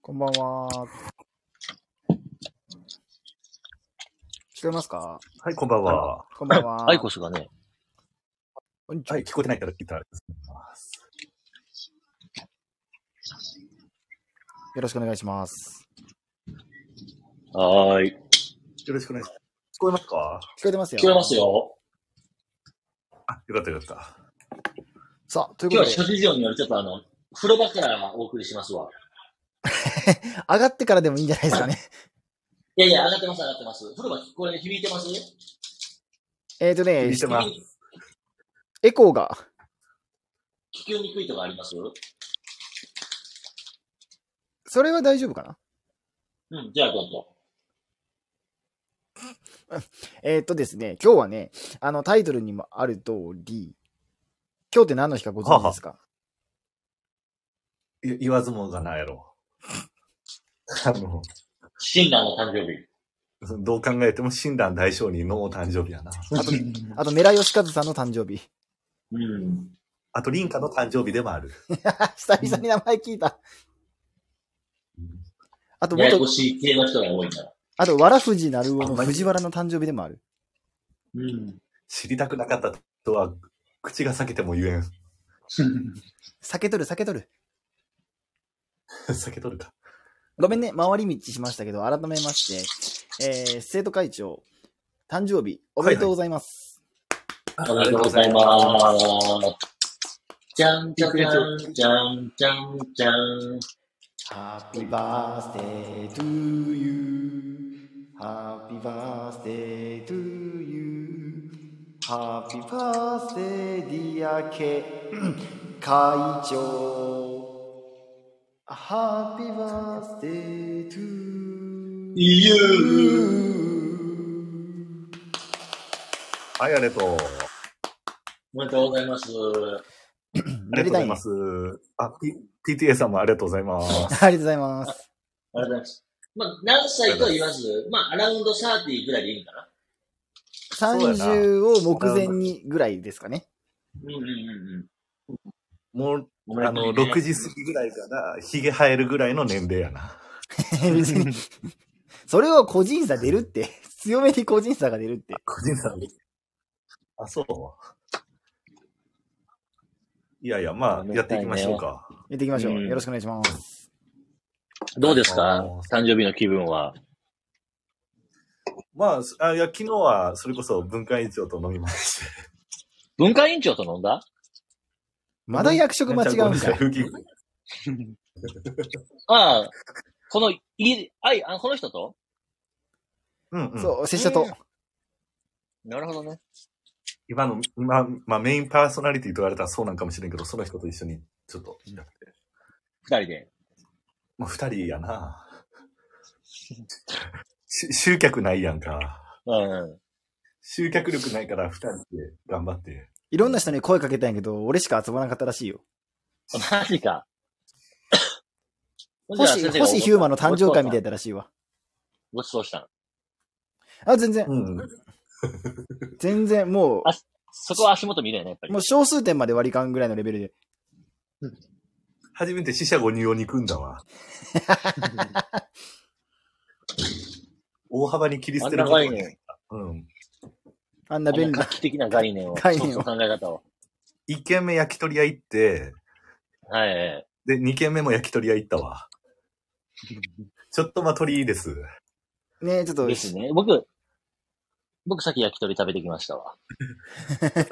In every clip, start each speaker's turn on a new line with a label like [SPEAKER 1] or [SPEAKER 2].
[SPEAKER 1] こんばんは。聞こえますか
[SPEAKER 2] はい、こんばんは。
[SPEAKER 1] こんばんは。
[SPEAKER 3] アイコスがね、
[SPEAKER 1] こんにちは
[SPEAKER 2] はい、聞こえてないから聞いたらです。
[SPEAKER 1] よろしくお願いします。
[SPEAKER 3] はーい。
[SPEAKER 2] よろしくお願いします。聞こえますか
[SPEAKER 1] 聞こえてますよ。
[SPEAKER 3] 聞こえます。よ。
[SPEAKER 2] あ、よかったよかった。
[SPEAKER 1] さあ、という
[SPEAKER 3] 今
[SPEAKER 1] こと
[SPEAKER 3] 日は
[SPEAKER 1] で、
[SPEAKER 3] 諸事情によりちょっとあの、風呂場からお送りしますわ。
[SPEAKER 1] 上がってからでもいいんじゃないですかね。
[SPEAKER 3] いやいや、上がってます、上がってます。風呂場、これ響いてます
[SPEAKER 1] えっと
[SPEAKER 2] 聞
[SPEAKER 1] ね
[SPEAKER 2] い、てます。
[SPEAKER 1] エコーが、
[SPEAKER 3] 聞きにくいとかあります
[SPEAKER 1] それは大丈夫かな
[SPEAKER 3] うん、じゃあどうぞ。
[SPEAKER 1] えっとですね、今日はね、あの、タイトルにもある通り、今日って何の日かご存知ですか
[SPEAKER 2] い言わずもがないやろ。あの、
[SPEAKER 3] 親鸞の誕生日。
[SPEAKER 2] どう考えても親鸞大商人のお誕生日やな。
[SPEAKER 1] あと、あと、狙い吉和さんの誕生日。
[SPEAKER 3] うん。
[SPEAKER 2] あと、林家の誕生日でもある。
[SPEAKER 1] 久々に名前聞いた。あと、
[SPEAKER 3] やや
[SPEAKER 1] 元
[SPEAKER 3] こ、しい系の人が多いから。
[SPEAKER 1] あと、わらふじなるおの藤原の誕生日でもある。
[SPEAKER 3] うん。
[SPEAKER 2] 知りたくなかったとは、口が裂けても言えん。
[SPEAKER 1] 避けとる、避けとる。
[SPEAKER 2] 避けとるか。
[SPEAKER 1] ごめんね、回り道しましたけど、改めまして、えー、生徒会長、誕生日、おめでとうございます。
[SPEAKER 3] おめでとうございます。じゃんじゃんじゃんじゃんじゃんじゃん。
[SPEAKER 1] Happy birthday to you.Happy birthday to you.Happy birthday, dear K 会長。Happy birthday to
[SPEAKER 3] いゆー
[SPEAKER 1] you.
[SPEAKER 2] はい、ありがとう。
[SPEAKER 3] おめでとうございます。
[SPEAKER 2] ありがとうございます。あ、P、PTA さんもありがとうございます。
[SPEAKER 1] ありがとうございます。
[SPEAKER 3] ありがとうございます。まあ、何歳とは言わず、まあ、アラウンド30ぐらいでいいんかな。
[SPEAKER 2] そうやな
[SPEAKER 1] 30を目前にぐらいですかね。
[SPEAKER 3] うんうんうんうん。
[SPEAKER 2] もう、
[SPEAKER 3] お
[SPEAKER 2] あの、6時過ぎぐらいから、髭生えるぐらいの年齢やな。
[SPEAKER 1] 別に。それは個人差出るって。強めに個人差が出るって。
[SPEAKER 2] 個人差のあ、そう。いやいや、まあ、やっていきましょうか。
[SPEAKER 1] やっていきましょう。
[SPEAKER 3] うん
[SPEAKER 1] よろしくお願いします。
[SPEAKER 3] どうです
[SPEAKER 2] あ
[SPEAKER 3] か
[SPEAKER 2] の
[SPEAKER 3] 誕生日の気分は。
[SPEAKER 2] まあ、あいや、昨日は、それこそ文化委員長と飲みまして。
[SPEAKER 3] 文化委員長と飲んだ
[SPEAKER 1] まだ役職間違うんかい。
[SPEAKER 2] めっちゃごめんなさい
[SPEAKER 3] ああ、この、いい、あい、あ、この人と
[SPEAKER 2] うんうん。
[SPEAKER 1] そう、拙者と。
[SPEAKER 3] なるほどね。
[SPEAKER 2] 今の、まあ、まあ、メインパーソナリティと言われたらそうなんかもしれんけど、その人と一緒に、ちょっと、
[SPEAKER 3] 二人で。
[SPEAKER 2] まあ、二人 やな。し集客ないやんか。
[SPEAKER 3] うんうん。
[SPEAKER 2] 集客力ないから、二人で頑張って。
[SPEAKER 1] いろんな人に声かけたんやけど、俺しか集まらなかったらしいよ。
[SPEAKER 3] マジか。
[SPEAKER 1] 星、星ヒューマンの誕生会みたい
[SPEAKER 3] な。
[SPEAKER 1] だらしいわ。
[SPEAKER 3] ごちそうしたの。
[SPEAKER 1] あ、全然、
[SPEAKER 2] うん。
[SPEAKER 1] 全然、も
[SPEAKER 3] あそこは足元見れよね、やっぱ
[SPEAKER 1] う、
[SPEAKER 3] り
[SPEAKER 1] もう。小数点まで割り勘ぐらいのレベルで。
[SPEAKER 2] 初めて死者五入を憎ん だわ。大幅に切り捨
[SPEAKER 3] あん
[SPEAKER 2] てる
[SPEAKER 3] な
[SPEAKER 2] こと
[SPEAKER 3] 概念、
[SPEAKER 2] うん。
[SPEAKER 1] あん
[SPEAKER 3] あ
[SPEAKER 1] なん便
[SPEAKER 3] な
[SPEAKER 1] 利
[SPEAKER 3] 画。期的な概念を、
[SPEAKER 1] 概念を
[SPEAKER 3] そうそう考え方を。
[SPEAKER 2] 一軒目焼き鳥屋行って、
[SPEAKER 3] はいはい。
[SPEAKER 2] で、二軒目も焼き鳥屋行ったわ。 ちょっとまあ鳥いいです。
[SPEAKER 1] ねちょっと、
[SPEAKER 3] ですね。僕、僕さっき焼き鳥食べてきましたわ。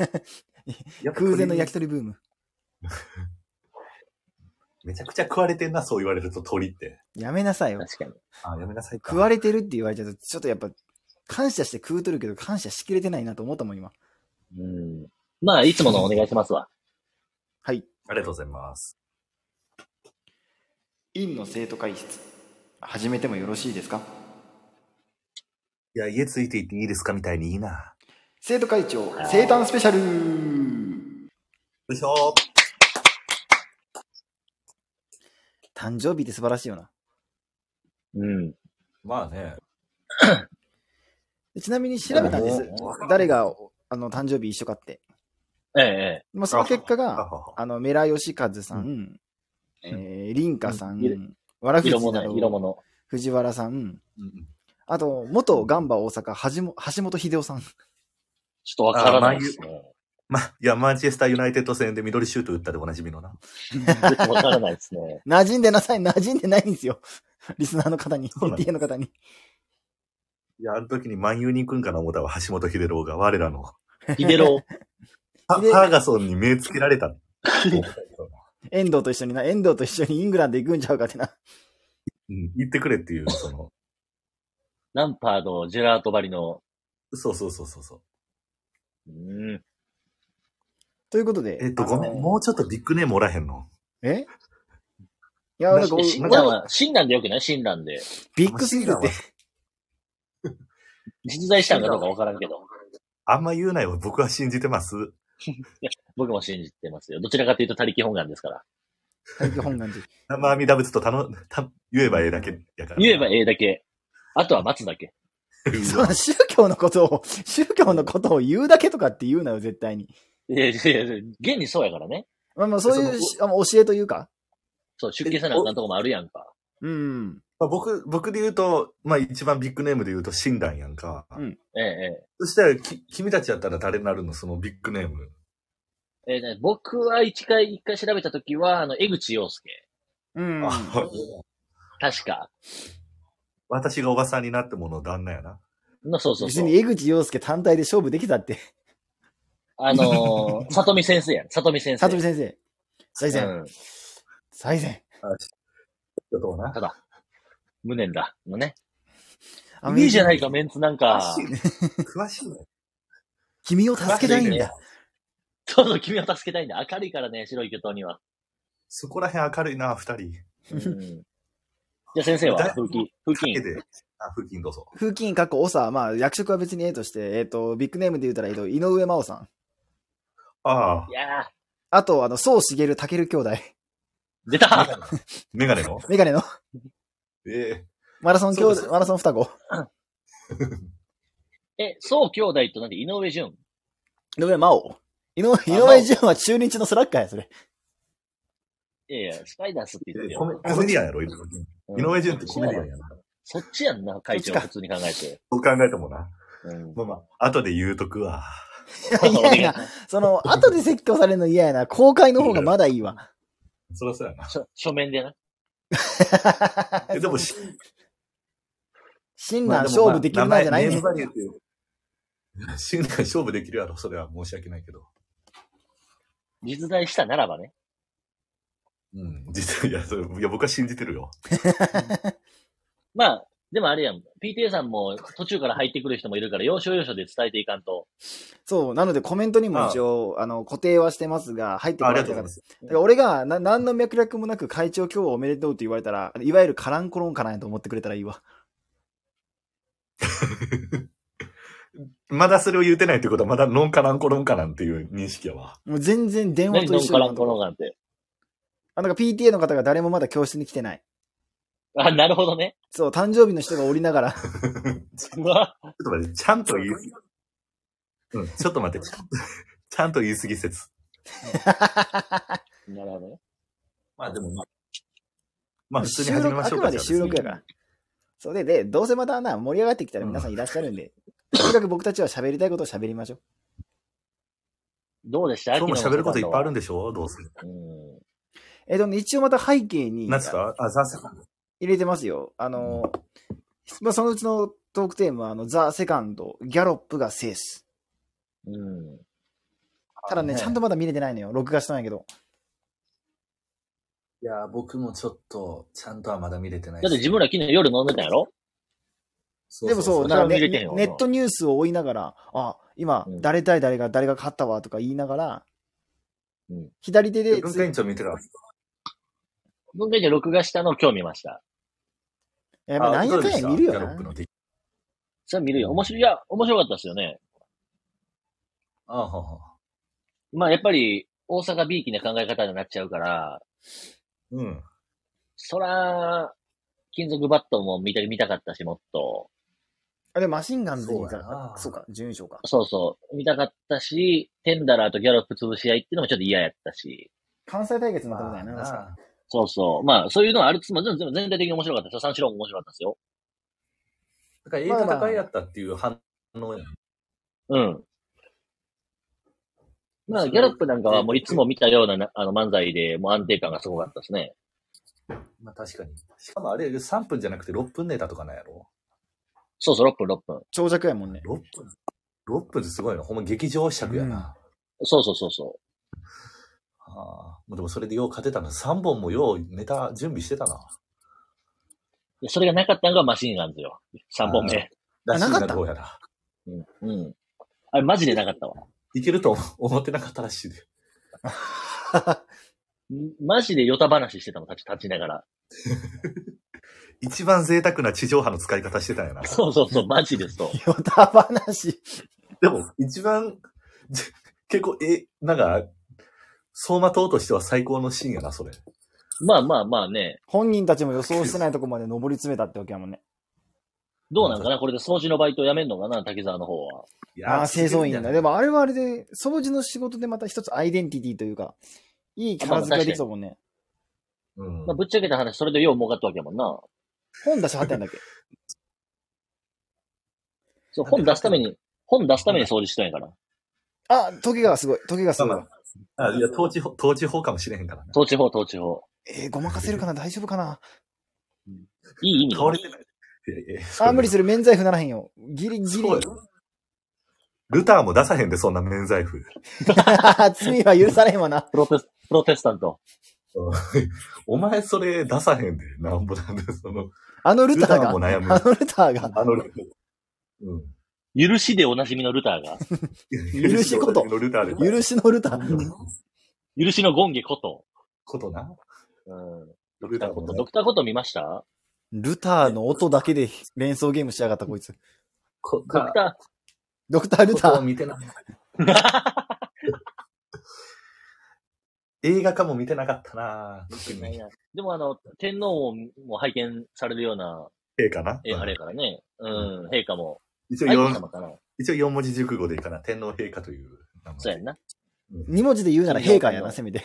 [SPEAKER 1] 空前の焼き鳥ブーム。
[SPEAKER 2] めちゃくちゃ食われてんな、そう言われると鳥って。
[SPEAKER 1] やめなさいよ。
[SPEAKER 3] 確かに。
[SPEAKER 2] あ、やめなさいか。
[SPEAKER 1] 食われてるって言われちゃうと、ちょっとやっぱ、感謝して食うとるけど、感謝しきれてないなと思ったもん、今。
[SPEAKER 3] うん。まあ、いつものお願いしますわ。
[SPEAKER 1] はい。
[SPEAKER 2] ありがとうございます。
[SPEAKER 1] 院の生徒会室、始めてもよろしいですか
[SPEAKER 2] いや、家ついていっていいですかみたいにいいな。
[SPEAKER 1] 生徒会長
[SPEAKER 3] ー
[SPEAKER 1] 生誕スペシャル
[SPEAKER 2] よいしょ
[SPEAKER 1] 誕生日って素晴らしいよな。
[SPEAKER 3] うん。
[SPEAKER 2] まあね。
[SPEAKER 1] ちなみに調べたんです。誰が、あの、誕生日一緒かって。
[SPEAKER 3] ええ、ええ。
[SPEAKER 1] まあ、その結果
[SPEAKER 2] あは
[SPEAKER 1] が、
[SPEAKER 2] は
[SPEAKER 1] あの、メラヨシカズさん、
[SPEAKER 2] う
[SPEAKER 1] えー、リンカさん
[SPEAKER 3] うん、
[SPEAKER 1] わらふ
[SPEAKER 3] 色
[SPEAKER 1] じ
[SPEAKER 3] 物
[SPEAKER 1] な
[SPEAKER 3] や、
[SPEAKER 1] ど
[SPEAKER 3] 色物。
[SPEAKER 1] 藤原さん、
[SPEAKER 2] うん
[SPEAKER 1] あと、元ガンバ大阪、橋も橋本秀夫さん。
[SPEAKER 3] ちょっとわからないですね。
[SPEAKER 2] ま、いや、マンチェスターユナイテッド戦で緑シュート打ったでおなじみのな。
[SPEAKER 3] ちょっとわからないで すね。
[SPEAKER 1] 馴染んでなさい、馴染んでないんですよ。リスナーの方に、
[SPEAKER 2] そうなんです
[SPEAKER 1] PTA の方に。
[SPEAKER 2] いや、あの時に万有に行くんかな思ったわ、橋本秀郎が我らの。は
[SPEAKER 3] ヒデロ
[SPEAKER 2] ハ
[SPEAKER 1] で
[SPEAKER 2] ーガソンに目つけられ た。
[SPEAKER 1] 遠藤と一緒にな、遠藤と一緒にイングランド行くんちゃうかってな。
[SPEAKER 2] うん、言ってくれっていう、その、
[SPEAKER 3] ランパード、ジェラートバリの。
[SPEAKER 2] そうそうそうそうそう。
[SPEAKER 3] うん。
[SPEAKER 1] ということで。
[SPEAKER 2] えっと、ごめ
[SPEAKER 1] あ
[SPEAKER 2] ん、
[SPEAKER 1] の
[SPEAKER 2] もうちょっとビッグネームおらへんの。
[SPEAKER 1] えいや、なんか、
[SPEAKER 3] 診
[SPEAKER 1] 俺
[SPEAKER 3] 断
[SPEAKER 1] は
[SPEAKER 3] は、診断でよくない診断で。
[SPEAKER 1] ビッグスリーって、
[SPEAKER 3] 実在したんかどうかわからんけど。
[SPEAKER 2] あんま言うなよ、僕は信じてます。
[SPEAKER 3] 僕も信じてますよ。どちらかというと他力本願ですから。
[SPEAKER 1] 大気本願寺。
[SPEAKER 2] 生阿弥陀仏と頼む、た言えばええだけや から。
[SPEAKER 3] 言えば
[SPEAKER 2] え
[SPEAKER 3] ええだけ。あとは待つだけ。
[SPEAKER 2] え。
[SPEAKER 1] そんな宗教のことを、宗教のことを言うだけとかって言うなよ、絶対に。
[SPEAKER 3] いやいやいや、現にそうやからね。
[SPEAKER 1] まあまあ、そういうしあの教えというか。
[SPEAKER 3] そう、出家せなあかんとこもあるやんか。
[SPEAKER 1] うん。
[SPEAKER 2] まあ、僕、僕で言うと、まあ一番ビッグネームで言うと診断やんか。
[SPEAKER 1] うん
[SPEAKER 3] ええ、ええ。
[SPEAKER 2] そしたら、き、君たちやったら誰になるのそのビッグネーム。
[SPEAKER 3] えーね、僕は一回、一回調べたときは、あの、江口洋介。
[SPEAKER 1] うん。
[SPEAKER 2] あはい
[SPEAKER 3] 確か。
[SPEAKER 2] 私がおばさんになってもの旦那やな。
[SPEAKER 3] の、そうそう
[SPEAKER 1] 別
[SPEAKER 3] そう
[SPEAKER 1] に。江口洋介単体で勝負できたって。
[SPEAKER 3] あのー、里見先生やん。里見先生。
[SPEAKER 1] 里見先生。最
[SPEAKER 3] 生。
[SPEAKER 1] 善。
[SPEAKER 3] うん。
[SPEAKER 1] 最善。
[SPEAKER 2] ちょっとな
[SPEAKER 3] ただ、無念だ。のね。
[SPEAKER 1] あの
[SPEAKER 3] いいじゃないか、メンツなんか。
[SPEAKER 2] 詳しいね。
[SPEAKER 1] 君を助けたいんだ。
[SPEAKER 3] そうそう、君を助けたいんだ。明るいからね、白い巨頭には。
[SPEAKER 2] そこら辺明るいな、二人。
[SPEAKER 3] うん。じゃあ先生は、
[SPEAKER 2] だ
[SPEAKER 3] 風紀、風
[SPEAKER 2] だけ
[SPEAKER 3] 紀。
[SPEAKER 2] で、あ、付近どうぞ。
[SPEAKER 1] 風紀委員かっこ長、まあ役職は別に A として、えっ、と、ビッグネームで言うたら、えっ、と、井上真央さん。
[SPEAKER 2] ああ
[SPEAKER 3] い、やー、
[SPEAKER 1] あと、あの、宋茂る健兄弟。
[SPEAKER 3] 出た
[SPEAKER 2] メガネの
[SPEAKER 1] メガネの
[SPEAKER 2] ええ
[SPEAKER 1] マラソン兄
[SPEAKER 2] そうで
[SPEAKER 1] 弟、
[SPEAKER 2] す
[SPEAKER 1] マラソン双子。
[SPEAKER 3] え、そう兄弟となんで井上淳。
[SPEAKER 1] 井上真央。井上、井上純は中日のスラッガーや、それ。
[SPEAKER 3] いやいや、スパイダースって言って
[SPEAKER 2] コメ
[SPEAKER 3] よ。
[SPEAKER 2] コメディアンやろ、井
[SPEAKER 3] うん
[SPEAKER 2] 上淳ってコメディアンやな。
[SPEAKER 3] そっちやんな、会
[SPEAKER 1] そ
[SPEAKER 3] 長、
[SPEAKER 1] っちか
[SPEAKER 3] 普通に考えて。
[SPEAKER 2] そう考えてもな。
[SPEAKER 3] うん。
[SPEAKER 2] まあまあ、後で言うとくわ。
[SPEAKER 1] い やいやその、 後で説教されるの嫌やな。公開の方がまだいいわ。
[SPEAKER 2] そりゃそうやな。
[SPEAKER 3] 書書面でな。
[SPEAKER 2] えでも、
[SPEAKER 1] そ
[SPEAKER 2] し
[SPEAKER 1] う、ん
[SPEAKER 2] ま
[SPEAKER 1] な
[SPEAKER 2] あでも
[SPEAKER 1] 勝負できるな
[SPEAKER 2] まあ
[SPEAKER 1] んじゃない
[SPEAKER 2] 名
[SPEAKER 1] ね
[SPEAKER 2] 前ネームバリューっていう信頼勝負できるやろ、それは申し訳ないけど。
[SPEAKER 3] 実在したならばね。
[SPEAKER 2] うん、実際、いや、それいや僕は信じてるよ。
[SPEAKER 3] まあ、でもあれやん。PTA さんも途中から入ってくる人もいるから、要所要所で伝えていかんと。
[SPEAKER 1] そう、なのでコメントにも一応、あの、固定はしてますが、入ってこ
[SPEAKER 2] あ
[SPEAKER 1] ら
[SPEAKER 2] り
[SPEAKER 1] れ
[SPEAKER 2] が
[SPEAKER 1] たか
[SPEAKER 2] とうござ
[SPEAKER 1] ら
[SPEAKER 2] います。
[SPEAKER 1] だから俺がな何の脈絡もなく会長今日はおめでとうって言われたら、いわゆるカランコロンかなんやと思ってくれたらいいわ。
[SPEAKER 2] まだそれを言うてないってことは、まだノンカランコロンカランっていう認識やわ。
[SPEAKER 1] もう全然電話
[SPEAKER 3] 何
[SPEAKER 1] と
[SPEAKER 3] のん
[SPEAKER 1] 一
[SPEAKER 3] か
[SPEAKER 1] 緒
[SPEAKER 3] らんこの
[SPEAKER 1] に。
[SPEAKER 3] んなんて。
[SPEAKER 1] あ、なんか PTA の方が誰もまだ教室に来てない。
[SPEAKER 3] あ、なるほどね。
[SPEAKER 1] そう、誕生日の人がおりながら、
[SPEAKER 3] うわ。
[SPEAKER 2] ちょっと待って、ちゃんと言い、うん、ちょっと待って、ちゃんとちゃんと言い過ぎ説。
[SPEAKER 3] なるほどね。
[SPEAKER 2] まあでも、まあ、 まあ普通に
[SPEAKER 1] 収
[SPEAKER 2] 始め
[SPEAKER 1] 録、
[SPEAKER 2] ま
[SPEAKER 1] あ
[SPEAKER 2] し
[SPEAKER 1] く
[SPEAKER 2] ょう
[SPEAKER 1] ま
[SPEAKER 2] か。
[SPEAKER 1] で収録やから。そうで、で、どうせまたな、盛り上がってきたら皆さんいらっしゃるんで、とにかく僕たちは喋りたいことを喋りましょう。
[SPEAKER 3] どうでした
[SPEAKER 2] じゃあ今日も喋ることいっぱいあるん
[SPEAKER 3] ん
[SPEAKER 2] でしょどうする
[SPEAKER 3] うん。
[SPEAKER 1] えっとね、一応また背景に
[SPEAKER 2] なんつっ
[SPEAKER 1] 入
[SPEAKER 2] たあ、ザ・セカンド。
[SPEAKER 1] れてますよ。あの、まあ、そのうちのトークテーマは、あの、ザ・セカンド、ギャロップが制す。
[SPEAKER 3] うん。
[SPEAKER 1] ただね、ちゃんとまだ見れてないのよ。録画したんやけど。
[SPEAKER 2] いや、僕もちょっと、ちゃんとはまだ見れてな
[SPEAKER 3] だって自分ら昨日夜飲んでたんやろ
[SPEAKER 1] でもそう、
[SPEAKER 3] う
[SPEAKER 1] なんかね
[SPEAKER 3] それは見れてんよ
[SPEAKER 1] ネットニュースを追いながら、あ、今
[SPEAKER 3] うん、
[SPEAKER 1] 誰対誰が、誰が勝ったわとか言いながら、
[SPEAKER 3] うん
[SPEAKER 1] 左手で、
[SPEAKER 2] 文化委員長見てた。
[SPEAKER 3] 文化じゃ録画したのを今日見ました。
[SPEAKER 1] やっぱ何やかんや見るよ
[SPEAKER 2] あどうでしたギャロップ
[SPEAKER 1] な
[SPEAKER 2] の。出来
[SPEAKER 3] それ見るよ。面白い、いや、面白かったですよね。
[SPEAKER 2] あはは。
[SPEAKER 3] まあやっぱり、大阪 B 期な考え方になっちゃうから、
[SPEAKER 2] うん。
[SPEAKER 3] そら、金属バットも見たり見たかったし、もっと。
[SPEAKER 1] あれ、マシンガンズに
[SPEAKER 2] そうやな
[SPEAKER 1] か、そうか、準優勝か。
[SPEAKER 3] そうそう。見たかったし、テンダラーとギャロップ潰し合いっていうのもちょっと嫌やったし。
[SPEAKER 1] 関西対決のとこだよな、確か
[SPEAKER 2] あ
[SPEAKER 3] そうそう。まあ、そういうのはあるつつも、でもでも全体的に面白かったですよ。三四郎も面白かったですよ。
[SPEAKER 2] だから、映画高いやったっていう反応やん。
[SPEAKER 3] うん。まあ、ギャロップなんかはもういつも見たようななあの漫才で、もう安定感がすごかったですね。
[SPEAKER 2] まあ確かに。しかもあれ3分じゃなくて6分ネタとかなんやろ
[SPEAKER 3] そうそう、6分、6分。
[SPEAKER 1] 長尺やもんね。
[SPEAKER 2] ?6 分 ?6 分ってすごいな。ほんま劇場尺やな。
[SPEAKER 3] そうそうそうそ
[SPEAKER 2] ああもうでもそれでよう勝てたな。3本もようネタ準備してたな。
[SPEAKER 3] う。でそれがなかったのがマシンガンズよ。3本目。
[SPEAKER 1] あなかった
[SPEAKER 2] らしいどうやら。
[SPEAKER 3] うん。うん。あれ、マジでなかったわ。
[SPEAKER 2] いけると思ってなかったらしいで。
[SPEAKER 3] マジでヨタ話してたもん、立ち立ちながら。
[SPEAKER 2] 一番贅沢な地上波の使い方してたんやな。
[SPEAKER 3] そうそうそう、マジでそう。
[SPEAKER 1] ヨタ話。
[SPEAKER 2] でも、一番、じ結構、え、なんか、相馬党としては最高のシーンやな、それ。
[SPEAKER 3] まあまあまあね、
[SPEAKER 1] 本人たちも予想してないとこまで上り詰めたってわけやもん ね。
[SPEAKER 3] どうなんかなこれで掃除のバイトを辞めんのかな竹沢の方は。
[SPEAKER 2] いや
[SPEAKER 1] ああ、清掃員だ。で
[SPEAKER 2] も、
[SPEAKER 1] もあれはあれで、掃除の仕事でまた一つアイデンティティというか、いい体遣いできたもんね。
[SPEAKER 2] うん
[SPEAKER 3] まあ、ぶっちゃけた話、それでよう儲かったわけやもんな。
[SPEAKER 1] 本出しはったんだっけ
[SPEAKER 3] そう、本出すために、本出すために掃除したんやから。
[SPEAKER 1] あ、トゲがすごい。トゲがすごい
[SPEAKER 2] まあ。まあ、いや、統治法、統治法かもしれへんからな。
[SPEAKER 3] 統治法、統治法。
[SPEAKER 1] えー、ごまかせるかな大丈夫かない
[SPEAKER 3] い意味で
[SPEAKER 2] 倒れてない。いやいや
[SPEAKER 1] あー、無理
[SPEAKER 2] そ
[SPEAKER 1] する。免罪符ならへんよ。ギリギリ
[SPEAKER 2] う。やろルターも出さへんで、そんな免罪符。
[SPEAKER 1] 罪は許されへんわな。
[SPEAKER 3] プロテス、プロテスタント。
[SPEAKER 2] お前それ出さへんで、なんぼなんで、その、
[SPEAKER 1] あのル
[SPEAKER 2] ル
[SPEAKER 1] タ
[SPEAKER 2] タ
[SPEAKER 1] ー
[SPEAKER 2] ー
[SPEAKER 1] が
[SPEAKER 2] も。悩む。
[SPEAKER 1] あのルターが。
[SPEAKER 2] あのルター。うん。
[SPEAKER 3] 許しでおなじみのルターが、
[SPEAKER 1] 許しこと
[SPEAKER 2] のルターで。
[SPEAKER 1] 許しのルター。
[SPEAKER 2] うん
[SPEAKER 3] 許しのゴンゲこと。
[SPEAKER 2] ことな。
[SPEAKER 3] うん。ドク
[SPEAKER 2] ル
[SPEAKER 3] タ
[SPEAKER 2] タ
[SPEAKER 3] ー
[SPEAKER 2] ー
[SPEAKER 3] こ。
[SPEAKER 2] ことと
[SPEAKER 3] ドクターこと見ました
[SPEAKER 1] ルターの音だけで連想ゲームしやがった、こいつ。
[SPEAKER 2] こ
[SPEAKER 3] ドクタ
[SPEAKER 1] ドクタールタ
[SPEAKER 2] ことを
[SPEAKER 1] ー。
[SPEAKER 2] 見てない。 映画化も見てなかったな特
[SPEAKER 3] ー。い
[SPEAKER 2] に。
[SPEAKER 3] やでもあの、天皇も拝見されるような、
[SPEAKER 2] 映画な。
[SPEAKER 3] え、あれやからね。うん、陛下も。
[SPEAKER 2] 一応
[SPEAKER 3] 愛子
[SPEAKER 2] 四
[SPEAKER 3] 様かな。
[SPEAKER 2] 一応四文字熟語でいいかな。天皇陛下という名
[SPEAKER 3] そう
[SPEAKER 2] 前。
[SPEAKER 3] やんな。
[SPEAKER 1] 二文字で言うなら陛下やな、せめて。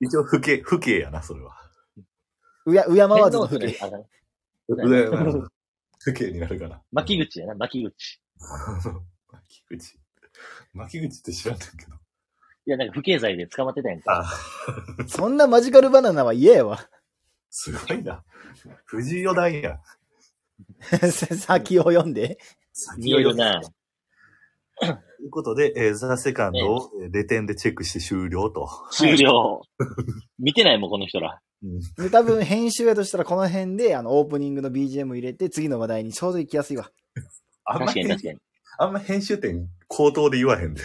[SPEAKER 2] 一応、不敬、不敬やな、それは。
[SPEAKER 1] うや、うやまわずの
[SPEAKER 3] 天皇
[SPEAKER 1] 不
[SPEAKER 3] って
[SPEAKER 1] 敬。
[SPEAKER 3] あの
[SPEAKER 2] うだよな不敬になるから。
[SPEAKER 3] 巻き口やな、巻き口。
[SPEAKER 2] 巻口。巻口って知らんねんけど。
[SPEAKER 3] いや、なんか不経済で捕まってたやんか。
[SPEAKER 2] あ、
[SPEAKER 1] そんなマジカルバナナは嫌やわ。
[SPEAKER 2] すごいな。藤井四段や。
[SPEAKER 1] 先を読んで。
[SPEAKER 3] 見えるな。
[SPEAKER 2] ということで、えー、ザ・セカンドをえー0点でチェックして終了と。
[SPEAKER 3] 終了。見てないもん、この人ら。
[SPEAKER 1] で、多分編集やとしたらこの辺で、あの、オープニングの BGM 入れて、次の話題にちょうど行きやすいわ。
[SPEAKER 2] あんま
[SPEAKER 3] 確かに
[SPEAKER 2] 編
[SPEAKER 3] 確かに。
[SPEAKER 2] あんま編集点口頭で言わへんで。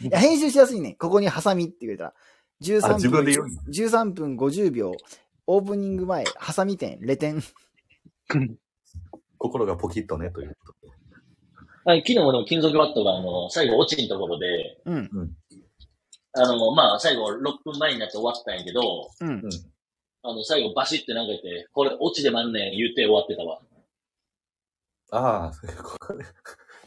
[SPEAKER 1] いや編集しやすいね。ここにハサミって言れたら。
[SPEAKER 2] あ、
[SPEAKER 1] 13
[SPEAKER 2] 自分
[SPEAKER 1] 分
[SPEAKER 2] で、言うんだ
[SPEAKER 1] 13分50秒。オープニング前、ハサミ点、レ点。
[SPEAKER 2] 心がポキッとね、ということ。
[SPEAKER 3] はい、昨日もでも金属バットが、あの、最後落ちんところで、
[SPEAKER 1] うん、
[SPEAKER 3] あの、まあ、最後6分前になって終わったんやけど、
[SPEAKER 1] うん。
[SPEAKER 3] あの、最後バシって投げて、これ落ちでまんねん言うて終わってたわ。
[SPEAKER 2] ああ、これ、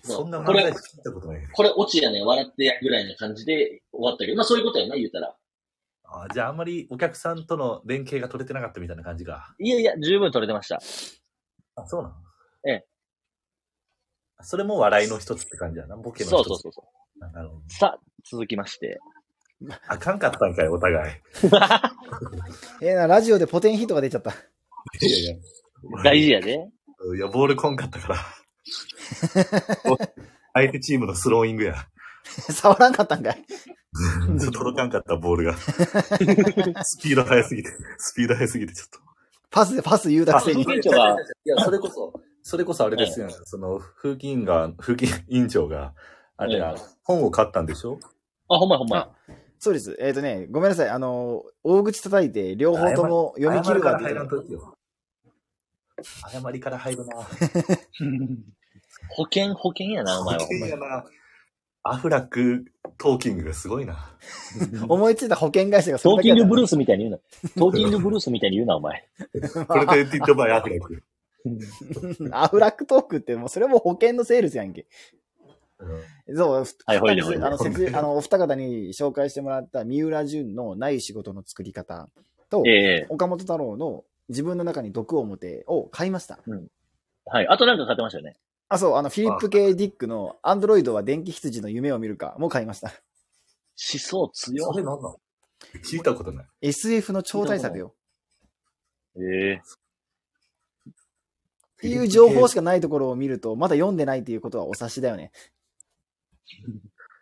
[SPEAKER 3] そう
[SPEAKER 2] そんな
[SPEAKER 3] こ
[SPEAKER 2] 漫
[SPEAKER 3] れ
[SPEAKER 2] 才聞いたことないね。
[SPEAKER 3] これ落ちやねん、笑ってやぐらいな感じで終わったけど、まあそういうことやな、言うたら。
[SPEAKER 2] あーじゃああんまりお客さんとの連携が取れてなかったみたいな感じか。
[SPEAKER 3] いやいや、十分取れてました。
[SPEAKER 2] あ、そうなの
[SPEAKER 3] ええ。
[SPEAKER 2] それも笑いの一つって感じやな。ボケの一つ。
[SPEAKER 3] そうそうそうそ
[SPEAKER 2] なるほど
[SPEAKER 3] う。さあ、続きまして。
[SPEAKER 2] あかんかったんかい、お互い。
[SPEAKER 1] ええな、ラジオでポテンヒットが出ちゃった。
[SPEAKER 2] いやいや。
[SPEAKER 3] 大事やで。
[SPEAKER 2] いや、ボールこんかったから。お相手チームのスローイングや。
[SPEAKER 1] 触らんかったんかい。
[SPEAKER 2] ちょっと届かんかった、ボールが。スピード速すぎて、スピード速すぎて、ちょっと。
[SPEAKER 1] パスでパス言うたくせに。
[SPEAKER 3] 委員長が、
[SPEAKER 2] いや、それこそ、それこそあれですよ、ね。その、風紀委員が、風紀委員長が、あれや、
[SPEAKER 3] ええ
[SPEAKER 2] 本を買ったんでしょ
[SPEAKER 3] あ、ほんまやほんまや。
[SPEAKER 1] そうです。えっ、とね、ごめんなさい。あの、大口叩いて、両方とも読み切るか
[SPEAKER 2] か
[SPEAKER 1] っ
[SPEAKER 2] ら
[SPEAKER 1] て
[SPEAKER 2] 入
[SPEAKER 1] 言
[SPEAKER 2] ら
[SPEAKER 1] っ
[SPEAKER 2] ん
[SPEAKER 1] て
[SPEAKER 2] といてよ。誤りから入るな。
[SPEAKER 3] 保険、保険やな、お前は。ほんまに
[SPEAKER 2] やな。アフラックトーキングがすごいな。
[SPEAKER 1] 思いついた保険会社がそれ
[SPEAKER 3] トー
[SPEAKER 1] だけ
[SPEAKER 3] キ
[SPEAKER 1] や
[SPEAKER 3] ン
[SPEAKER 1] った
[SPEAKER 3] グ
[SPEAKER 1] な
[SPEAKER 3] ブルースみたいに言うな。トーキングブルースみたいに言うな、お前。
[SPEAKER 2] プロテイティッドバイアフラック。
[SPEAKER 1] アフラックトークって、もうそれも保険のセールスやんけ。
[SPEAKER 2] うん
[SPEAKER 1] そう、ふ
[SPEAKER 3] はいほいで
[SPEAKER 1] 二つ
[SPEAKER 3] ほいで
[SPEAKER 1] あの、
[SPEAKER 2] ほいで
[SPEAKER 1] せつあの、お二方に紹介してもらった三浦淳のない仕事の作り方。と、
[SPEAKER 3] ええ
[SPEAKER 1] 岡本太郎の自分の中に毒を持てを買いました。
[SPEAKER 3] はい。あとなんか買ってましたよね。
[SPEAKER 1] あ、そう、あの、フィリップ・ K ・ディックのアンドロイドは電気羊の夢を見るかも買いました。
[SPEAKER 3] 思想強
[SPEAKER 2] それなんなの聞いたことない。
[SPEAKER 1] SF の超大作よ。
[SPEAKER 3] い。ええ
[SPEAKER 1] っていう情報しかないところを見ると、まだ読んでないっていうことはお察しだよね。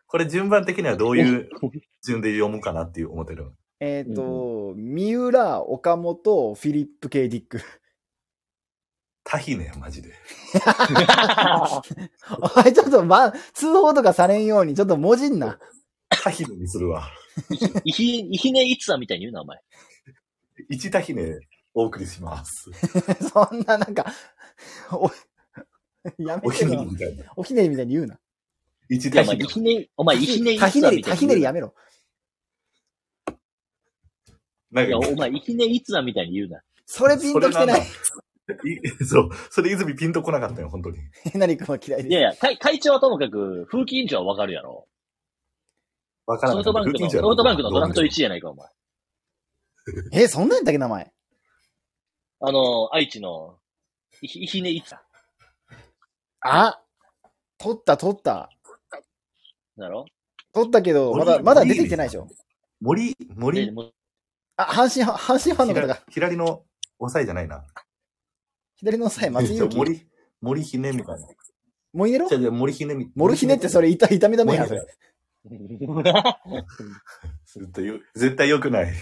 [SPEAKER 2] これ順番的にはどういう順で読むかなっていう思ってる。
[SPEAKER 1] えっ、と、三浦、岡本、フィリップ・ K ・ディック。
[SPEAKER 2] タヒね、マジで。
[SPEAKER 1] お前ちょっと、ま、通報とかされんように、ちょっと文字んな。
[SPEAKER 2] タヒネにするわ。
[SPEAKER 3] いひ、いひねいつだみたいに言うな、お前。
[SPEAKER 2] 1タヒネお送りします。
[SPEAKER 1] そんな、なんか、お、や
[SPEAKER 2] お
[SPEAKER 1] めて
[SPEAKER 2] ひね
[SPEAKER 1] よ
[SPEAKER 2] りみたいな。
[SPEAKER 1] おひねりみたいに言うな。
[SPEAKER 2] 1
[SPEAKER 3] いや、
[SPEAKER 2] タ
[SPEAKER 3] お前、
[SPEAKER 2] ヒ
[SPEAKER 3] い
[SPEAKER 2] ネ。
[SPEAKER 3] ひね、お前、いひねい
[SPEAKER 1] たひ
[SPEAKER 3] つ
[SPEAKER 1] ね
[SPEAKER 3] だ
[SPEAKER 1] り、
[SPEAKER 3] みた
[SPEAKER 1] た
[SPEAKER 3] い
[SPEAKER 1] ひ
[SPEAKER 3] に
[SPEAKER 1] ねり
[SPEAKER 3] 言う
[SPEAKER 1] やめろ。
[SPEAKER 2] なん
[SPEAKER 3] いや、
[SPEAKER 2] か、
[SPEAKER 3] お前、いひねいつだみたいに言うな。
[SPEAKER 1] それピンときてない。
[SPEAKER 2] いそう。それ泉ピンとこなかったよ、本当に。
[SPEAKER 1] えなりくんは嫌い
[SPEAKER 3] いや
[SPEAKER 1] で
[SPEAKER 3] いや、会会長はともかく、風紀委員長はわかるやろ。
[SPEAKER 2] わから
[SPEAKER 3] ソ
[SPEAKER 2] なか
[SPEAKER 3] フ
[SPEAKER 2] った
[SPEAKER 3] トバンク
[SPEAKER 2] ルーテ
[SPEAKER 3] の、
[SPEAKER 2] ィンじゃ
[SPEAKER 3] ソ
[SPEAKER 2] ない
[SPEAKER 3] フトバンクのドラフト
[SPEAKER 2] ど
[SPEAKER 3] 1
[SPEAKER 2] う
[SPEAKER 3] 位やないか、お前。
[SPEAKER 1] す。え、そんなんやったっけ、名前。
[SPEAKER 3] あの、愛知の、いひいひねいつだ。
[SPEAKER 1] あ取った、取った。
[SPEAKER 3] だろ
[SPEAKER 1] 取ったけど、まだ、
[SPEAKER 2] 森
[SPEAKER 1] まだ出てきてないでしょ。
[SPEAKER 2] 森、
[SPEAKER 3] で
[SPEAKER 2] 森、
[SPEAKER 3] もう
[SPEAKER 1] あ、阪神、阪神ファンの方が、
[SPEAKER 2] 左の抑えじゃないな。
[SPEAKER 1] 左のさえ、松井
[SPEAKER 2] じ ゃあ
[SPEAKER 1] 裕樹。
[SPEAKER 2] 森、森ひねみたいな。
[SPEAKER 1] モイネロ
[SPEAKER 2] じゃあじゃあ森ひねみ。
[SPEAKER 1] モルヒネってそれ、痛い、痛みだめやん、そ
[SPEAKER 2] 森
[SPEAKER 1] れ
[SPEAKER 2] ひ。するという、絶対良くない。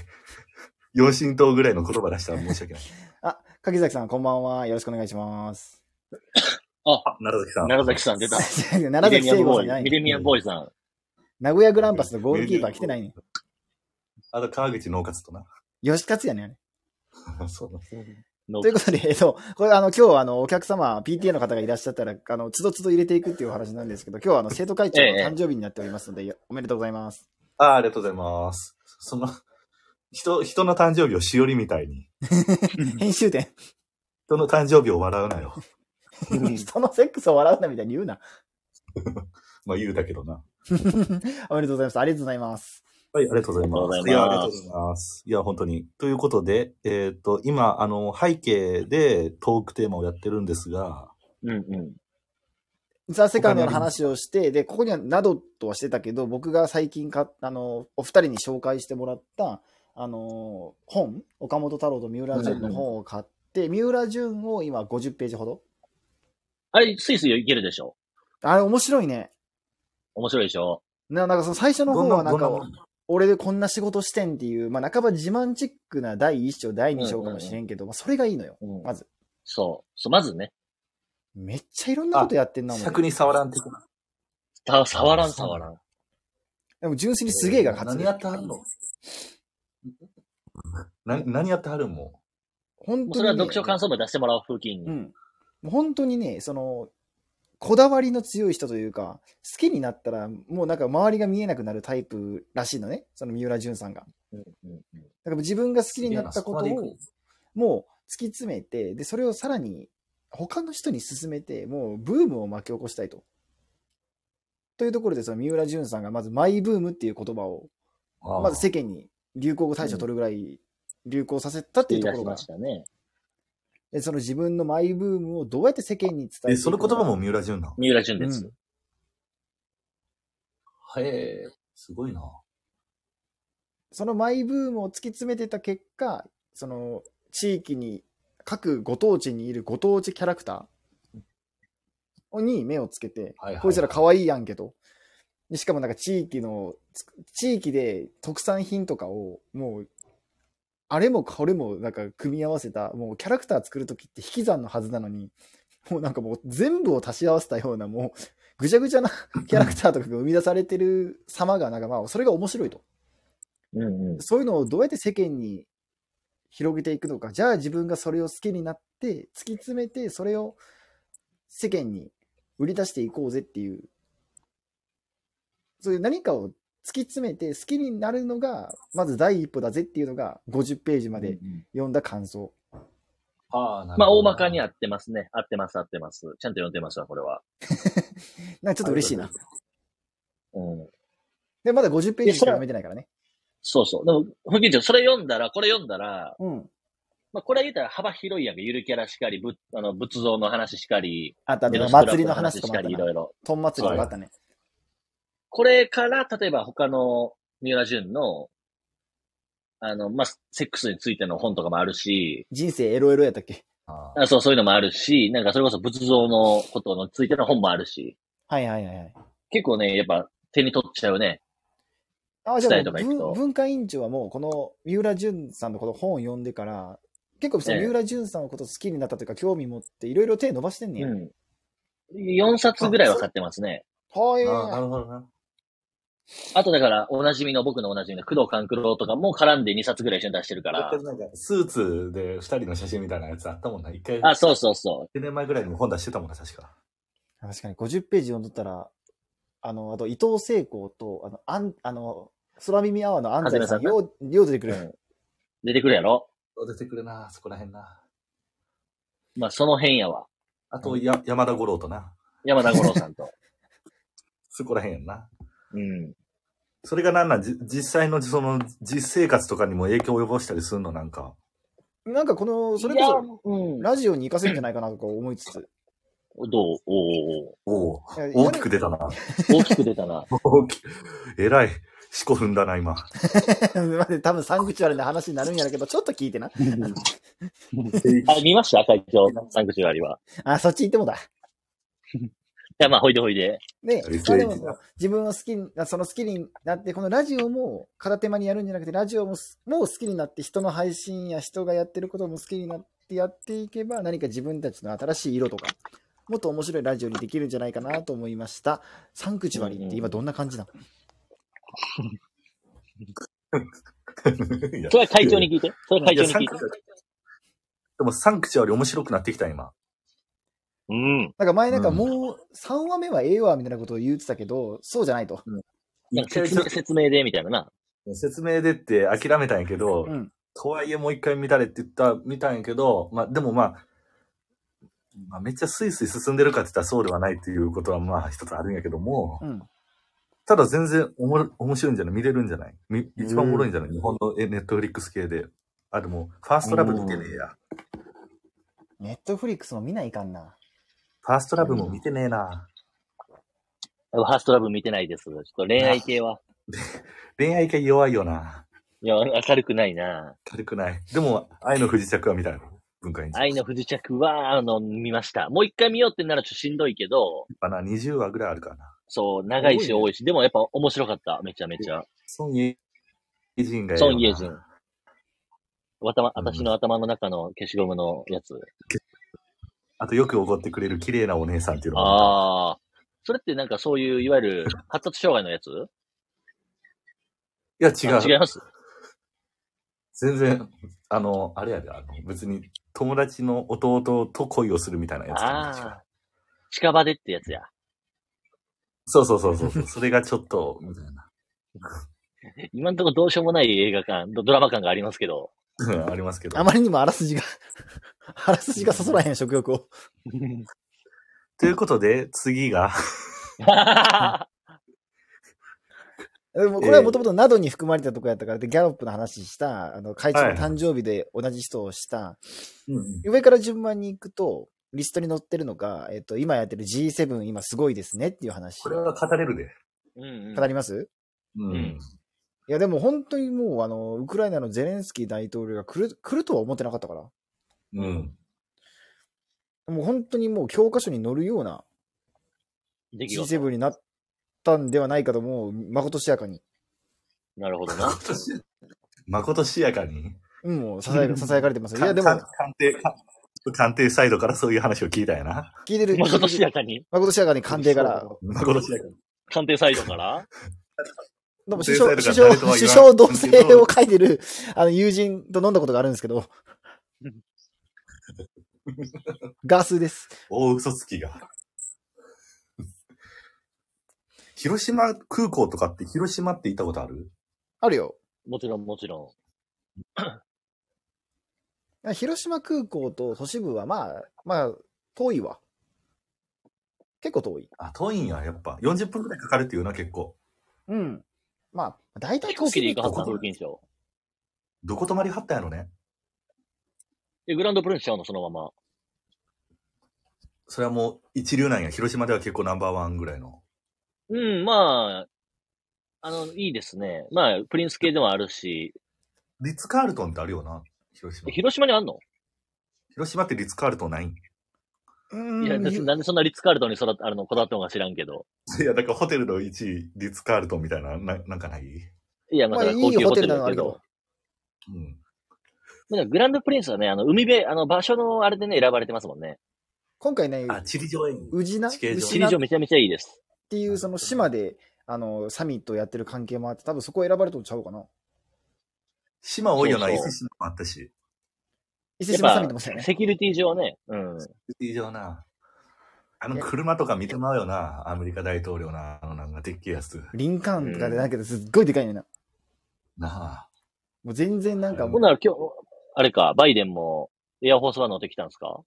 [SPEAKER 2] 養親党ぐらいの言葉出したら申し 訳ない。
[SPEAKER 1] あ、柿崎さん、こんばんは。よろしくお願いします。
[SPEAKER 2] あ、奈良崎さん。
[SPEAKER 3] 長崎さ ん出た。
[SPEAKER 1] 奈良
[SPEAKER 3] ミレ
[SPEAKER 1] 崎
[SPEAKER 3] ニア
[SPEAKER 1] 聖
[SPEAKER 3] ム
[SPEAKER 1] 吾さ
[SPEAKER 3] ボ
[SPEAKER 1] んじゃな
[SPEAKER 3] ーイ、ミ
[SPEAKER 1] い。
[SPEAKER 3] レニアムボーイさん。
[SPEAKER 1] 名古屋グランパスのゴールキーパー来てないね。
[SPEAKER 2] あと川口農活とな。
[SPEAKER 1] 吉勝やね。あれ
[SPEAKER 2] そうだ
[SPEAKER 3] の
[SPEAKER 1] ということで、えっと、これあの、今日はあの、お客様、PTA の方がいらっしゃったら、あの、つどつど入れていくっていうお話なんですけど、今日はあの、生徒会長の
[SPEAKER 3] ええ
[SPEAKER 1] 誕生日になっておりますので、おめでとうござい ます。
[SPEAKER 2] あありがとうございます。その、人、人の誕生日をしおりみたいに。
[SPEAKER 1] 編集 点、
[SPEAKER 2] 人の誕生日を笑うなよ。
[SPEAKER 1] 人のセックスを笑うなみたいに言うな。
[SPEAKER 2] まあ言うだけどな。
[SPEAKER 1] おめでとうございます。ありがとうございます。
[SPEAKER 2] はい、ありがとうございます。
[SPEAKER 3] ありが
[SPEAKER 2] や、ありがと
[SPEAKER 3] とうご
[SPEAKER 2] うございます。いや、本当に。ということで、えっ、と、今、あの、背景でトークテーマをやってるんですが、
[SPEAKER 3] うんうん。
[SPEAKER 1] ザ・セカンドの話をして、で、ここにはなどとはしてたけど、僕が最近か、あの、お二人に紹介してもらった、あの、本、岡本太郎と三浦淳の本を買って、三浦淳を今50ページほど。
[SPEAKER 3] あれ、スイスイいけるでしょ
[SPEAKER 1] あれ面白いね。
[SPEAKER 3] 面白いでしょ
[SPEAKER 1] ななんかその最初の方はなんか、
[SPEAKER 2] どんな
[SPEAKER 1] 俺でこんな仕事してんっていう、まあ半ば自慢チックな第一章、第二章かもしれんけど、まあそれがいいのよ。
[SPEAKER 3] うん
[SPEAKER 1] まず。
[SPEAKER 3] そう。そう、まずね、
[SPEAKER 1] めっちゃいろんなことやってんなもん。
[SPEAKER 2] 尺に触らん的な。
[SPEAKER 3] た触らん触らん。
[SPEAKER 1] でも純粋にすげえが勝
[SPEAKER 2] 何
[SPEAKER 1] つ
[SPEAKER 2] や。ってはるの な何やってはるんも
[SPEAKER 1] 本
[SPEAKER 3] もう
[SPEAKER 1] 当
[SPEAKER 3] そ
[SPEAKER 1] に、
[SPEAKER 3] れ
[SPEAKER 1] ね。
[SPEAKER 3] は読書感想文出してもらう風景に。
[SPEAKER 1] うん。もう本当にね、その、こだわりの強い人というか、好きになったら、もうなんか周りが見えなくなるタイプらしいのね。その三浦淳さんが。
[SPEAKER 3] うんうんうん
[SPEAKER 1] だから自分が好き
[SPEAKER 2] う
[SPEAKER 1] になったこと
[SPEAKER 2] いやそこまで
[SPEAKER 1] を
[SPEAKER 2] 行く、
[SPEAKER 1] もう突き詰めて、で、それをさらに他の人に進めて、もうブームを巻き起こしたいと。というところで、その三浦淳さんがまずマイブームっていう言葉を、
[SPEAKER 2] ああ
[SPEAKER 1] まず世間に流行語大賞取るぐらい流行させたってい
[SPEAKER 3] 言
[SPEAKER 1] う
[SPEAKER 3] い
[SPEAKER 1] と
[SPEAKER 3] 出
[SPEAKER 1] こ
[SPEAKER 3] し
[SPEAKER 1] ろが
[SPEAKER 3] ま、したね。
[SPEAKER 1] でその自分のマイブームをどうやって世間に伝えて
[SPEAKER 2] え、
[SPEAKER 1] いく
[SPEAKER 2] そ
[SPEAKER 1] の
[SPEAKER 2] の
[SPEAKER 1] か
[SPEAKER 2] 言葉も三浦淳なの
[SPEAKER 3] 三浦淳です。
[SPEAKER 2] へえ、すごいな。
[SPEAKER 1] そのマイブームを突き詰めてた結果、その地域に、各ご当地にいるご当地キャラクターに目をつけて、
[SPEAKER 2] はいはい
[SPEAKER 1] こいつら可愛いやんけと。でしかもなんか地域の、つ地域で特産品とかをもう、あれもこれもなんか組み合わせた、もうキャラクター作るときって引き算のはずなのに、もうなんかもう全部を足し合わせたようなもうぐちゃぐちゃなキャラクターとかが生み出されてる様がなんかまあそれが面白いと。
[SPEAKER 3] うんうん。
[SPEAKER 1] そういうのをどうやって世間に広げていくのか、じゃあ自分がそれを好きになって、突き詰めて、それを世間に売り出していこうぜっていう、そういう何かを突き詰めて好きになるのが、まず第一歩だぜっていうのが、50ページまで読んだ感想。
[SPEAKER 2] ああ、なるほど
[SPEAKER 3] まあ、大まかに合ってますね。合ってます、合ってます。ちゃんと読んでますわ、これは。
[SPEAKER 1] なんかちょっと嬉しいな。
[SPEAKER 3] うん。
[SPEAKER 1] で、まだ50ページしか読めてないからね。
[SPEAKER 3] そうそう。でも、ふきちゃん、それ読んだら、これ読んだら、
[SPEAKER 1] うん。
[SPEAKER 3] まあ、これ言ったら幅広いやんか。ゆるキャラしかり、ぶあの仏像の話しかり、
[SPEAKER 1] あとあ
[SPEAKER 3] エ
[SPEAKER 1] と、
[SPEAKER 3] ロスクラップ
[SPEAKER 1] 祭りの話と
[SPEAKER 3] し
[SPEAKER 1] かあ
[SPEAKER 3] か
[SPEAKER 1] った
[SPEAKER 3] り、い
[SPEAKER 1] な
[SPEAKER 3] ろいろ。
[SPEAKER 1] トン祭りとかあったね。
[SPEAKER 3] これから、例えば他の三浦淳の、あの、まあ、セックスについての本とかもあるし、
[SPEAKER 1] 人生エロエロやったっけ
[SPEAKER 2] あ
[SPEAKER 3] あそう、そういうのもあるし、なんかそれこそ仏像のことのついての本もあるし、
[SPEAKER 1] はいはいはいはい。
[SPEAKER 3] 結構ね、やっぱ手に取っちゃうね。
[SPEAKER 1] あ、じゃあ
[SPEAKER 3] 伝えと
[SPEAKER 1] も
[SPEAKER 3] か
[SPEAKER 1] う
[SPEAKER 3] 行くと
[SPEAKER 1] 文文化委員長はもうこの三浦淳さんのこの本を読んでから、結構その
[SPEAKER 3] ええ
[SPEAKER 1] 三浦淳さんのこと好きになったというか興味持っていろいろ手伸ばしてんねや。
[SPEAKER 3] うん。4冊ぐらいは買ってますね。
[SPEAKER 1] はい。
[SPEAKER 2] あ、なるほどな。
[SPEAKER 3] あとだから、おなじみの、僕のおなじみの工藤官九郎とかも絡んで2冊ぐらい一緒に出してるか
[SPEAKER 2] やっ
[SPEAKER 3] ら
[SPEAKER 2] ぱ。りなんか、スーツで二人の写真みたいなやつあったもんな。一回、
[SPEAKER 3] あ、
[SPEAKER 2] 1
[SPEAKER 3] そうそうそ
[SPEAKER 2] 年前ぐらいにも本出してたもんな、確か。
[SPEAKER 1] 確かに50ページ読んどったら、あの、あと伊藤聖光と、あの、あんあの空耳アワーの安西さん、
[SPEAKER 3] 安西さんな
[SPEAKER 1] よう、よう出てく
[SPEAKER 3] う。う
[SPEAKER 1] る。
[SPEAKER 3] ん出てくるやろ
[SPEAKER 2] 出てくるな、そこら辺な。
[SPEAKER 3] まあ、その辺やわ。
[SPEAKER 2] あと、や、山田五郎とな。
[SPEAKER 3] 山田五郎さ んと。
[SPEAKER 2] そこら辺やんな。
[SPEAKER 3] うん。
[SPEAKER 2] それがなんなん、じ実際の、その、実生活とかにも影響を及ぼしたりするの、なんか。
[SPEAKER 1] なんかこの、それ
[SPEAKER 3] いや
[SPEAKER 1] こ
[SPEAKER 3] うん
[SPEAKER 1] そ、。ラジオに行かせるんじゃないかなとか思いつ つ。
[SPEAKER 3] どうおーお
[SPEAKER 2] おお
[SPEAKER 1] いや
[SPEAKER 2] 大きく出たな。
[SPEAKER 3] ー大きく出たな。
[SPEAKER 2] 大きえらい。四股踏んだな、今。
[SPEAKER 1] 待って、多分サンクチュアルな話になるんやろうけど、ちょっと聞いてな。
[SPEAKER 3] あ、見ました会長、サンクチュアリは。
[SPEAKER 1] あ、そっち行ってもだ。
[SPEAKER 3] いや、まあ、ほいでほいで。
[SPEAKER 1] で、ま
[SPEAKER 2] あれ
[SPEAKER 1] あでも
[SPEAKER 2] 正義だ
[SPEAKER 1] 自分を好きに、あその好きになって、このラジオも片手間にやるんじゃなくて、ラジオもすもう好きになって、人の配信や人がやってることも好きになってやっていけば、何か自分たちの新しい色とか、もっと面白いラジオにできるんじゃないかなと思いました。サンクチュアリって今どんな感じなの、
[SPEAKER 2] いや
[SPEAKER 3] それは会長に聞いて。それは会
[SPEAKER 2] い
[SPEAKER 3] 長
[SPEAKER 2] や
[SPEAKER 3] に
[SPEAKER 2] サ
[SPEAKER 3] 聞
[SPEAKER 2] ン
[SPEAKER 3] いて
[SPEAKER 2] ク。チュアリでも、サンクチュアリ面白くなってきた、今。
[SPEAKER 3] うん。
[SPEAKER 1] なんか前なんか
[SPEAKER 2] うん
[SPEAKER 1] もう3話目はええわみたいなことを言ってたけど、そうじゃないと。
[SPEAKER 3] なんか説明説明で、みたいなな。
[SPEAKER 2] 説明でって諦めたんやけど、
[SPEAKER 1] うん。
[SPEAKER 2] とはいえもう一回見たれって言った、見たんやけど、まあでもまあ、まあ、めっちゃスイスイ進んでるかって言ったらそうではないっていうことはまあ一つあるんやけども、
[SPEAKER 1] うん。
[SPEAKER 2] ただ全然おもろ面白いんじゃない見れるんじゃないみ一番おもろいんじゃない、日本のえネットフリックス系で。あ、でも、ファーストラブ見てねえや。
[SPEAKER 1] ネットフリックスも見ないかんな。
[SPEAKER 2] ファーストラブも見てねえな。
[SPEAKER 3] ファーストラブ見てないです。ちょっと恋愛系は。
[SPEAKER 2] 恋愛系弱いよな。
[SPEAKER 3] いや、明るくないな。
[SPEAKER 2] 軽くない。でも、愛の不時着は見たい文化に。
[SPEAKER 3] 愛の不時着は、あの、見ました。もう一回見ようってならちょっとしんどいけど、
[SPEAKER 2] やっぱな、20話ぐらいあるからな。
[SPEAKER 3] そう、長いし多いし、でもやっぱ面白かった。めちゃめちゃ。
[SPEAKER 2] ソン・イェジンがええよ
[SPEAKER 3] ソ
[SPEAKER 2] な
[SPEAKER 3] ン・イェジン。わたま、私の頭の中の消しゴムのやつ。
[SPEAKER 2] あとよく怒ってくれる綺麗なお姉さんっていうのが
[SPEAKER 3] ああ。それってなんかそういう、いわゆる発達障害のやつ
[SPEAKER 2] いや、違う。
[SPEAKER 3] あ違います
[SPEAKER 2] 全然、あの、あれやで、あの、別に友達の弟と恋をするみたいなやつ
[SPEAKER 3] あ
[SPEAKER 2] かな。違う
[SPEAKER 3] あ。近場でってやつや。
[SPEAKER 2] そうそうそうそう。それがちょっと、みたいな
[SPEAKER 3] 今んとこどうしようもない映画感、ドドラマ感があります けど。
[SPEAKER 2] うん。ありますけど。
[SPEAKER 1] あまりにもあらすじが、 あらすじがそそらへん食欲を。
[SPEAKER 2] ということで、次が、
[SPEAKER 1] でもこれはもともとなどに含まれたとこやったから、で、ギャロップの話した、あの、会長の誕生日で同じ人をした、上から順番に行くと、リストに載ってるのが、えっと、今やってる G7、今すごいですねっていう話。
[SPEAKER 2] これは語れるで。
[SPEAKER 3] うんうん
[SPEAKER 1] 語ります
[SPEAKER 2] うん
[SPEAKER 1] いや、でも本当にもう、あの、ウクライナのゼレンスキー大統領が来る、来るとは思ってなかったから。
[SPEAKER 2] うん。
[SPEAKER 1] もう本当にもう教科書に載るような
[SPEAKER 3] できる
[SPEAKER 1] G7 になったんではないかと思う、誠しやかに。
[SPEAKER 3] なる ほどな。
[SPEAKER 2] 誠し、誠しやかに。
[SPEAKER 1] うん、もうささや、ささやかれてます。いや、でも
[SPEAKER 2] か、か官邸、か官邸サイドからそういう話を聞いたんやな。
[SPEAKER 1] 聞いてる。
[SPEAKER 3] まことしやかに
[SPEAKER 1] 誠しやかに官邸から。
[SPEAKER 2] 誠しやかに。
[SPEAKER 3] 官邸サイドから
[SPEAKER 1] でも
[SPEAKER 2] 制
[SPEAKER 1] 首
[SPEAKER 2] 裁
[SPEAKER 1] 相、
[SPEAKER 2] とか
[SPEAKER 1] 首相、
[SPEAKER 2] 誰とは言わん
[SPEAKER 1] 首相同棲を書いてる、 あの、友人と飲んだことがあるんですけ ど
[SPEAKER 3] うん。
[SPEAKER 1] ガスです。
[SPEAKER 2] 大嘘つきが。広島空港とかって、広島って行ったことある
[SPEAKER 1] あるよ。
[SPEAKER 3] もちろんもちろ
[SPEAKER 1] 広島空港と都市部は、まあ、まあ、遠いわ。結構遠い。
[SPEAKER 2] あ、遠いんや、やっぱ。40分くらいかかるっていうな、結構。
[SPEAKER 1] うん。まあ、大体
[SPEAKER 3] 飛行機で行かはった
[SPEAKER 1] 都
[SPEAKER 3] の、
[SPEAKER 1] 市部
[SPEAKER 3] 風
[SPEAKER 1] って
[SPEAKER 3] 景賞。
[SPEAKER 2] どこ泊まりはったんやろね。
[SPEAKER 3] え、グランドプリンスちゃうの、そのまま。
[SPEAKER 2] それはもう一流なんや。広島では結構ナンバーワンぐらいの。
[SPEAKER 3] うん、まあ、あの、いいですね。まあ、プリンス系でもあるし、
[SPEAKER 2] リッツ・カールトンってあるよな。広島
[SPEAKER 3] え。広島にあんの
[SPEAKER 2] 広島ってリッツ・カールトンないん
[SPEAKER 1] う
[SPEAKER 3] いや、私
[SPEAKER 1] ーん。
[SPEAKER 3] なんでそんなリッツカールトンに育っあの、こだわったのか知らんけど。
[SPEAKER 2] いや、だからホテルの1位、リッツ・カールトンみたいな、ななんかない
[SPEAKER 3] いや、まあ、
[SPEAKER 1] まあ
[SPEAKER 3] それは高
[SPEAKER 1] いい
[SPEAKER 3] 級
[SPEAKER 1] ホ
[SPEAKER 3] ホ
[SPEAKER 1] テル
[SPEAKER 3] テル
[SPEAKER 1] なの
[SPEAKER 3] だ
[SPEAKER 1] ある
[SPEAKER 3] け
[SPEAKER 1] けど
[SPEAKER 3] ど。
[SPEAKER 2] うん。
[SPEAKER 3] まあグランドプリンスはね、あの、海辺、あの、場所のあれでね、選ばれてますもんね。
[SPEAKER 1] 今回ね、
[SPEAKER 2] あ、チリ上演。
[SPEAKER 1] 宇品
[SPEAKER 2] 地形上
[SPEAKER 1] 牛名
[SPEAKER 3] 地理
[SPEAKER 1] っ
[SPEAKER 3] 上めちゃめちゃいいです。
[SPEAKER 1] ていうその島で、あの、サミットやってる関係もあって、多分そこ選ばれとんちゃうかな。
[SPEAKER 2] 島多いよな、
[SPEAKER 3] そう
[SPEAKER 2] 伊
[SPEAKER 3] そう
[SPEAKER 2] 勢島もあったし。
[SPEAKER 1] 伊勢
[SPEAKER 3] やっ
[SPEAKER 1] 島サミッ
[SPEAKER 3] ぱ
[SPEAKER 1] トもしたよ、ね。
[SPEAKER 3] セキュリティ上ね、うん。
[SPEAKER 2] 以上な。あの車とか見てまうよな、アメリカ大統領な、あのなんかでっけえやつ。
[SPEAKER 1] リンカーンとかでないけど、すっごいでかいねんな。
[SPEAKER 2] なあ。
[SPEAKER 1] もう全然なんかも
[SPEAKER 3] ほ
[SPEAKER 1] う、
[SPEAKER 3] んなら今日、あれか、バイデンも、エアフォースワン乗ってきたんですか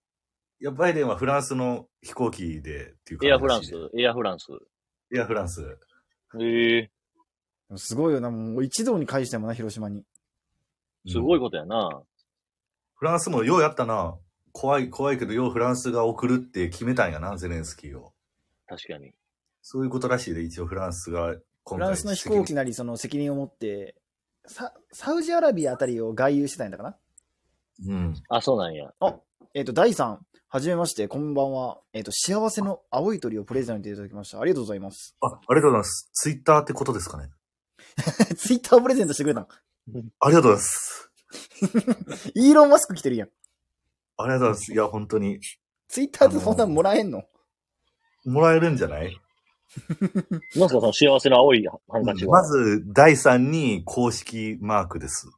[SPEAKER 2] いや、バイデンはフランスの飛行機でっていうか。
[SPEAKER 3] エアフランス、エアフランス。
[SPEAKER 2] エアフランス。
[SPEAKER 3] へえ
[SPEAKER 1] すごいよな、もう一堂に会してもんな、広島に。
[SPEAKER 3] すごい
[SPEAKER 2] うん
[SPEAKER 3] ことやな。
[SPEAKER 2] フランスもようやったな。怖い、怖いけど、ようフランスが送るって決めたんやな、ゼレンスキーを。
[SPEAKER 3] 確かに。
[SPEAKER 2] そういうことらしいで、一応フランスが今
[SPEAKER 1] フランスの飛行機なり、その責任を持って、ササウジアラビアあたりを外遊してたんだかな
[SPEAKER 2] うん。
[SPEAKER 3] あ、そうなんや。
[SPEAKER 1] えっ、と、第3、はじめまして、こんばんは。えっ、と、幸せの青い鳥をプレゼントいただきました。ありがとうございます。
[SPEAKER 2] あ、ありがとうございます。ツイッターってことですかね。
[SPEAKER 1] ツイッターをプレゼントしてくれたの。
[SPEAKER 2] ありがとうございます。
[SPEAKER 1] イーロン・マスク来てるやん。
[SPEAKER 2] ありがとうございます。いや、本当に。
[SPEAKER 1] ツイッターってそんなんもらえんの
[SPEAKER 2] もらえるんじゃない
[SPEAKER 3] なんすか、その幸せの青いハンカチは。
[SPEAKER 2] まず、第3に公式マークです。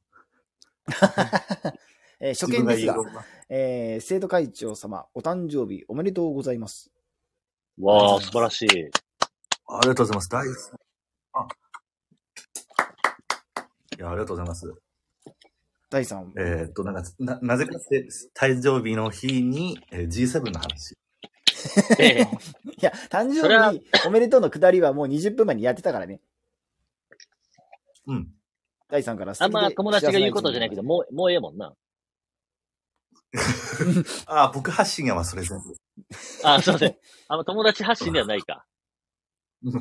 [SPEAKER 1] えー初見ですが
[SPEAKER 2] 自、分が
[SPEAKER 1] えー生徒会長様、お誕生日おめでとうございます。
[SPEAKER 3] わあ、素晴らしい。
[SPEAKER 2] ありがとうございます。大好き。あ。いや、ありがとうございます。
[SPEAKER 1] 第3、
[SPEAKER 2] えーっと、なんか、な、なぜかって、誕生日の日に、えー G7 の話。
[SPEAKER 3] ええ
[SPEAKER 1] いや、誕
[SPEAKER 3] それ
[SPEAKER 1] 生
[SPEAKER 3] は
[SPEAKER 1] 日おめでとうのくだりはもう20分前にやってたからね。
[SPEAKER 2] うん。
[SPEAKER 1] 第3から
[SPEAKER 3] あんま友達が言うことじゃないけど、。もう、もうええもんな。
[SPEAKER 2] あー、僕発信やわ、それ全部。
[SPEAKER 3] あ、すいません。あんま友達発信ではないか。
[SPEAKER 2] うん と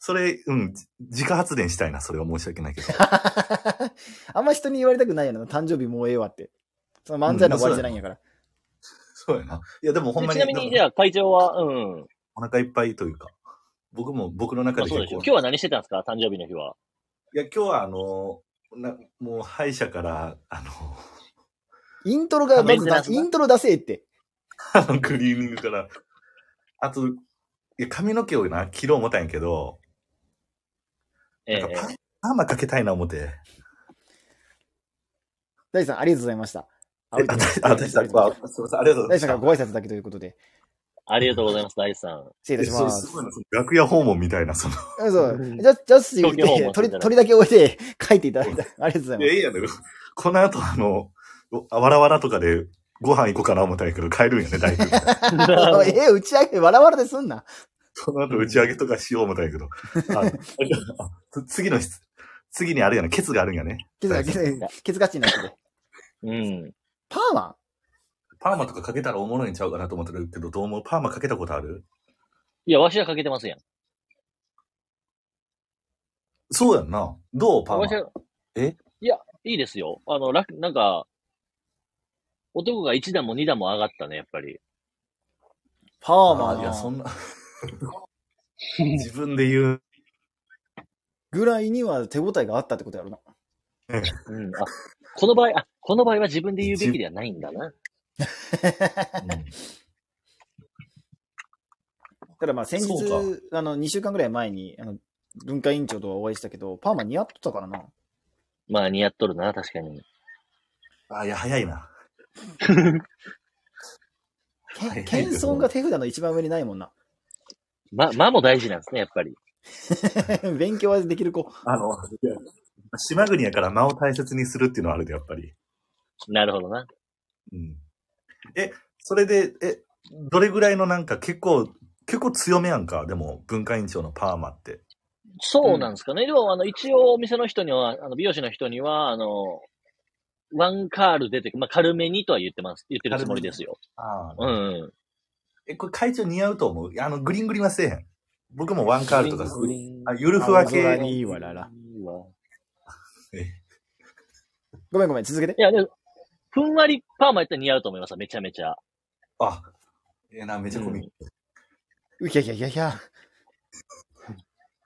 [SPEAKER 2] それ、うん、じ自家発電したいな、それは申し訳 ないけど。
[SPEAKER 1] 幸せな一日あんま人に言われたくないよな、誕生日もうええわって。その漫才の終わりじゃないんやから。
[SPEAKER 2] そうやな。いや、でもほん
[SPEAKER 3] で
[SPEAKER 2] ま
[SPEAKER 3] ち
[SPEAKER 2] に、
[SPEAKER 3] なみに、じ
[SPEAKER 2] でも
[SPEAKER 3] ゃあ会長は、うん。
[SPEAKER 2] お腹いっぱいというか、僕も僕の中
[SPEAKER 3] まあ
[SPEAKER 2] で
[SPEAKER 3] そう
[SPEAKER 2] 結
[SPEAKER 3] でしょ
[SPEAKER 2] 構
[SPEAKER 3] う。今、日は何してたんですか誕生日の日は。
[SPEAKER 2] いや、今日はあのーな、もう歯医者から、あのー、
[SPEAKER 1] イントロが、ま
[SPEAKER 3] メン
[SPEAKER 1] ず
[SPEAKER 3] テナン
[SPEAKER 1] だ
[SPEAKER 3] スな
[SPEAKER 1] イントロ出せえって。
[SPEAKER 2] あのクリーニングから。あと、いや髪の毛をな、切ろう思ったんやけど、
[SPEAKER 3] ええ
[SPEAKER 2] なんかパパーマかけたいな思って。
[SPEAKER 1] 大地さん、ありがとうございました。
[SPEAKER 2] あ、あ、あ、あ、すいません、ありがとうございま
[SPEAKER 1] 大地
[SPEAKER 2] し
[SPEAKER 1] さん
[SPEAKER 2] た
[SPEAKER 1] が。ご挨拶だけということで、
[SPEAKER 3] ありがとうございます、大地さん。
[SPEAKER 1] 失礼いたし
[SPEAKER 2] そ
[SPEAKER 1] ま
[SPEAKER 2] う
[SPEAKER 1] す
[SPEAKER 2] す。ごいな、その楽屋訪問みたいな、その。
[SPEAKER 1] あそう
[SPEAKER 3] うん
[SPEAKER 1] じゃ、ジャス言っ
[SPEAKER 3] 東京訪
[SPEAKER 1] て
[SPEAKER 3] 問、
[SPEAKER 1] 鳥、鳥だけ置いて書いていただいた。ありがとうござい
[SPEAKER 2] い
[SPEAKER 1] ま
[SPEAKER 2] や、
[SPEAKER 1] す。
[SPEAKER 2] いいやね。この後、あの、おわらわらとかでご飯行こうかな思ったんやけど、帰るんや ね、大丈夫。
[SPEAKER 1] ええ、打ち上げ、わらわらですんな。
[SPEAKER 2] その後、打ち上げとかしよう思ったんやけど。ああつ次の質、次にあるやね、ケツがあるんやね。
[SPEAKER 1] ケツが、ケツがケツガチになってて。
[SPEAKER 3] うん。
[SPEAKER 1] パーマ
[SPEAKER 2] パーマとかかけたらおもろいんちゃうかなと思ってるけど、どうもパーマかけたことある
[SPEAKER 3] いや、わしはかけてますやん。
[SPEAKER 2] そうやんな。どうパーマ
[SPEAKER 3] わし。は、
[SPEAKER 2] え
[SPEAKER 3] いや、いいですよ。あの、楽、なんか、男が1段も2段も上がったね、やっぱり。
[SPEAKER 1] パーマ
[SPEAKER 2] あいや、そ
[SPEAKER 1] なん
[SPEAKER 2] な。自分で言う。
[SPEAKER 1] ぐらいには手応えがあったってことやろな。
[SPEAKER 3] うん。あ、この場合、あ、この場合は自分で言うべきではないんだな。
[SPEAKER 2] うん
[SPEAKER 1] ただまあ先日
[SPEAKER 2] そう、
[SPEAKER 1] あの、2週間ぐらい前に、あの、文化委員長とはお会いしたけど、パーマ似合ってたからな。
[SPEAKER 3] まあ、似合っとるな、確かに。
[SPEAKER 2] あ、いや、早いな。
[SPEAKER 1] け
[SPEAKER 2] はい
[SPEAKER 1] 謙遜が手札の一番上にないもんな。
[SPEAKER 3] ま、間も大事なんですね、やっぱり。
[SPEAKER 1] 勉強はできる子。
[SPEAKER 2] あの、いや島国やから間を大切にするっていうのはあるで、やっぱり。
[SPEAKER 3] なるほどな。
[SPEAKER 2] うん。え、それで、え、どれぐらいのなんか結構、結構強めやんか、でも、文化委員長のパーマって。
[SPEAKER 3] そうなんですかね。でも、あの、一応お店の人には、あの、美容師の人には、あの、ワンカール出てく、まあ、軽めにとは言ってます。言ってるつもりですよ。
[SPEAKER 2] あ
[SPEAKER 3] う
[SPEAKER 2] あ。
[SPEAKER 3] ん、うん。
[SPEAKER 2] え、これ会長似合うと思うあの、グリングリンはせえへん。僕もワンカールとかする。
[SPEAKER 3] ン
[SPEAKER 2] あ、ゆるふわ系。
[SPEAKER 1] あいいわ、ララ。ごめんごめん、続けて。
[SPEAKER 3] いや、でも、ふんわりパーマやったら似合うと思いますめちゃめちゃ。
[SPEAKER 2] あ、ええな、めちゃコミック。
[SPEAKER 1] うひゃひゃひゃひゃ。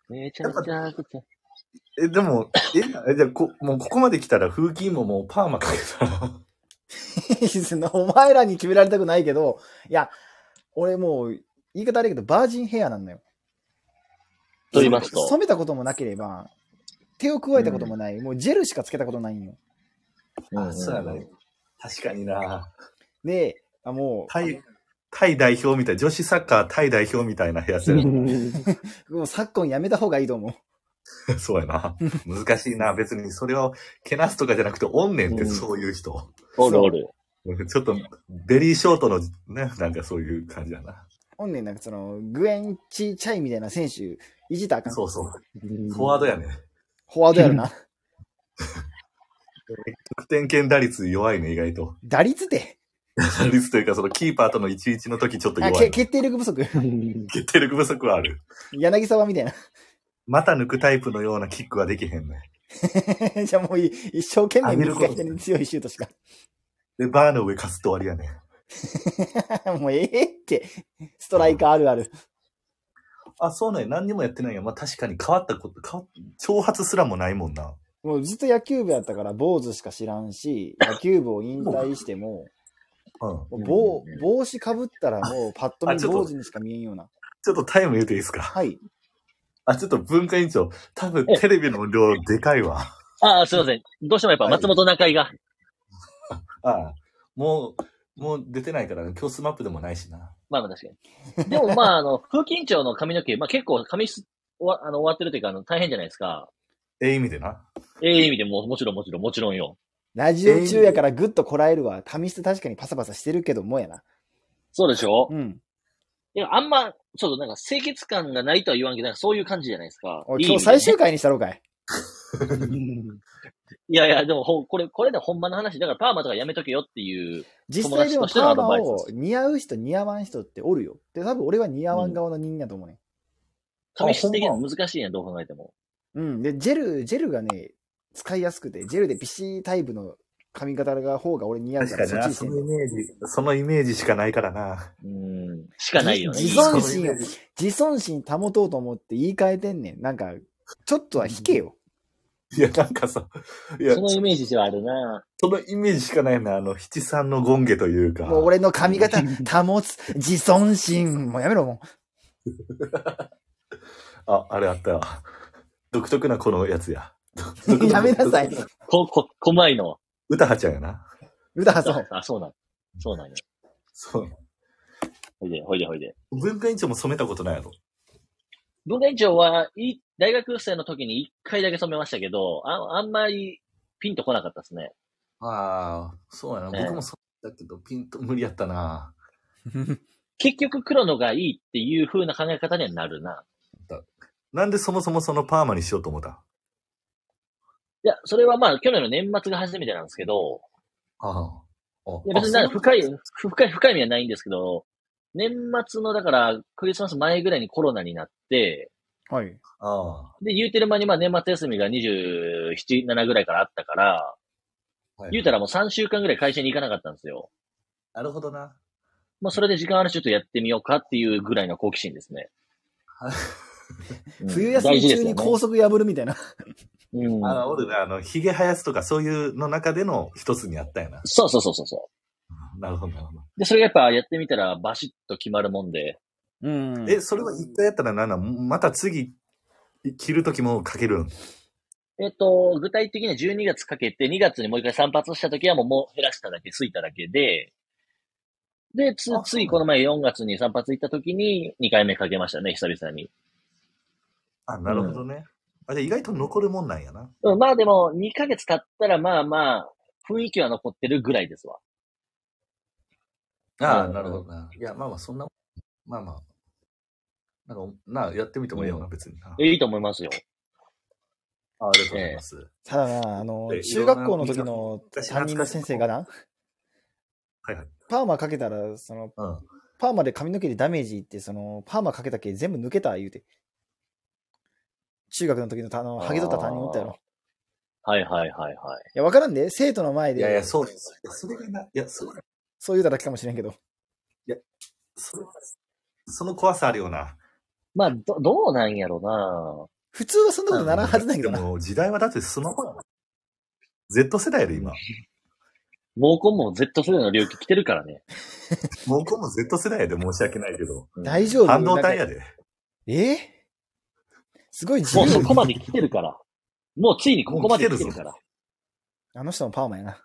[SPEAKER 3] めちゃめちゃくちゃ。
[SPEAKER 2] え、でも、え、えじゃあこ、もうここまで来たら風紀委員ももうパーマかけたら。
[SPEAKER 1] そんな お前らに決められたくないけど、いや、俺もう、言い方悪いけど、バージンヘアなんだよ。
[SPEAKER 3] と言いますと。
[SPEAKER 1] 染めたこともなければ、手を加えたこともない、もうジェルしかつけたことないんよ。
[SPEAKER 3] うん
[SPEAKER 2] あ、そうやね。確かにな。
[SPEAKER 1] で、あも
[SPEAKER 2] タイ、タイ代表みたい、女子サッカータイ代表みたいな部屋やね
[SPEAKER 1] う、もう昨今やめた方がいいと思う。
[SPEAKER 2] そうやな。難しいな。別にそれをけなすとかじゃなくて、おんねんって、
[SPEAKER 3] うん
[SPEAKER 2] そういう人。
[SPEAKER 3] おるお る。
[SPEAKER 2] ちょっと、ベリーショートの、ね、なんかそういう感じやな。
[SPEAKER 1] 本年なんかその、グエンチチャイみたいな選手、いじったらあかん。
[SPEAKER 2] そうそう。フォワードやね。
[SPEAKER 1] フォワードやろな。
[SPEAKER 2] 得点圏打率弱いね、意外と。
[SPEAKER 1] 打率で、
[SPEAKER 2] 打率というか、そのキーパーとの1-1の時ちょっと
[SPEAKER 1] あ
[SPEAKER 2] 弱
[SPEAKER 1] け
[SPEAKER 2] い。
[SPEAKER 1] 決定力不足。
[SPEAKER 2] 決定力不足はある。
[SPEAKER 1] 柳沢みたいな。
[SPEAKER 2] また抜くタイプのようなキックはできへんね。
[SPEAKER 1] じゃあもういい一生懸命
[SPEAKER 2] あ見る
[SPEAKER 1] 右
[SPEAKER 2] こと
[SPEAKER 1] 回転に強いシュートしか。
[SPEAKER 2] で、バーの上かすと終わりやね。
[SPEAKER 1] もうええって、ストライカーあるある。
[SPEAKER 2] あ、そうなんや。何にもやってないや。まあ確かに変わったこと、変わ挑発すらもないもんな。
[SPEAKER 1] もうずっと野球部やったから、坊主しか知らんし、野球部を引退しても、
[SPEAKER 2] うん。
[SPEAKER 1] もう帽帽子かぶったらもうパッと
[SPEAKER 2] あ
[SPEAKER 1] 見
[SPEAKER 2] ちょっと
[SPEAKER 1] 坊主にしか見えんような。
[SPEAKER 2] ちょっとタイム言うていいですか
[SPEAKER 1] はい。
[SPEAKER 2] あ、ちょっと文化委員長、多分テレビの量でかいわ。
[SPEAKER 3] ああ、すいません。どうしてもやっぱ松本中井が。
[SPEAKER 2] ああ、もう、もう出てないから、今日スマップでもないしな。
[SPEAKER 3] まあまあ確かに。でもまあ、あの、風紀委員長の髪の毛、まあ結構髪す終わあの終わってるというか、あの、大変じゃないですか。
[SPEAKER 2] ええ意味でな。
[SPEAKER 3] ええ意味でも、もちろんもちろんもちろんよ。
[SPEAKER 1] ラジオ中やからぐっとこらえるわ。紙質確かにパサパサしてるけどもやな。
[SPEAKER 3] そうでしょ
[SPEAKER 1] うん。
[SPEAKER 3] いや、あんま、ちょっとなんか清潔感がないとは言わんけど、なんかそういう感じじゃないですか。
[SPEAKER 1] おい
[SPEAKER 3] いい
[SPEAKER 1] 今日最終回にしたろうかい。
[SPEAKER 3] いやいや、でもほ、これ、これでほんまの話。だからパーマとかやめとけよっていう。
[SPEAKER 1] 実際でもパーマ
[SPEAKER 3] 友達としてのアドバイ
[SPEAKER 1] を
[SPEAKER 3] ス
[SPEAKER 1] 似合う人似合わん人っておるよ。で、多分俺は似合わん側の人間だと思うね。
[SPEAKER 3] 髪質的にも難しいやん、どう考えても。
[SPEAKER 1] うん。で、ジェル、ジェルがね、使いやすくて、ジェルでビシータイプの髪型が方が俺似合うから、そっちにしてんねん
[SPEAKER 2] メージ。そのイメージしかないからな。
[SPEAKER 3] うん。しかないよね。
[SPEAKER 1] 自尊
[SPEAKER 2] そのイ
[SPEAKER 1] 心
[SPEAKER 2] メ
[SPEAKER 1] を
[SPEAKER 2] ージ、
[SPEAKER 1] 自尊心保とうと思って言い換えてんねん。なんか、ちょっとは引けよ。
[SPEAKER 2] いや、なんかさ、いや、
[SPEAKER 3] そのイメージではあるな
[SPEAKER 2] そのイメージしかないな、あの、七三の権下というか。
[SPEAKER 1] もう俺の髪 型保つ自尊心。もうやめろ、も
[SPEAKER 2] あ、あれあったわ。 独特なこのやつ や。
[SPEAKER 1] う。やめなさい。
[SPEAKER 3] こ、こ、こまいのは。
[SPEAKER 2] 歌はちゃんやな。
[SPEAKER 1] 歌はそう。
[SPEAKER 3] あ、そうなん。そうなんや。
[SPEAKER 2] そう。
[SPEAKER 3] ほいで、ほいで、ほいで。
[SPEAKER 2] 文化委員長も染めたことないやろ。
[SPEAKER 3] 文化委員長は、い、大学生の時に一回だけ染めましたけど、あ、あんまりピンとこなかったですね。
[SPEAKER 2] ああ、そうやな
[SPEAKER 3] 僕も
[SPEAKER 2] そうだけど、ピンと無理やったな。
[SPEAKER 3] 結局黒のがいいっていう風な考え方にはなるな。
[SPEAKER 2] なんでそもそもそのパーマにしようと思った
[SPEAKER 3] いや、それはまあ、去年の年末が初めてなんですけど、
[SPEAKER 2] ああ。
[SPEAKER 3] いや別になんか深い、深い、深い意味はないんですけど、年末のだからクリスマス前ぐらいにコロナになって、
[SPEAKER 1] はい。
[SPEAKER 2] あ
[SPEAKER 3] で、言うてる間にまあ年末休みが27、7ぐらいからあったから、
[SPEAKER 2] あ。
[SPEAKER 3] 言うたらもう3週間ぐらい会社に行かなかったんですよ。
[SPEAKER 2] なるほどな。
[SPEAKER 3] まあ、それで時間あるし、ちょっとやってみようかっていうぐらいの好奇心で すね。うん
[SPEAKER 1] 冬休み中に高速破るみたいな。
[SPEAKER 3] 大事ですよね
[SPEAKER 2] あ
[SPEAKER 3] うん
[SPEAKER 2] 俺ね、あの、髭生やすとかそういうの中での一つにあったよな。
[SPEAKER 3] そうそうそうそうそ
[SPEAKER 2] なるほど、なるほど。
[SPEAKER 3] う。で、それがやっぱやってみたらバシッと決まるもんで、
[SPEAKER 1] うん。
[SPEAKER 2] え、それは一回やったらなんなんまた次、切るときもかけるん
[SPEAKER 3] えっと、具体的には12月かけて2月にもう一回散髪した時はもうもう減らしただけ、ついただけで、で、つ
[SPEAKER 2] あ、
[SPEAKER 3] ついこの前4月に散髪行った時に2回目かけましたね、久々に。
[SPEAKER 2] あ、なるほどね。あ、じゃあ意外と残るもんなんやな。
[SPEAKER 3] うん、まあでも、2ヶ月経ったらまあまあ、雰囲気は残ってるぐらいですわ。
[SPEAKER 2] ああ、
[SPEAKER 3] うん
[SPEAKER 2] なるほどな。いや、まあまあ、そんな、まあまあ。なんか、な、やってみてもいいよな、別にな。
[SPEAKER 3] えいいと思いますよ。
[SPEAKER 2] あありがとうございます。
[SPEAKER 1] ただな、あの
[SPEAKER 2] え、
[SPEAKER 1] 中学校の時の
[SPEAKER 2] 昔
[SPEAKER 1] 担任の先生がな、
[SPEAKER 2] はいはい。
[SPEAKER 1] パーマかけたら、その、
[SPEAKER 2] うん。
[SPEAKER 1] パーマで髪の毛でダメージいって、その、パーマかけた毛全部抜けた、言うて。中学の時の、あの、ハゲ取った担任おったやろ。い
[SPEAKER 3] はいはいはいはい。
[SPEAKER 1] や、わからんで、生徒の前
[SPEAKER 2] いやいや、
[SPEAKER 1] で、
[SPEAKER 2] そうです。いやそれがな、いや、それ、
[SPEAKER 1] そう言うただけかもしれんけど。
[SPEAKER 2] それその怖さあるよな。
[SPEAKER 3] まあ、ど、どうなんやろな
[SPEAKER 1] 普通はそんなことならんはずなんやけど
[SPEAKER 2] で
[SPEAKER 1] な。
[SPEAKER 2] も、時代はだってスマホやもん Z 世代やで、今。
[SPEAKER 3] 毛根も Z 世代の領域来てるから ね。
[SPEAKER 2] 僕も Z 世代やで、申し訳ないけど。
[SPEAKER 3] うん
[SPEAKER 1] 大丈夫
[SPEAKER 2] 半導体や
[SPEAKER 1] なんか
[SPEAKER 2] で。
[SPEAKER 1] えすごい自
[SPEAKER 3] もうそ
[SPEAKER 1] 由。
[SPEAKER 3] こまで来てるから。もうついにここまで来てるから。
[SPEAKER 1] あの人もパーマやな。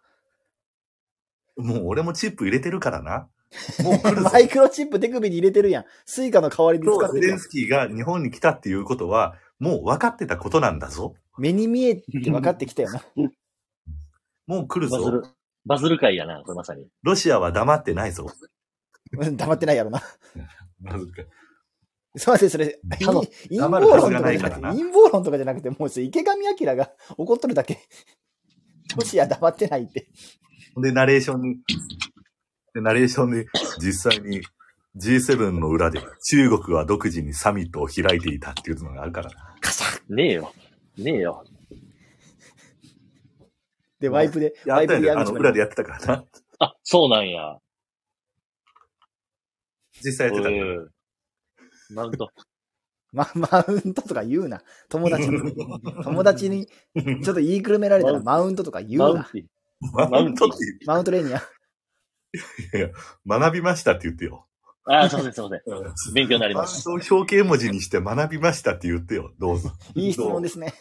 [SPEAKER 2] もう俺もチップ入れてるからな。もう来る ぞ。
[SPEAKER 1] マイクロチップ手首に入れてるやん。スイカの代わりに使
[SPEAKER 2] 今
[SPEAKER 1] っ
[SPEAKER 2] 日
[SPEAKER 1] てる
[SPEAKER 2] ゼレ
[SPEAKER 1] やん
[SPEAKER 2] ン。スキーが日本に来たっていうことは、もう分かってたことなんだぞ。
[SPEAKER 1] 目に見えて分かってきたよな。
[SPEAKER 2] もう来る
[SPEAKER 3] バズる
[SPEAKER 2] ぞ。。
[SPEAKER 3] バズる会やな、これまさに。
[SPEAKER 2] ロシアは黙ってないぞ。
[SPEAKER 1] うん黙ってないやろな。
[SPEAKER 2] バズる
[SPEAKER 1] すいません、それ、陰
[SPEAKER 3] 多分
[SPEAKER 1] 陰
[SPEAKER 2] 黙
[SPEAKER 1] 謀
[SPEAKER 2] るはず
[SPEAKER 1] 論
[SPEAKER 2] が
[SPEAKER 1] と
[SPEAKER 2] な
[SPEAKER 1] か
[SPEAKER 2] い
[SPEAKER 1] じゃ
[SPEAKER 2] か
[SPEAKER 1] な
[SPEAKER 2] ら
[SPEAKER 1] くて、
[SPEAKER 2] な
[SPEAKER 1] 陰謀論とかじゃなくて、もうそれ池上彰が怒っとる だけ。ロシア黙ってないって。
[SPEAKER 2] で、ナレーションに、で、ナレーションに、実際に G7 の裏で中国は独自にサミットを開いていたっていうのがあるからな。
[SPEAKER 3] ねえよ。ねえよ。
[SPEAKER 1] で、ワイプで、
[SPEAKER 2] や
[SPEAKER 1] ワ
[SPEAKER 2] っ
[SPEAKER 1] イ
[SPEAKER 2] た
[SPEAKER 1] プで
[SPEAKER 2] やで、
[SPEAKER 1] や
[SPEAKER 2] あ
[SPEAKER 1] る
[SPEAKER 2] の、
[SPEAKER 1] の
[SPEAKER 2] 裏でやってたからな。
[SPEAKER 3] あ、そうなんや。
[SPEAKER 2] 実際やってたから。
[SPEAKER 3] うんマウント。
[SPEAKER 1] ま、マウントとか言うな。友達 に。友達に、ちょっと言いくるめられたらマウントとか言
[SPEAKER 3] マ
[SPEAKER 1] う
[SPEAKER 3] ウン
[SPEAKER 1] な。
[SPEAKER 3] ティ。
[SPEAKER 2] マウントって
[SPEAKER 1] マウントレ ーニア。
[SPEAKER 2] 学びましたって言ってよ。
[SPEAKER 3] あ、すいません、すいません。 勉強になります。
[SPEAKER 2] マウントを表敬文字にして学びましたって言ってよ。どうぞ。
[SPEAKER 1] いい質問ですね。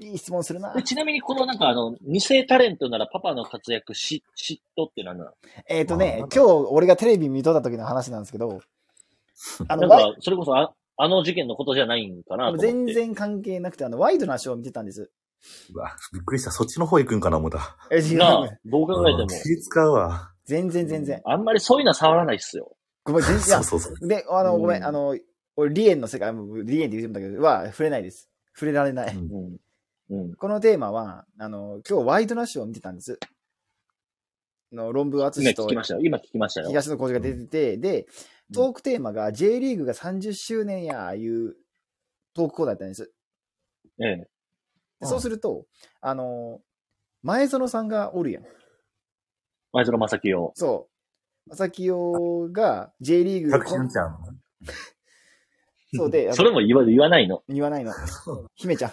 [SPEAKER 1] いい質問するな
[SPEAKER 3] で。ちなみに、このなんかあの、偽タレントならパパの活躍し、嫉妬ってなんなの
[SPEAKER 1] えっ、と
[SPEAKER 2] あ
[SPEAKER 1] ね、
[SPEAKER 2] なん
[SPEAKER 1] 今日俺がテレビ見とった時の話なんですけ ど、あ
[SPEAKER 3] な
[SPEAKER 1] の、
[SPEAKER 3] ん
[SPEAKER 1] ワイ
[SPEAKER 3] か、それこそあ、あの事件のことじゃないんかなと思って。
[SPEAKER 1] 全。然関係なくて、あの、ワイドなショーを見てたんです。
[SPEAKER 2] うわ、びっくりした。そっちの方行くんかな思った。
[SPEAKER 1] え、違
[SPEAKER 3] なあ
[SPEAKER 1] う。、
[SPEAKER 3] どう考えて
[SPEAKER 2] うん
[SPEAKER 3] も。
[SPEAKER 2] 気使うわ。
[SPEAKER 1] 全然全然。
[SPEAKER 3] あんまりそういうのは触らないっすよ。
[SPEAKER 1] ごめん、全然。い
[SPEAKER 2] そ
[SPEAKER 1] や
[SPEAKER 2] うそうそう。
[SPEAKER 1] で、あの、
[SPEAKER 3] うん
[SPEAKER 1] ごめん、あの、俺、リエンの世界、もうリエンって言ってたけど、は、触れないです。触れられない。
[SPEAKER 2] うん
[SPEAKER 3] うん。うん。
[SPEAKER 1] このテーマは、あの、今日、ワイドナショーを見てたんです。の、論文
[SPEAKER 3] 今
[SPEAKER 1] 淳
[SPEAKER 3] 聞
[SPEAKER 1] と
[SPEAKER 3] きましたよ。今聞きましたよ。
[SPEAKER 1] 東野浩二が出てて、で、トークテーマが J リーグが30周年や、いうトークコーナーだったんです。
[SPEAKER 3] ええ。
[SPEAKER 1] でそうすると、あの、前園さんがおるやん。
[SPEAKER 3] 前園正樹を。
[SPEAKER 1] そう。正木雄が J リーグ
[SPEAKER 2] タクシンちゃん。
[SPEAKER 1] そうで、あの
[SPEAKER 3] それも言わ言わないの。
[SPEAKER 1] 言わないの。姫ちゃ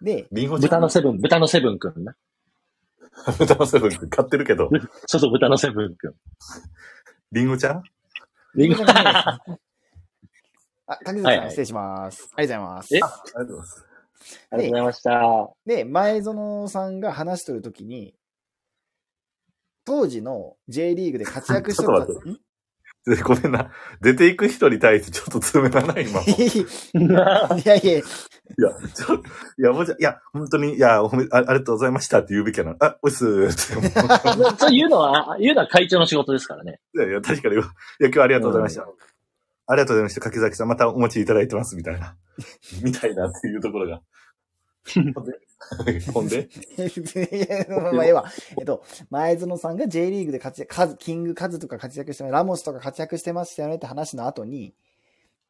[SPEAKER 1] ん。で、
[SPEAKER 2] リンゴちゃ
[SPEAKER 3] 豚
[SPEAKER 2] ん
[SPEAKER 3] の。セブン、豚のセブンくんな。
[SPEAKER 2] 豚のセブン買ってるけど。
[SPEAKER 3] そうそう、豚のセブンくん。
[SPEAKER 2] リンゴちゃん
[SPEAKER 1] リンゴちゃんじゃないです。あ、竹
[SPEAKER 3] はい
[SPEAKER 1] 崎さ
[SPEAKER 3] は
[SPEAKER 1] ん、失礼しま
[SPEAKER 3] い
[SPEAKER 1] す。ありがとうございます
[SPEAKER 3] え。
[SPEAKER 2] ありがとうございます。
[SPEAKER 3] ありがとうございました。
[SPEAKER 1] で、前園さんが話しとるときに、当時の J リーグで活躍しとっ
[SPEAKER 2] ち
[SPEAKER 1] た
[SPEAKER 2] ょっと。でごめんな。出ていく人に対してちょっと詰めらない、今も。い
[SPEAKER 1] んいやいや、
[SPEAKER 2] や、ちょっと、いや、もうじゃ、いや、本当に、いや、おめあ、ありがとうございましたって言うべきやな。あ、おい っすーって。
[SPEAKER 3] そういうのは、言うのは会長の仕事ですからね。
[SPEAKER 2] いやいや、確かに、いや、今日はありがとうございました。ありがとうございました。柿崎さん、またお持ちいただいてます、みたいな。みたいなっていうところ が。ほんでほんで
[SPEAKER 1] いやまあまあええわ。えっと、前園さんが J リーグで活躍、カズキングカズとか活躍してます、ラモスとか活躍してましたよねって話の後に、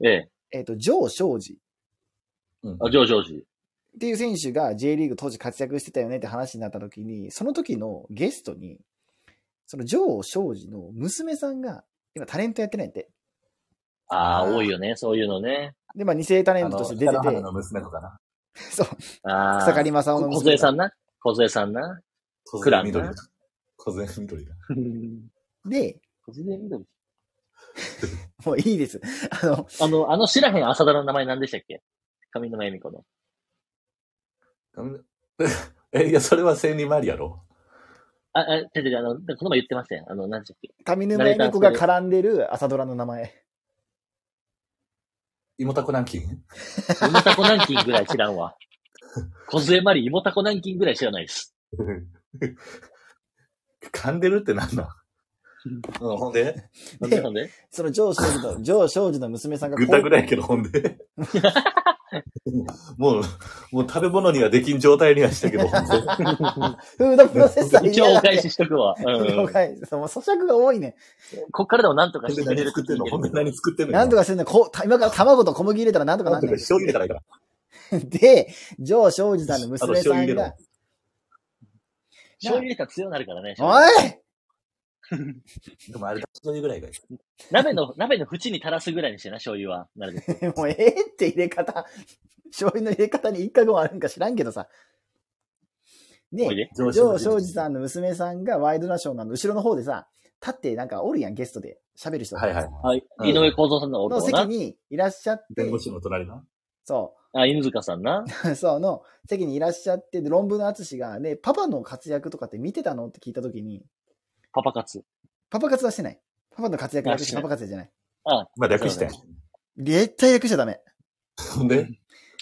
[SPEAKER 3] ええ。
[SPEAKER 1] えっと、ジョー・ショージ
[SPEAKER 2] うん
[SPEAKER 3] あ、ジョージョージ。
[SPEAKER 1] っていう選手が J リーグ当時活躍してたよねって話になった時に、その時のゲストに、そのジョー・ショージの娘さんが、今タレントやってないって。
[SPEAKER 3] ああ、
[SPEAKER 2] あー
[SPEAKER 3] 多いよね。そういうのね。
[SPEAKER 1] で、まあ、偽タレントとして出て
[SPEAKER 2] あの北の花
[SPEAKER 1] て
[SPEAKER 2] の、娘とかな。
[SPEAKER 1] そう、
[SPEAKER 3] ああ。
[SPEAKER 1] 草刈正雄の
[SPEAKER 3] 小
[SPEAKER 1] 娘
[SPEAKER 3] 杉
[SPEAKER 1] さ
[SPEAKER 3] さ
[SPEAKER 1] ん
[SPEAKER 3] んな。小杉さん な。
[SPEAKER 2] 小
[SPEAKER 3] クラ
[SPEAKER 2] 銭
[SPEAKER 3] ンな
[SPEAKER 2] 緑だ。小銭緑だ。
[SPEAKER 1] で、
[SPEAKER 3] 小杉緑
[SPEAKER 1] もういいです。あの、
[SPEAKER 3] あの、あの知らへん浅田の名前何でしたっけ上沼恵美子の。
[SPEAKER 2] え、いや、それは千里マリやろ。
[SPEAKER 3] あ、あ、違う違う、あの、この前言ってましたよ。あの、何でしたっけ
[SPEAKER 1] 上沼恵美子が絡んでる朝ドラの名前。
[SPEAKER 2] 妹子南京
[SPEAKER 3] イモタコ南京ぐらい知ら んわ。小杉まりイモタコ南京ぐらい知らないです。
[SPEAKER 2] 噛んでるってなんだうん、ほんで
[SPEAKER 3] なん
[SPEAKER 1] で
[SPEAKER 3] で、なんで
[SPEAKER 1] その、ジョー・ショージの、 ジョー・ショージの娘さんが
[SPEAKER 2] ぐ
[SPEAKER 1] 高
[SPEAKER 2] たぐたやけど、ほんで。もう、もう食べ物にはできん状態にはしたけど、ほんで
[SPEAKER 1] フードプロセッサー
[SPEAKER 3] 一応お返
[SPEAKER 1] し。
[SPEAKER 3] ししとくわ。うん
[SPEAKER 1] 了解。そう、もう咀嚼が多いね。
[SPEAKER 3] こっからでもなんとか
[SPEAKER 2] ほん
[SPEAKER 3] して
[SPEAKER 2] で
[SPEAKER 3] くれ
[SPEAKER 2] 何
[SPEAKER 3] る
[SPEAKER 2] 作ってんの
[SPEAKER 3] 聞いて
[SPEAKER 2] ほん
[SPEAKER 3] る
[SPEAKER 2] で何作ってんの
[SPEAKER 1] なんと
[SPEAKER 2] か、
[SPEAKER 1] かするんだ。こう、た今から卵と小麦入れたらなんとか
[SPEAKER 2] な
[SPEAKER 1] なんん
[SPEAKER 2] と
[SPEAKER 1] な
[SPEAKER 2] か
[SPEAKER 1] い
[SPEAKER 2] 醤油入れたらいいから。
[SPEAKER 1] で、ジョー・ショージさんの
[SPEAKER 2] あと
[SPEAKER 1] 娘
[SPEAKER 2] 醤
[SPEAKER 1] さ
[SPEAKER 2] 油入
[SPEAKER 1] ん
[SPEAKER 2] れろ
[SPEAKER 1] が、。
[SPEAKER 3] 醤油入れたら強くなるからね。
[SPEAKER 1] おい
[SPEAKER 2] でもあれ、醤油ぐらいがいい。
[SPEAKER 3] 鍋の、鍋の縁に垂らすぐらいにしてな、醤油は。なるべ く。
[SPEAKER 1] もうええって入れ方、 醤油の入れ方に一過もあるんか知らんけどさ。ね
[SPEAKER 3] おい
[SPEAKER 1] え、
[SPEAKER 3] で。
[SPEAKER 1] ジョー・ショージさんの娘さんがワイドナショーの後ろの方でさ、立ってなんかおるやん、ゲストで喋る人。
[SPEAKER 2] はいはい。
[SPEAKER 3] はい。
[SPEAKER 2] うん
[SPEAKER 3] 井上幸三さんのおる
[SPEAKER 1] の
[SPEAKER 3] わ
[SPEAKER 1] 席
[SPEAKER 3] な。
[SPEAKER 1] にいらっしゃって
[SPEAKER 2] 弁、護士の隣な。
[SPEAKER 1] そ
[SPEAKER 3] あ、犬塚さんな。
[SPEAKER 1] う、 そうの席にいらっしゃって、で論文の淳が、ね、パパの活躍とかって見てたのって聞いたときに、
[SPEAKER 3] パパ活。
[SPEAKER 1] パパ活はしてない。パパの活躍はしてないパパ活躍じゃない。
[SPEAKER 2] まあ、略して。
[SPEAKER 1] 絶対略しちゃダメ。
[SPEAKER 2] ほんで、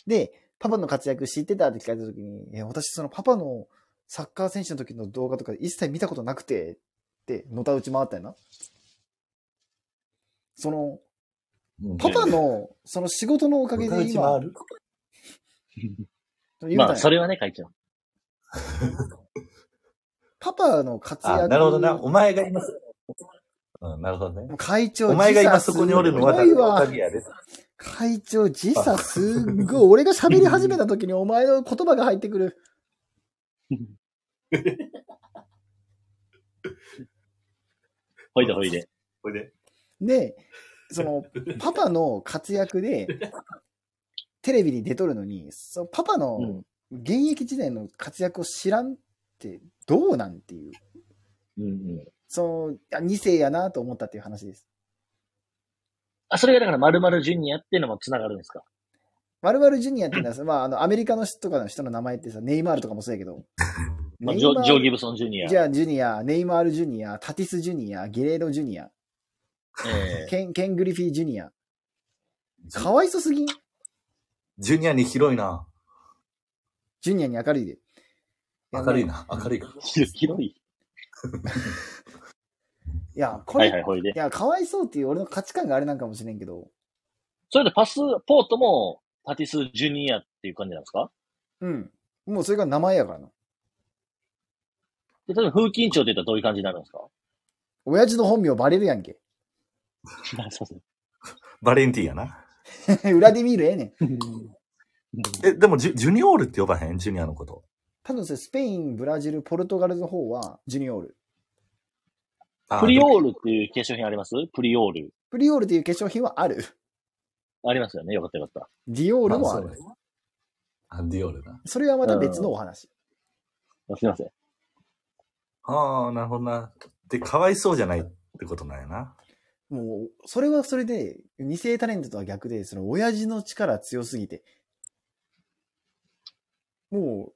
[SPEAKER 1] で、パパの活躍知ってたって聞かれた時に、え、私そのパパのサッカー選手の時の動画とか一切見たことなくて、って、のたうち回ったよな。その、
[SPEAKER 2] うん
[SPEAKER 1] パパの、その仕事のおかげで
[SPEAKER 2] うち
[SPEAKER 1] 今
[SPEAKER 2] 回、る
[SPEAKER 1] 言うたん
[SPEAKER 3] ま
[SPEAKER 1] や
[SPEAKER 3] あ、それはね、会長。
[SPEAKER 1] パパの活躍。
[SPEAKER 2] あ、なるほどな。お前がいます。うん、なるほどね。
[SPEAKER 1] 会長
[SPEAKER 2] お前が今そこにおるのは
[SPEAKER 1] すごい
[SPEAKER 2] 誰のお
[SPEAKER 1] わ
[SPEAKER 2] かげやで。
[SPEAKER 1] 会長時差すっごい。俺が喋り始めた時にお前の言葉が入ってくる。
[SPEAKER 3] ほいでほいで。
[SPEAKER 2] これで。
[SPEAKER 1] で、その、パパの活躍で、テレビに出とるのに、そのパパ
[SPEAKER 3] う
[SPEAKER 1] の
[SPEAKER 3] ん
[SPEAKER 1] 現役時代の活躍を知らんってどうなんっていう、
[SPEAKER 3] うんうん。
[SPEAKER 1] その、あ2世やなと思ったっていう話です。
[SPEAKER 3] あ、それがだから、まるまるジュニアっていうのも繋がるんですか
[SPEAKER 1] まるまるジュニアっていうのは、まあ、あの、アメリカの人とかの人の名前ってさ、ネイマールとかもそうやけど、
[SPEAKER 3] まあ、
[SPEAKER 1] ネ
[SPEAKER 3] ジ
[SPEAKER 1] イマー
[SPEAKER 3] ョ
[SPEAKER 1] ル
[SPEAKER 3] ジョー・ギブソン・ジュニア。
[SPEAKER 1] じゃあ、ジュニア、ネイマールジュニア、タティスジュニア、ゲレーロジュニア、
[SPEAKER 3] え
[SPEAKER 1] ケン、ケングリフィージュニア。かわいそすぎん
[SPEAKER 2] ジュニアに広いな。
[SPEAKER 1] ジュニアに明るいで。
[SPEAKER 2] 明るいな。明るいか。
[SPEAKER 3] え広い。
[SPEAKER 1] いや、こ
[SPEAKER 3] は
[SPEAKER 1] れ
[SPEAKER 3] いはい、ほいで
[SPEAKER 1] い。や、かわいそうっていう俺の価値観があれなんかもしれんけど。
[SPEAKER 3] それでパスポートも、パティス・ジュニアっていう感じなんですか
[SPEAKER 1] うん。もうそれが名前やからな。
[SPEAKER 3] で、例えば、風緊張って言ったらどういう感じになるんですか
[SPEAKER 1] 親父の本名バレるやんけ。
[SPEAKER 3] あそうそう
[SPEAKER 2] バレンティーやな。
[SPEAKER 1] 裏で見るええねん。
[SPEAKER 2] え、でもジュ、ジュニオールって呼ばへんジュニアのこと。
[SPEAKER 1] 多分それスペイン、ブラジル、ポルトガルの方はジュニオール。
[SPEAKER 2] あ
[SPEAKER 3] プリオールっていう化粧品ありますプリオール。
[SPEAKER 1] プリオールっていう化粧品はある。
[SPEAKER 3] ありますよね。よかったよかった。
[SPEAKER 1] ディオールもあ
[SPEAKER 2] ま
[SPEAKER 1] る
[SPEAKER 2] あ。あ、ディオールな。
[SPEAKER 1] それはまた別のお話。
[SPEAKER 3] すいません。
[SPEAKER 2] ああ、なるほどな。で、かわいそうじゃないってことなんやな。
[SPEAKER 1] もう、それはそれで、二世タレントとは逆で、その親父の力強すぎて。も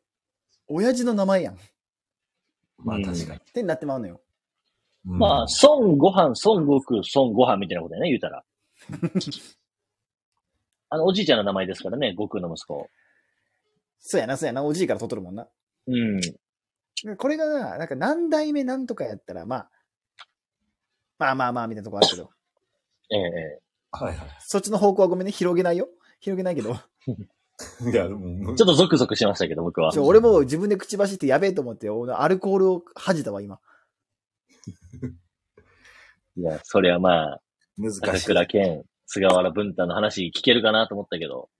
[SPEAKER 1] う、親父の名前やん。っ
[SPEAKER 2] まあ
[SPEAKER 3] うん
[SPEAKER 2] 確かに。
[SPEAKER 1] てなってまうのよ。
[SPEAKER 2] うん
[SPEAKER 3] まあ、孫悟飯、孫悟空、孫悟飯みたいなことやね、言う たら。あの、おじいちゃんの名前ですからね、悟空の息子。
[SPEAKER 1] そうやな、そうやな、おじいから取っとるもんな。
[SPEAKER 3] うん。
[SPEAKER 1] でこれがな、なんか何代目なんとかやったら、まあ、まあまあまあ、みたいなとこあるけど、
[SPEAKER 3] ええ
[SPEAKER 2] はいは
[SPEAKER 1] そっちの方向はごめんね、広げないよ。広げないけど、
[SPEAKER 2] い。い や、でも
[SPEAKER 3] ちょっとゾクゾクしましたけど、僕は
[SPEAKER 1] ち。ょ俺も自分で口走ってやべえと思って、俺アルコールを恥じたわ、今。
[SPEAKER 3] いや、そりゃまあ、
[SPEAKER 2] 難
[SPEAKER 3] 高
[SPEAKER 2] しい。
[SPEAKER 3] 倉健、菅原文太の話聞けるかなと思ったけど、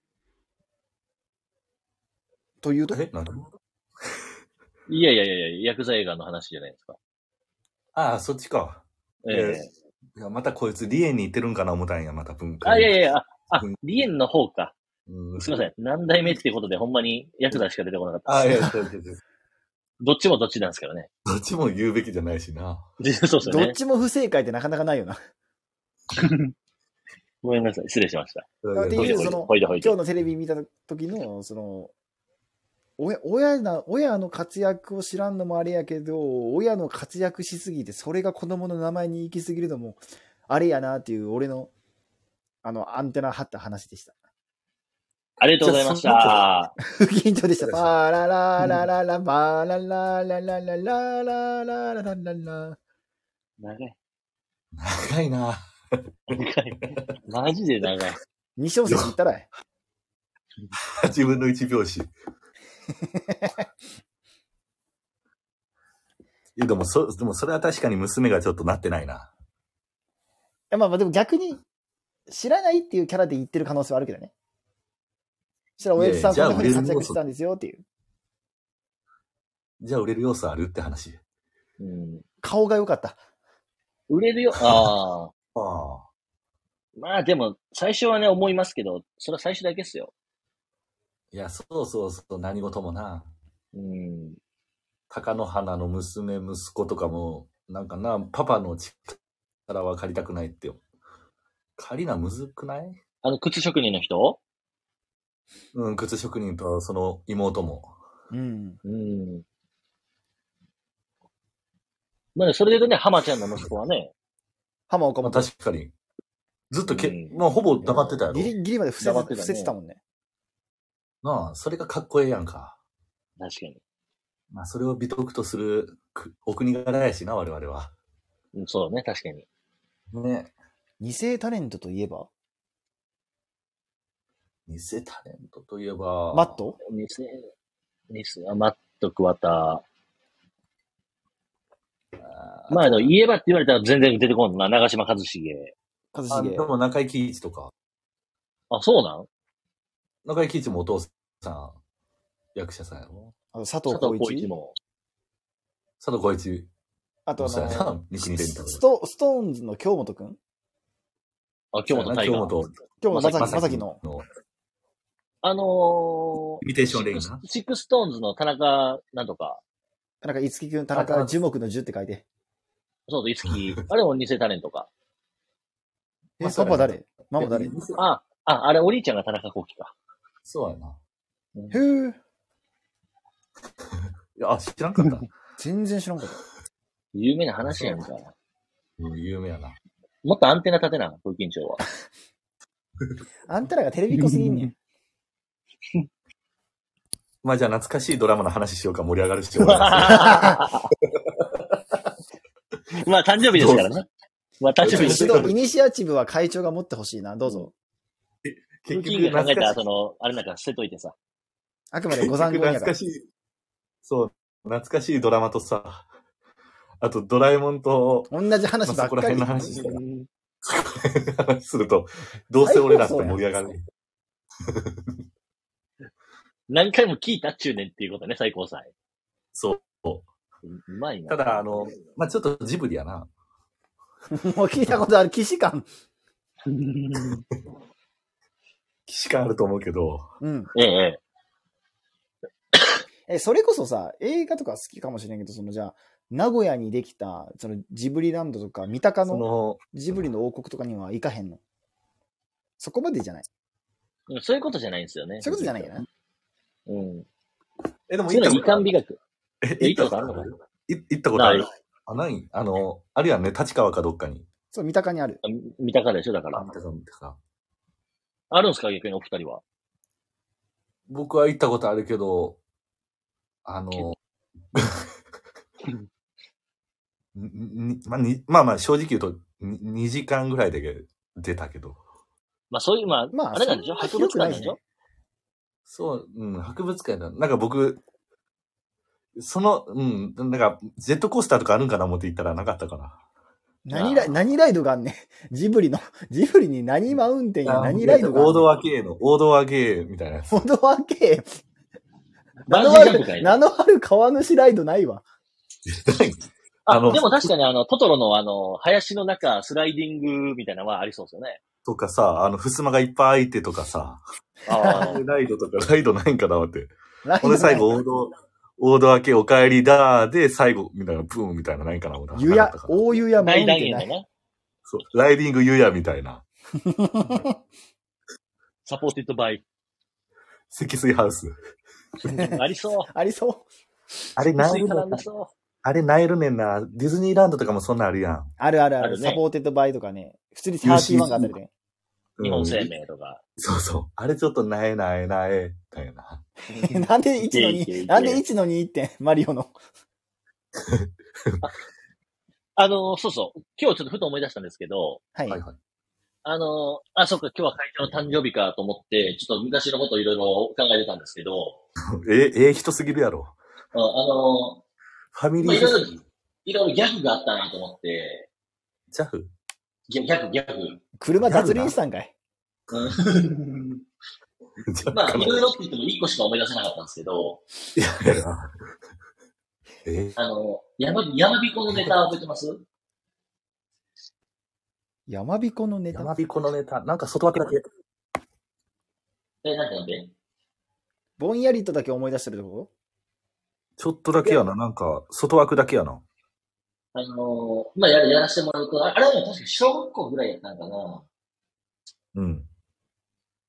[SPEAKER 1] というと、
[SPEAKER 2] えなんだ
[SPEAKER 3] いやいやいやいや、薬剤映画の話じゃないですか。
[SPEAKER 2] ああ、そっちか。
[SPEAKER 3] え
[SPEAKER 2] いや
[SPEAKER 3] え
[SPEAKER 2] いや、またこいつ、リエに行ってるんかな思ったんや、また文化。
[SPEAKER 3] あ、いやいやいや、ああ
[SPEAKER 2] うん、
[SPEAKER 3] リエンの方か。
[SPEAKER 2] うん。
[SPEAKER 3] すいません。何代目っていうことで、ほんまに薬剤しか出てこなかった。
[SPEAKER 2] あ、いや、そうそうそう
[SPEAKER 3] どっちもどっちなんですからね。
[SPEAKER 2] どっちも言うべきじゃないしな。
[SPEAKER 3] そうですよ
[SPEAKER 1] どっ
[SPEAKER 3] ね。
[SPEAKER 1] ちも不正解ってなかなかないよな。
[SPEAKER 3] ごめんなさい。失礼しました。
[SPEAKER 1] って
[SPEAKER 3] ほ
[SPEAKER 1] い
[SPEAKER 3] いで
[SPEAKER 1] う
[SPEAKER 3] ほい
[SPEAKER 1] そ
[SPEAKER 3] で
[SPEAKER 1] の
[SPEAKER 3] ほいでほいで
[SPEAKER 1] 今日のテレビ見た時の、その、親親な親の活躍を知らんのもあれやけど、親の活躍しすぎて、それが子供の名前に行き過ぎるのも、あれやなっていう、俺の、あの、アンテナ張った話でした。
[SPEAKER 3] ありがとうございまし
[SPEAKER 2] じゃ
[SPEAKER 3] た。
[SPEAKER 1] 不緊張でした。パラララララ、パララララララララララララ。
[SPEAKER 3] 長い。
[SPEAKER 2] 長い な。
[SPEAKER 3] 長い。マジで長い。
[SPEAKER 1] 二小節いったらえ
[SPEAKER 2] 8分の1拍子。いやでもそ、でもそれは確かに娘がちょっとなってないな。
[SPEAKER 1] え。まあまあでも逆に、知らないっていうキャラで言ってる可能性はあるけどね。そしたら、親父さん
[SPEAKER 2] いやいや
[SPEAKER 1] こんな風に
[SPEAKER 2] じ
[SPEAKER 1] 活
[SPEAKER 2] ゃあ
[SPEAKER 1] 躍してたんですよっていう。
[SPEAKER 2] じゃあ売れる要素あるって話。
[SPEAKER 3] うん。
[SPEAKER 1] 顔が良かった。
[SPEAKER 3] 売れるよ。ああ。
[SPEAKER 2] ああ。
[SPEAKER 3] まあでも、最初はね、思いますけど、それは最初だけですよ。
[SPEAKER 2] いや、そうそうそう、何事もな。
[SPEAKER 3] うん。
[SPEAKER 2] 高野花の娘、息子とかも、なんかな、パパの力は借りたくないって。借りなむずくない
[SPEAKER 3] あの、靴職人の人
[SPEAKER 2] うん、靴職人とその妹も。
[SPEAKER 1] うん。
[SPEAKER 3] うん。まあ、それで言うとね、浜ちゃんの息子はね、
[SPEAKER 1] 浜岡
[SPEAKER 2] まあ
[SPEAKER 1] 本。
[SPEAKER 2] 確かに。ずっとけ、
[SPEAKER 3] うん
[SPEAKER 2] まあほぼ黙ってたやろ
[SPEAKER 1] ギ。リギリまで伏せ
[SPEAKER 3] 黙ってた
[SPEAKER 1] 伏せ
[SPEAKER 3] ね
[SPEAKER 1] てたもんね。
[SPEAKER 2] なあ、それがかっこええやんか。
[SPEAKER 3] 確かに。
[SPEAKER 2] まあそれを美徳とするくお国柄やしな、我々は。
[SPEAKER 3] うんそうね、確かに。
[SPEAKER 2] ね。
[SPEAKER 1] 二世タレントといえば、
[SPEAKER 2] 偽タレントといえば。
[SPEAKER 1] マット
[SPEAKER 3] ミス、ミス、あマット、桑田。
[SPEAKER 2] あー
[SPEAKER 3] まあ、でも言えばって言われたら全然出てこんな。長嶋一茂。
[SPEAKER 1] 一
[SPEAKER 2] あで
[SPEAKER 1] 茂。
[SPEAKER 2] も中井貴一とか。
[SPEAKER 3] あ、そうなん
[SPEAKER 2] 中井貴一もお父さん、役者さんやろ。
[SPEAKER 1] あと佐藤
[SPEAKER 3] 佐藤浩
[SPEAKER 1] 浩
[SPEAKER 3] 一
[SPEAKER 1] 市。
[SPEAKER 3] も。
[SPEAKER 2] 佐藤浩一。
[SPEAKER 1] あとあ
[SPEAKER 2] そうや
[SPEAKER 1] の、
[SPEAKER 2] な。三國連太郎
[SPEAKER 1] ストストーンズの京本くん
[SPEAKER 3] あ、京本大
[SPEAKER 2] 京
[SPEAKER 3] 河。
[SPEAKER 2] 本。
[SPEAKER 1] 京本正
[SPEAKER 3] ま
[SPEAKER 1] 樹正樹の。
[SPEAKER 3] あの
[SPEAKER 2] イミテーションレイン
[SPEAKER 3] ー、
[SPEAKER 2] な。
[SPEAKER 3] シックストーンズの田中なんとか、
[SPEAKER 1] なんか、いつきくん、田中樹木の樹って書いて。
[SPEAKER 3] そうそう、いつ き、あれも偽タレントか。
[SPEAKER 1] え、
[SPEAKER 2] まあ
[SPEAKER 1] パパ誰ママ誰
[SPEAKER 2] え
[SPEAKER 1] へ
[SPEAKER 3] あ、あ、あれ、お兄ちゃんが田中幸喜か。
[SPEAKER 2] そうやな。
[SPEAKER 1] え、
[SPEAKER 2] いやあ、知らんか った。
[SPEAKER 1] 全然知らんかった。
[SPEAKER 3] 有名な話やんか。
[SPEAKER 2] うん有名やな。
[SPEAKER 3] もっとアンテナ立てな、小池 長は。
[SPEAKER 1] あんたらがテレビっ子すぎんねん。
[SPEAKER 2] まあじゃあ懐かしいドラマの話しようか盛り上がる必要 ない。
[SPEAKER 3] まあ、誕生日ですからね。まあ、誕生日です
[SPEAKER 1] 一
[SPEAKER 3] けど
[SPEAKER 1] 度、イニシアチブは会長が持ってほしいな。どうぞ。
[SPEAKER 3] ル
[SPEAKER 2] 結
[SPEAKER 3] ーキング考えたら、
[SPEAKER 2] し
[SPEAKER 3] その、あれなんか捨てといてさ。
[SPEAKER 1] あくま
[SPEAKER 2] い
[SPEAKER 1] でご参考にや
[SPEAKER 2] 結
[SPEAKER 1] から
[SPEAKER 2] 局懐か。しい。そう、懐かしいドラマとさ、あとドラえもんと、
[SPEAKER 1] 同じ
[SPEAKER 2] まあ、
[SPEAKER 1] 話ば
[SPEAKER 2] そ
[SPEAKER 1] っ
[SPEAKER 2] こら
[SPEAKER 1] かり
[SPEAKER 2] 辺の。話したら
[SPEAKER 3] うん
[SPEAKER 2] 話すると、どうせ俺らって盛り上がる。
[SPEAKER 3] 何回も聞いたっちゅうねんっていうことね、最高裁。
[SPEAKER 2] そう。
[SPEAKER 3] ううまいな。
[SPEAKER 2] ただ、あの、まあちょっとジブリやな。
[SPEAKER 1] もう聞いたことある。騎士感。
[SPEAKER 2] 既視感あると思うけど、
[SPEAKER 1] うん。
[SPEAKER 3] ええ、
[SPEAKER 1] え、それこそさ、映画とか好きかもしれんけど、そのじゃあ、名古屋にできた、そのジブリランドとか、三鷹
[SPEAKER 2] そ
[SPEAKER 1] の
[SPEAKER 2] の、
[SPEAKER 1] ジブリの王国とかには行かへんの。そこまでじゃない。
[SPEAKER 3] ええ。そういうことじゃないんですよね。
[SPEAKER 1] そういうことじゃないよな。
[SPEAKER 3] うん。
[SPEAKER 2] え、でも
[SPEAKER 3] そういうの
[SPEAKER 2] 行ったこ
[SPEAKER 3] 遺
[SPEAKER 2] と
[SPEAKER 3] 憾美学。
[SPEAKER 2] ある
[SPEAKER 3] え、いいことあるのかない
[SPEAKER 2] 行ったことある
[SPEAKER 3] ない。
[SPEAKER 2] あ、ない。あの、あるやんね、立川かどっかに。
[SPEAKER 1] そう、三鷹にある。
[SPEAKER 3] あ三鷹でしょ、だか
[SPEAKER 2] あ、
[SPEAKER 3] ら
[SPEAKER 2] 見。たか見たか。
[SPEAKER 3] あるんですか、逆にお二人は。
[SPEAKER 2] 僕は行ったことあるけど、あの、 んんまあ、にまあまあ正直言うと、に2時間ぐらいで出たけど。
[SPEAKER 3] まあ、そういう、まあ、
[SPEAKER 1] まあ
[SPEAKER 3] あれなんでしょ
[SPEAKER 1] そ
[SPEAKER 3] 博
[SPEAKER 1] んな
[SPEAKER 3] 物
[SPEAKER 1] 広くな
[SPEAKER 3] 館
[SPEAKER 1] い
[SPEAKER 3] なんでしょ
[SPEAKER 2] そう、うん、博物館だ。なんか僕、その、うん、なんか、ジェットコースターとかあるんかな思って行ったらなかったから。
[SPEAKER 1] 何ライ何ライドがあんねん。 ジブリの、ジブリに何マウンテンや何ライドがあんね
[SPEAKER 2] 王
[SPEAKER 1] ん
[SPEAKER 2] 道アゲーの、王道アゲーみたいなやつ。
[SPEAKER 1] ほどわけ。名の
[SPEAKER 3] バンジー
[SPEAKER 1] あ
[SPEAKER 3] ジャンプか
[SPEAKER 1] る、
[SPEAKER 3] い
[SPEAKER 1] 名のある川主ライドないわ。
[SPEAKER 2] あ
[SPEAKER 3] あ、
[SPEAKER 2] の
[SPEAKER 3] でも確かにあの、トトロのあの、林の中、スライディングみたいなのはありそうですよね。
[SPEAKER 2] とかさ、あの、襖がいっぱい開いてとかさ、
[SPEAKER 3] あ あ。
[SPEAKER 2] ライドとか、ライドないんかな思って。
[SPEAKER 1] ライ
[SPEAKER 2] ほ
[SPEAKER 1] ド
[SPEAKER 2] ん
[SPEAKER 1] ない
[SPEAKER 2] で最後、王道、王道明け、お帰りだーで、最後、みたいな、プーンみたいな、ないかな、俺
[SPEAKER 1] 湯
[SPEAKER 2] な
[SPEAKER 1] や
[SPEAKER 2] かった、から
[SPEAKER 1] 大湯やマウン
[SPEAKER 3] 大団
[SPEAKER 1] テン
[SPEAKER 3] 円
[SPEAKER 1] な
[SPEAKER 3] の
[SPEAKER 1] い。
[SPEAKER 3] ね、
[SPEAKER 2] そうライディング湯やみたいな。
[SPEAKER 3] サポーティッドバイ。
[SPEAKER 2] 積水ハウス。
[SPEAKER 3] ありそう。
[SPEAKER 1] ありそう。
[SPEAKER 2] あれ、
[SPEAKER 3] 薄いからありそう。
[SPEAKER 2] あれ、なえるねんな。ディズニーランドとかもそんなんあるやん。
[SPEAKER 1] あるあるあ
[SPEAKER 3] あ
[SPEAKER 1] る。
[SPEAKER 3] るね
[SPEAKER 1] サポーテッドバイとかね。普通に31があったりね。
[SPEAKER 3] 日本生
[SPEAKER 2] 製
[SPEAKER 3] 命とか。
[SPEAKER 2] そうそう。あれちょっと、なえなえなえ、みたいな。
[SPEAKER 1] なんで1の
[SPEAKER 3] いけいけいけ
[SPEAKER 1] 2、なんで1の2って、マリオの。
[SPEAKER 3] あの、そうそう。今日ちょっとふと思い出したんですけど、
[SPEAKER 1] はい。
[SPEAKER 2] はいはい。
[SPEAKER 3] あの、あ、そっか、今日は会長の誕生日かと思って、ちょっと昔のこといろいろ考えてたんですけど、
[SPEAKER 2] え、ええ人すぎるやろ。
[SPEAKER 3] ああの、
[SPEAKER 2] ファミリ
[SPEAKER 3] まあ、
[SPEAKER 2] ー
[SPEAKER 3] い
[SPEAKER 2] フェ
[SPEAKER 3] ろ
[SPEAKER 2] ス
[SPEAKER 3] いろ、いろいろギャグがあったなと思って、
[SPEAKER 2] ジャフ
[SPEAKER 3] ギャギャグ、ギャグ。
[SPEAKER 1] 車脱輪したんかい。
[SPEAKER 2] ジャフ
[SPEAKER 3] まあ、
[SPEAKER 2] か
[SPEAKER 3] い
[SPEAKER 2] な
[SPEAKER 3] ろいろって言っても1個しか思い出せなかったんですけど、
[SPEAKER 2] いやいやえ
[SPEAKER 3] あの、やま、やまびこのネタ覚えてます
[SPEAKER 1] やまびこのネ
[SPEAKER 2] や
[SPEAKER 1] タ。
[SPEAKER 2] まびこのネタ、なんか外枠だけ。
[SPEAKER 3] え、なんてなんで
[SPEAKER 1] ぼんやりとだけ思い出してるとこ
[SPEAKER 2] ちょっとだけやな、なんか、外枠だけやな。
[SPEAKER 3] あの、まあ、やる、やらせてもらうと、ああれはね確か小学校ぐらいやったんかな。
[SPEAKER 2] うん。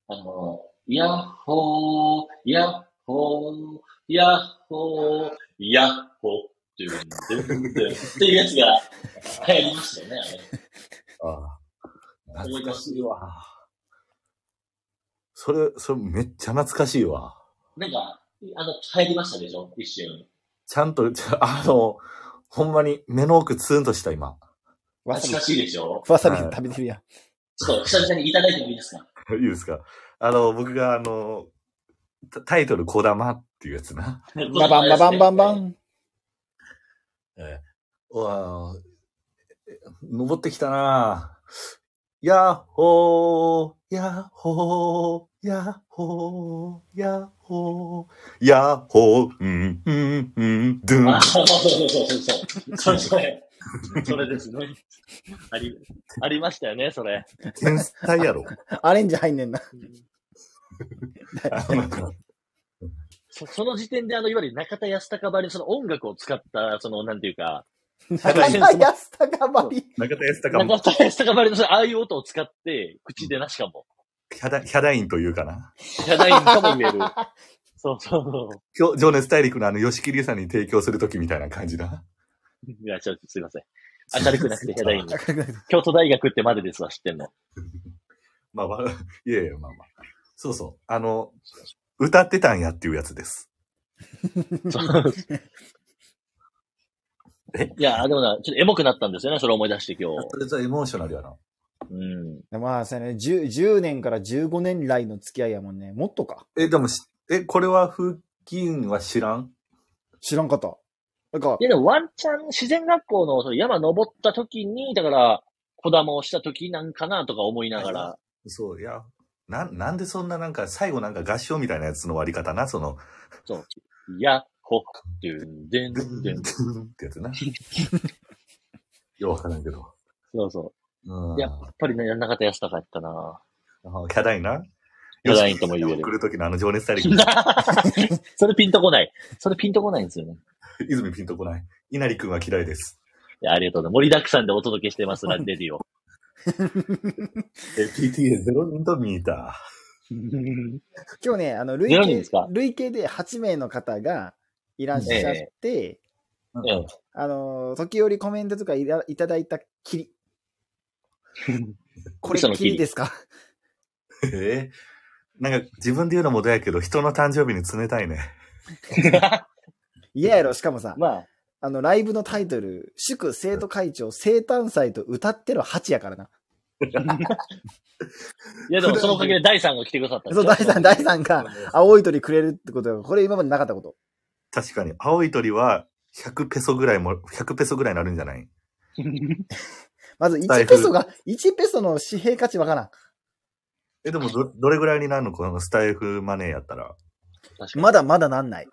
[SPEAKER 3] あの、ヤッホー、ヤッホー、ヤッホー、ヤッホーっていう、っていうやつが流行りましたよね、あれ。
[SPEAKER 2] ああ。
[SPEAKER 3] 思い出す
[SPEAKER 2] わ。それ、それめっちゃ懐かしいわ。
[SPEAKER 3] なんか、あの、入りましたでしょ一瞬。
[SPEAKER 2] ちゃんと、 ちゃあの、ほんまに目の奥ツーンとした今。
[SPEAKER 1] わさび
[SPEAKER 3] 懐か、しいでしょ
[SPEAKER 1] わさび食べてるやん。
[SPEAKER 3] ちょっと、久々にいただいてもいいですか
[SPEAKER 2] いいですかあの、僕があの、タタイトル、こだまっていうやつな。
[SPEAKER 1] ババンババンバンバ。ン。
[SPEAKER 2] えー、うわーえ登ってきたなやっほー、やっほー、やっほー、やっほー、やっほー、うん、うん、うん、ドゥン
[SPEAKER 3] あ、。そうそうそうそうそう。それ、それ、それですね。あり、ありましたよね、それ。
[SPEAKER 2] 天才 やろ。
[SPEAKER 1] アレンジ入んねんな。
[SPEAKER 2] あの なんか
[SPEAKER 3] そその時点で、あの、いわゆる中田康隆ばりのその音楽を使った、その、なんていうか、
[SPEAKER 1] 中田安高ばり。
[SPEAKER 2] 中田康隆も、
[SPEAKER 3] 中田康隆ばりのその、ああいう音を使って、口でなしかも、
[SPEAKER 2] ヒャダヒャダインというかな。
[SPEAKER 3] じゃないんかも言える。そうそうそ
[SPEAKER 2] 今日情熱大陸のあの、吉木隆さんに提供するときみたいな感じな。
[SPEAKER 3] う。いや、ちょっとすいません。明るくなくて、ヘダイン
[SPEAKER 1] 明。るくなってる
[SPEAKER 3] 京都大学ってまでですわ、知ってんの。
[SPEAKER 2] まあ、わいやいや、まあまあ。そうそう。あの、歌ってたんやっていうやつです。
[SPEAKER 3] そう
[SPEAKER 2] え
[SPEAKER 3] いや、でもな、ちょっとエモくなったんですよね、それを思い出して今日。
[SPEAKER 2] それじゃエモーショナルやな。
[SPEAKER 3] うん。
[SPEAKER 1] まあ、そうやね10、10年から15年来の付き合いやもんね。もっとか。
[SPEAKER 2] え、でもし、え、これは風紀委員は知らん
[SPEAKER 1] 知らんかった。なんか
[SPEAKER 3] い、や、でもワンチャン、自然学校のその山登った時に、だから、子玉をした時なんかなとか思いながら、
[SPEAKER 2] そう、いや、なん、なんでそんななんか、最後なんか合唱みたいなやつの割り方な、その、
[SPEAKER 3] そう、やっほ、でんでん
[SPEAKER 2] ド
[SPEAKER 3] で
[SPEAKER 2] ゥンド
[SPEAKER 3] ん
[SPEAKER 2] ゥ
[SPEAKER 3] でん
[SPEAKER 2] ン。ドゥン ってやつな。ようわからんけど。
[SPEAKER 3] そうそ
[SPEAKER 2] うん。
[SPEAKER 3] う。やっぱりね、中田康隆やったな
[SPEAKER 2] キャダインな。
[SPEAKER 3] キャダインとも言える
[SPEAKER 2] 来る時のあの情熱大陸。
[SPEAKER 3] それピンとこない。それピンとこないんですよね。
[SPEAKER 2] 泉ピンとこない。稲荷くんは嫌いです。
[SPEAKER 3] いや、ありがとうございます。盛りだくさんでお届けしてます、ラジデリオ。
[SPEAKER 2] え、PTA0 人と見た。
[SPEAKER 1] 今日ね、あの、累
[SPEAKER 3] ゼロ人です
[SPEAKER 1] 計
[SPEAKER 3] か、
[SPEAKER 1] 累計で8名の方がいらっしゃって、
[SPEAKER 3] え
[SPEAKER 1] あの、時折コメントとかいらいただいたき り。これ
[SPEAKER 3] 嘘の
[SPEAKER 1] き
[SPEAKER 3] きり
[SPEAKER 1] りですか
[SPEAKER 2] えーなんか自分で言うのもどやけど、人の誕生日に冷たいね。
[SPEAKER 1] 嫌やろ、しかもさ、
[SPEAKER 3] まあ、
[SPEAKER 1] あの、ライブのタイトル、祝生徒会長生誕祭と歌ってる8やからな。
[SPEAKER 3] いやでもそのおかげで第三が来てくださったんで
[SPEAKER 1] そう、
[SPEAKER 3] すよ
[SPEAKER 1] 第3、第3が青い鳥くれるってことが、これ今までなかったこと。
[SPEAKER 2] 確かに、青い鳥は100ペソぐらいも、100ペソぐらいになるんじゃない
[SPEAKER 1] まず
[SPEAKER 2] 財
[SPEAKER 1] 1
[SPEAKER 2] 布
[SPEAKER 1] ペソが、1ペソの紙幣価値わからん。
[SPEAKER 2] え、でもど、どれぐらいになるのこのスタイフマネーやったら。
[SPEAKER 3] 確かに
[SPEAKER 1] まだまだなんない。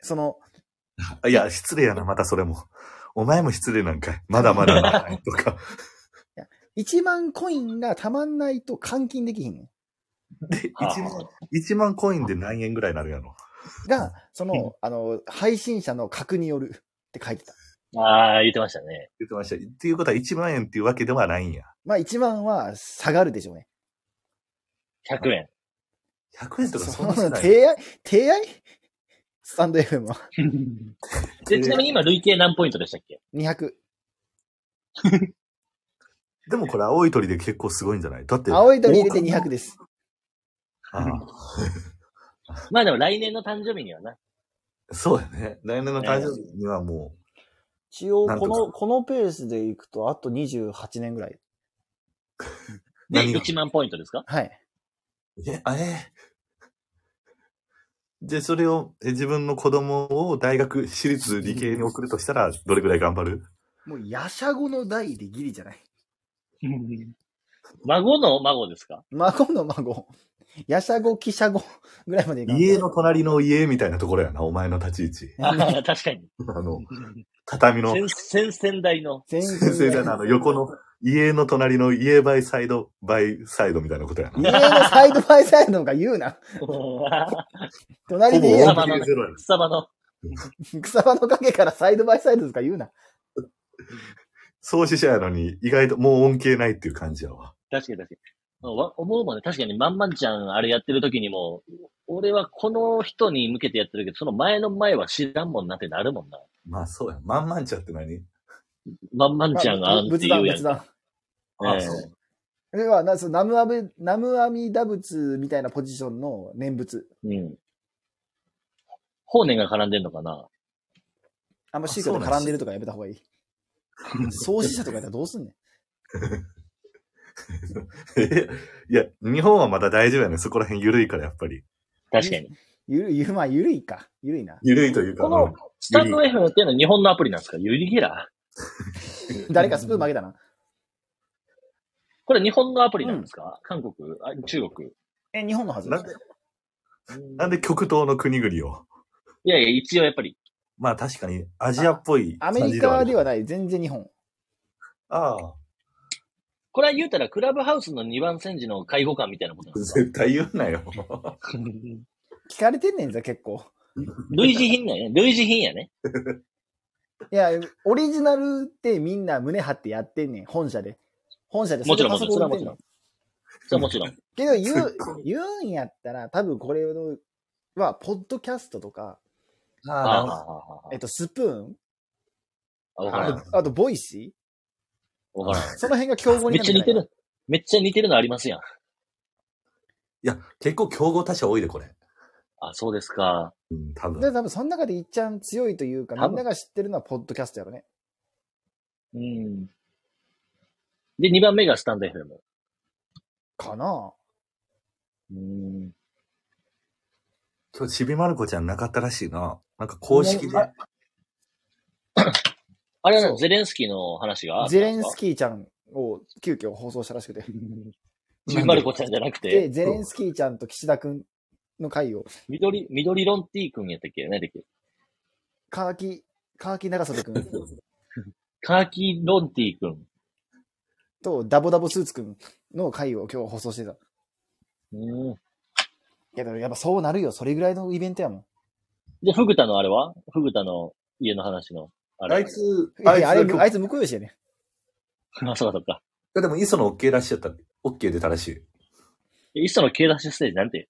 [SPEAKER 1] その、
[SPEAKER 2] あいや、失礼やな、またそれも。お前も失礼なんかい。まだまだな、とか。
[SPEAKER 1] 1万コインがたまんないと換金できひんの。
[SPEAKER 2] で、1
[SPEAKER 3] はあ
[SPEAKER 2] 万、一万コインで何円ぐらいになるやろ。
[SPEAKER 1] が、そうの、あの、配信者の格によるって書いてた。
[SPEAKER 3] ああ、言ってましたね。
[SPEAKER 2] 言ってました。っていうことは1万円っていうわけではないんや。
[SPEAKER 1] まあ1万は下がるでしょうね。
[SPEAKER 3] 100円。
[SPEAKER 2] 100円とかそんなし
[SPEAKER 1] そ
[SPEAKER 2] ない。
[SPEAKER 1] 提案、提案スタンド FM は
[SPEAKER 3] で、ちなみに今、累計何ポイントでしたっけ
[SPEAKER 1] 200。
[SPEAKER 2] でもこれ青い鳥で結構すごいんじゃないだって。
[SPEAKER 1] 青い鳥入れて200です。
[SPEAKER 2] あ
[SPEAKER 3] まあでも来年の誕生日にはな。
[SPEAKER 2] あそうやね。来年の誕生日にはも
[SPEAKER 1] 一応、
[SPEAKER 2] なん
[SPEAKER 1] こと
[SPEAKER 2] か
[SPEAKER 1] の、このペースでいくと、あと28年ぐらい。
[SPEAKER 3] で、
[SPEAKER 2] 何が
[SPEAKER 3] 1万ポイントですか
[SPEAKER 1] はい。
[SPEAKER 2] え、あえで、それを、え自分の子供を大学、私立理系に送るとしたら、どれくらい頑張る
[SPEAKER 1] もう、ヤシャ語の代でギリじゃない。
[SPEAKER 3] 孫の孫ですか
[SPEAKER 1] 孫の孫。ヤシャ語、記者語ぐらいまでいかんと
[SPEAKER 2] 家の隣の家みたいなところやな、お前の立ち位置。
[SPEAKER 3] あー 確かに。
[SPEAKER 2] あの、畳の、
[SPEAKER 3] 先々代の。
[SPEAKER 1] 全
[SPEAKER 2] 先生だな、あの、横の、家の隣の家バイサイド、バイサイドみたいなことやな。
[SPEAKER 1] 家のサイドバイサイドが 言うな。
[SPEAKER 2] ほ
[SPEAKER 1] 隣
[SPEAKER 2] ぼ
[SPEAKER 1] で家の
[SPEAKER 3] ほぼ
[SPEAKER 2] OB ゼロやな。
[SPEAKER 3] スタバの。
[SPEAKER 1] 草場の陰からサイドバイサイドとか言うな。
[SPEAKER 2] 創始者やのに、意外ともう恩恵ないっていう感じやわ。
[SPEAKER 3] 確かに確かに。わ思うもんね、確かに、まんまんちゃん、あれやってる時にも、俺はこの人に向けてやってるけど、その前の前は知らんもんなってなるもんな。
[SPEAKER 2] まあそうや。まんまんちゃって何
[SPEAKER 3] まんまんちゃんがあんって
[SPEAKER 1] 仏壇、
[SPEAKER 3] 言うやん
[SPEAKER 1] 仏。壇。
[SPEAKER 2] あ、
[SPEAKER 3] ええ
[SPEAKER 2] そう。
[SPEAKER 1] それは、なんそのナムアベ、ナムアミダ仏みたいなポジションの念仏。
[SPEAKER 3] うん。法然が絡んでんのかな
[SPEAKER 1] あんま宗教と絡んでるとかやめた方がいい。創始者とかやったらどうすんねん。
[SPEAKER 2] えいや、日本はまだ大丈夫やね。そこら辺緩いから、やっぱり。
[SPEAKER 3] 確かに。
[SPEAKER 1] ゆる、ゆる、まあ、ゆるいか。ゆるいな。
[SPEAKER 2] 緩いというか、
[SPEAKER 3] こ
[SPEAKER 2] う
[SPEAKER 3] の
[SPEAKER 2] ん、
[SPEAKER 3] スタンド FM っていうのは日本のアプリなんですかユリゲラ
[SPEAKER 1] 誰かスプーン曲げたな。
[SPEAKER 3] これ日本のアプリなんですか、韓国あ中国
[SPEAKER 1] え、日本のはず。
[SPEAKER 2] なんで、なんで極東の国々を。
[SPEAKER 3] いやいや、一応やっぱり。
[SPEAKER 2] まあ確かに、アジアっぽい
[SPEAKER 1] ア
[SPEAKER 2] 感じ
[SPEAKER 1] メリカでは
[SPEAKER 2] ない。
[SPEAKER 1] ない。全然日本。
[SPEAKER 2] ああ、
[SPEAKER 3] これは言うたら、クラブハウスの二番煎じの介護官みたいなことなんです
[SPEAKER 2] 絶対言う なよ。
[SPEAKER 3] か
[SPEAKER 1] 聞かれてんねんぞ、結構。
[SPEAKER 3] 類似品だよね。類似品やね。
[SPEAKER 1] いや、オリジナルってみんな胸張ってやってんねん。本社で。本社で。
[SPEAKER 3] もちろん
[SPEAKER 1] それパソコンでやってんねん
[SPEAKER 3] それはもち ろん。
[SPEAKER 1] けど言
[SPEAKER 2] すっ
[SPEAKER 1] う、言うんやったら、多分これのは、ポッドキャストとか、
[SPEAKER 3] あ
[SPEAKER 2] あ
[SPEAKER 3] あ
[SPEAKER 2] あ、
[SPEAKER 3] あ
[SPEAKER 1] えっと、スプーン、
[SPEAKER 3] あ、わか
[SPEAKER 2] は
[SPEAKER 3] ら
[SPEAKER 2] い
[SPEAKER 1] あ
[SPEAKER 3] ん。
[SPEAKER 1] と、あとボイシ
[SPEAKER 3] わから
[SPEAKER 1] ーその辺が競合
[SPEAKER 3] ん。
[SPEAKER 1] に
[SPEAKER 3] めっ
[SPEAKER 1] な
[SPEAKER 3] ちゃ
[SPEAKER 1] るんじ
[SPEAKER 3] 似
[SPEAKER 1] ゃな
[SPEAKER 3] て
[SPEAKER 1] いか
[SPEAKER 3] る。めっちゃ似てるのありますやん。
[SPEAKER 2] いや、結構競合他社多いで、これ。
[SPEAKER 3] あ、そうですか。
[SPEAKER 2] うん、多
[SPEAKER 1] で、
[SPEAKER 2] 分。
[SPEAKER 1] 多分その中でいっちゃん強いというか、
[SPEAKER 3] 多分
[SPEAKER 1] みんなが知ってるのはポッドキャストやろね。
[SPEAKER 3] うん。で、二番目がスタンド FM。
[SPEAKER 1] かな
[SPEAKER 3] うん。
[SPEAKER 2] 今日、ちびまる子ちゃんなかったらしいな。なんか公式で。
[SPEAKER 1] あ
[SPEAKER 3] あれは
[SPEAKER 1] そ
[SPEAKER 3] ね
[SPEAKER 1] う
[SPEAKER 3] ゼレンスキーの話があったんです
[SPEAKER 1] ゼ
[SPEAKER 3] か
[SPEAKER 1] レンスキーちゃんを急遽放送したらしくて。
[SPEAKER 3] ちびまる子ちゃんじゃなくて、
[SPEAKER 1] で、ゼレンスキーちゃんと岸田くんの会を、
[SPEAKER 3] 緑、緑ロンティ君やったっけ何だっけ
[SPEAKER 1] 川木、川木長袖くん
[SPEAKER 3] カーキーロンティ君。
[SPEAKER 1] とダボダボスーツくんの会を今日放送してた。
[SPEAKER 3] うん。
[SPEAKER 1] けど、やっぱそうなるよ。それぐらいのイベントやもん。
[SPEAKER 3] で、フグタのあれはフグタの家の話の。あれ
[SPEAKER 2] あいつ、
[SPEAKER 1] いやあれ、
[SPEAKER 2] が
[SPEAKER 1] あいつ向こうよしやね。
[SPEAKER 3] あ、そうかそうか。
[SPEAKER 2] いやでも、磯野 OK らしちゃった。OK 出たらし
[SPEAKER 3] いっその K ダッシュステージなん て。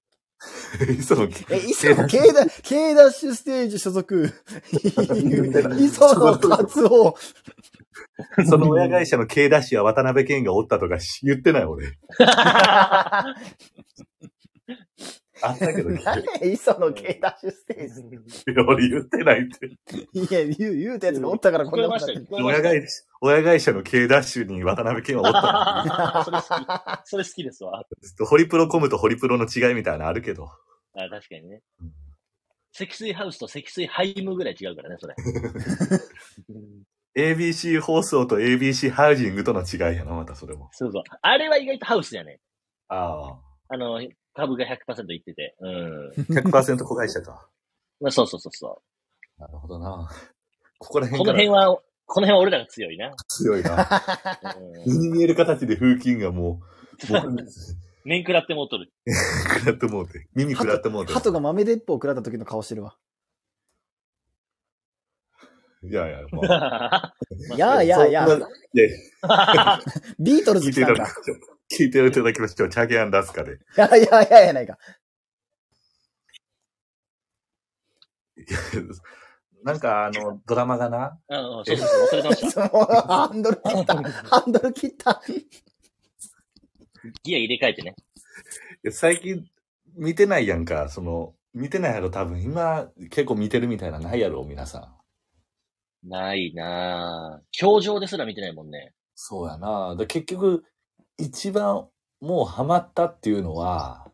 [SPEAKER 2] い。磯野 OK。
[SPEAKER 1] え、磯野、K ダ K ダッシュステージ所 属、磯野達 夫。
[SPEAKER 2] その親会社の K ダッシュは渡辺謙がおったとかし言ってない、俺。あったけど、
[SPEAKER 1] 誰磯野 K ダッシュステージ。
[SPEAKER 2] 俺言ってないって。
[SPEAKER 1] いや、言う、言うたやつがおったから
[SPEAKER 3] 聞
[SPEAKER 1] こ
[SPEAKER 3] こ
[SPEAKER 1] ん
[SPEAKER 3] え
[SPEAKER 1] な
[SPEAKER 3] ま
[SPEAKER 1] こと
[SPEAKER 3] し
[SPEAKER 1] に
[SPEAKER 3] た
[SPEAKER 1] な
[SPEAKER 3] よ
[SPEAKER 1] っ。
[SPEAKER 3] 聞こえま
[SPEAKER 2] 親
[SPEAKER 3] したよ
[SPEAKER 2] 会社、親会社の K ダッシュに渡辺謙はおったの。
[SPEAKER 3] それ好きそれ好きです
[SPEAKER 2] ち
[SPEAKER 3] わ。
[SPEAKER 2] ょっとホリプロコムとホリプロの違いみたいなのあるけど。
[SPEAKER 3] あ確かにね。積水ハウスと積水ハイムぐらい違うからね、 それ。
[SPEAKER 2] ABC 放送と ABC ハウジングとの違いやな、またそれも。
[SPEAKER 3] そうそう。あれは意外とハウスやね。
[SPEAKER 2] ああ。
[SPEAKER 3] あの、株が100%いってて。うん。
[SPEAKER 2] 100%子会社か。
[SPEAKER 3] まあ、そうそうそうそ
[SPEAKER 2] なるほどな。ここら
[SPEAKER 3] う。
[SPEAKER 2] 辺
[SPEAKER 3] こ
[SPEAKER 2] か
[SPEAKER 3] の
[SPEAKER 2] ら
[SPEAKER 3] 辺は、この辺は俺らが強いな。
[SPEAKER 2] 強いな。
[SPEAKER 3] うん
[SPEAKER 2] 目に見える形で風景がも う、僕に
[SPEAKER 3] 面食らってもうとる。
[SPEAKER 2] 食らってもうて。耳食らってもうて。
[SPEAKER 1] 鳩が豆鉄砲食らった時の顔してるわ。
[SPEAKER 2] いやいや、も う。
[SPEAKER 1] いやいやいや
[SPEAKER 2] そんなで
[SPEAKER 1] ビートルズ
[SPEAKER 2] 聞い
[SPEAKER 1] 来
[SPEAKER 2] て
[SPEAKER 1] た
[SPEAKER 2] いた
[SPEAKER 1] ん
[SPEAKER 2] だ
[SPEAKER 1] か
[SPEAKER 2] き。ましょう。聞いていただきましょう。チャゲアンダスカで。
[SPEAKER 1] いやいやいややないか。
[SPEAKER 2] なんか、あの、ドラマがな、
[SPEAKER 3] うんうんそうそうそう、忘れてました。
[SPEAKER 1] そのハンドル切った。ハンドル切った。
[SPEAKER 3] ギア入れ替えてね。
[SPEAKER 2] いや最近見てないやんか、その、見てないやろ、多分。今、結構見てるみたいな、ないやろ、皆さ
[SPEAKER 3] ないなぁ。教場ですら見てないもんね。
[SPEAKER 2] そうやな。で結局、一番もうハマったっていうのは、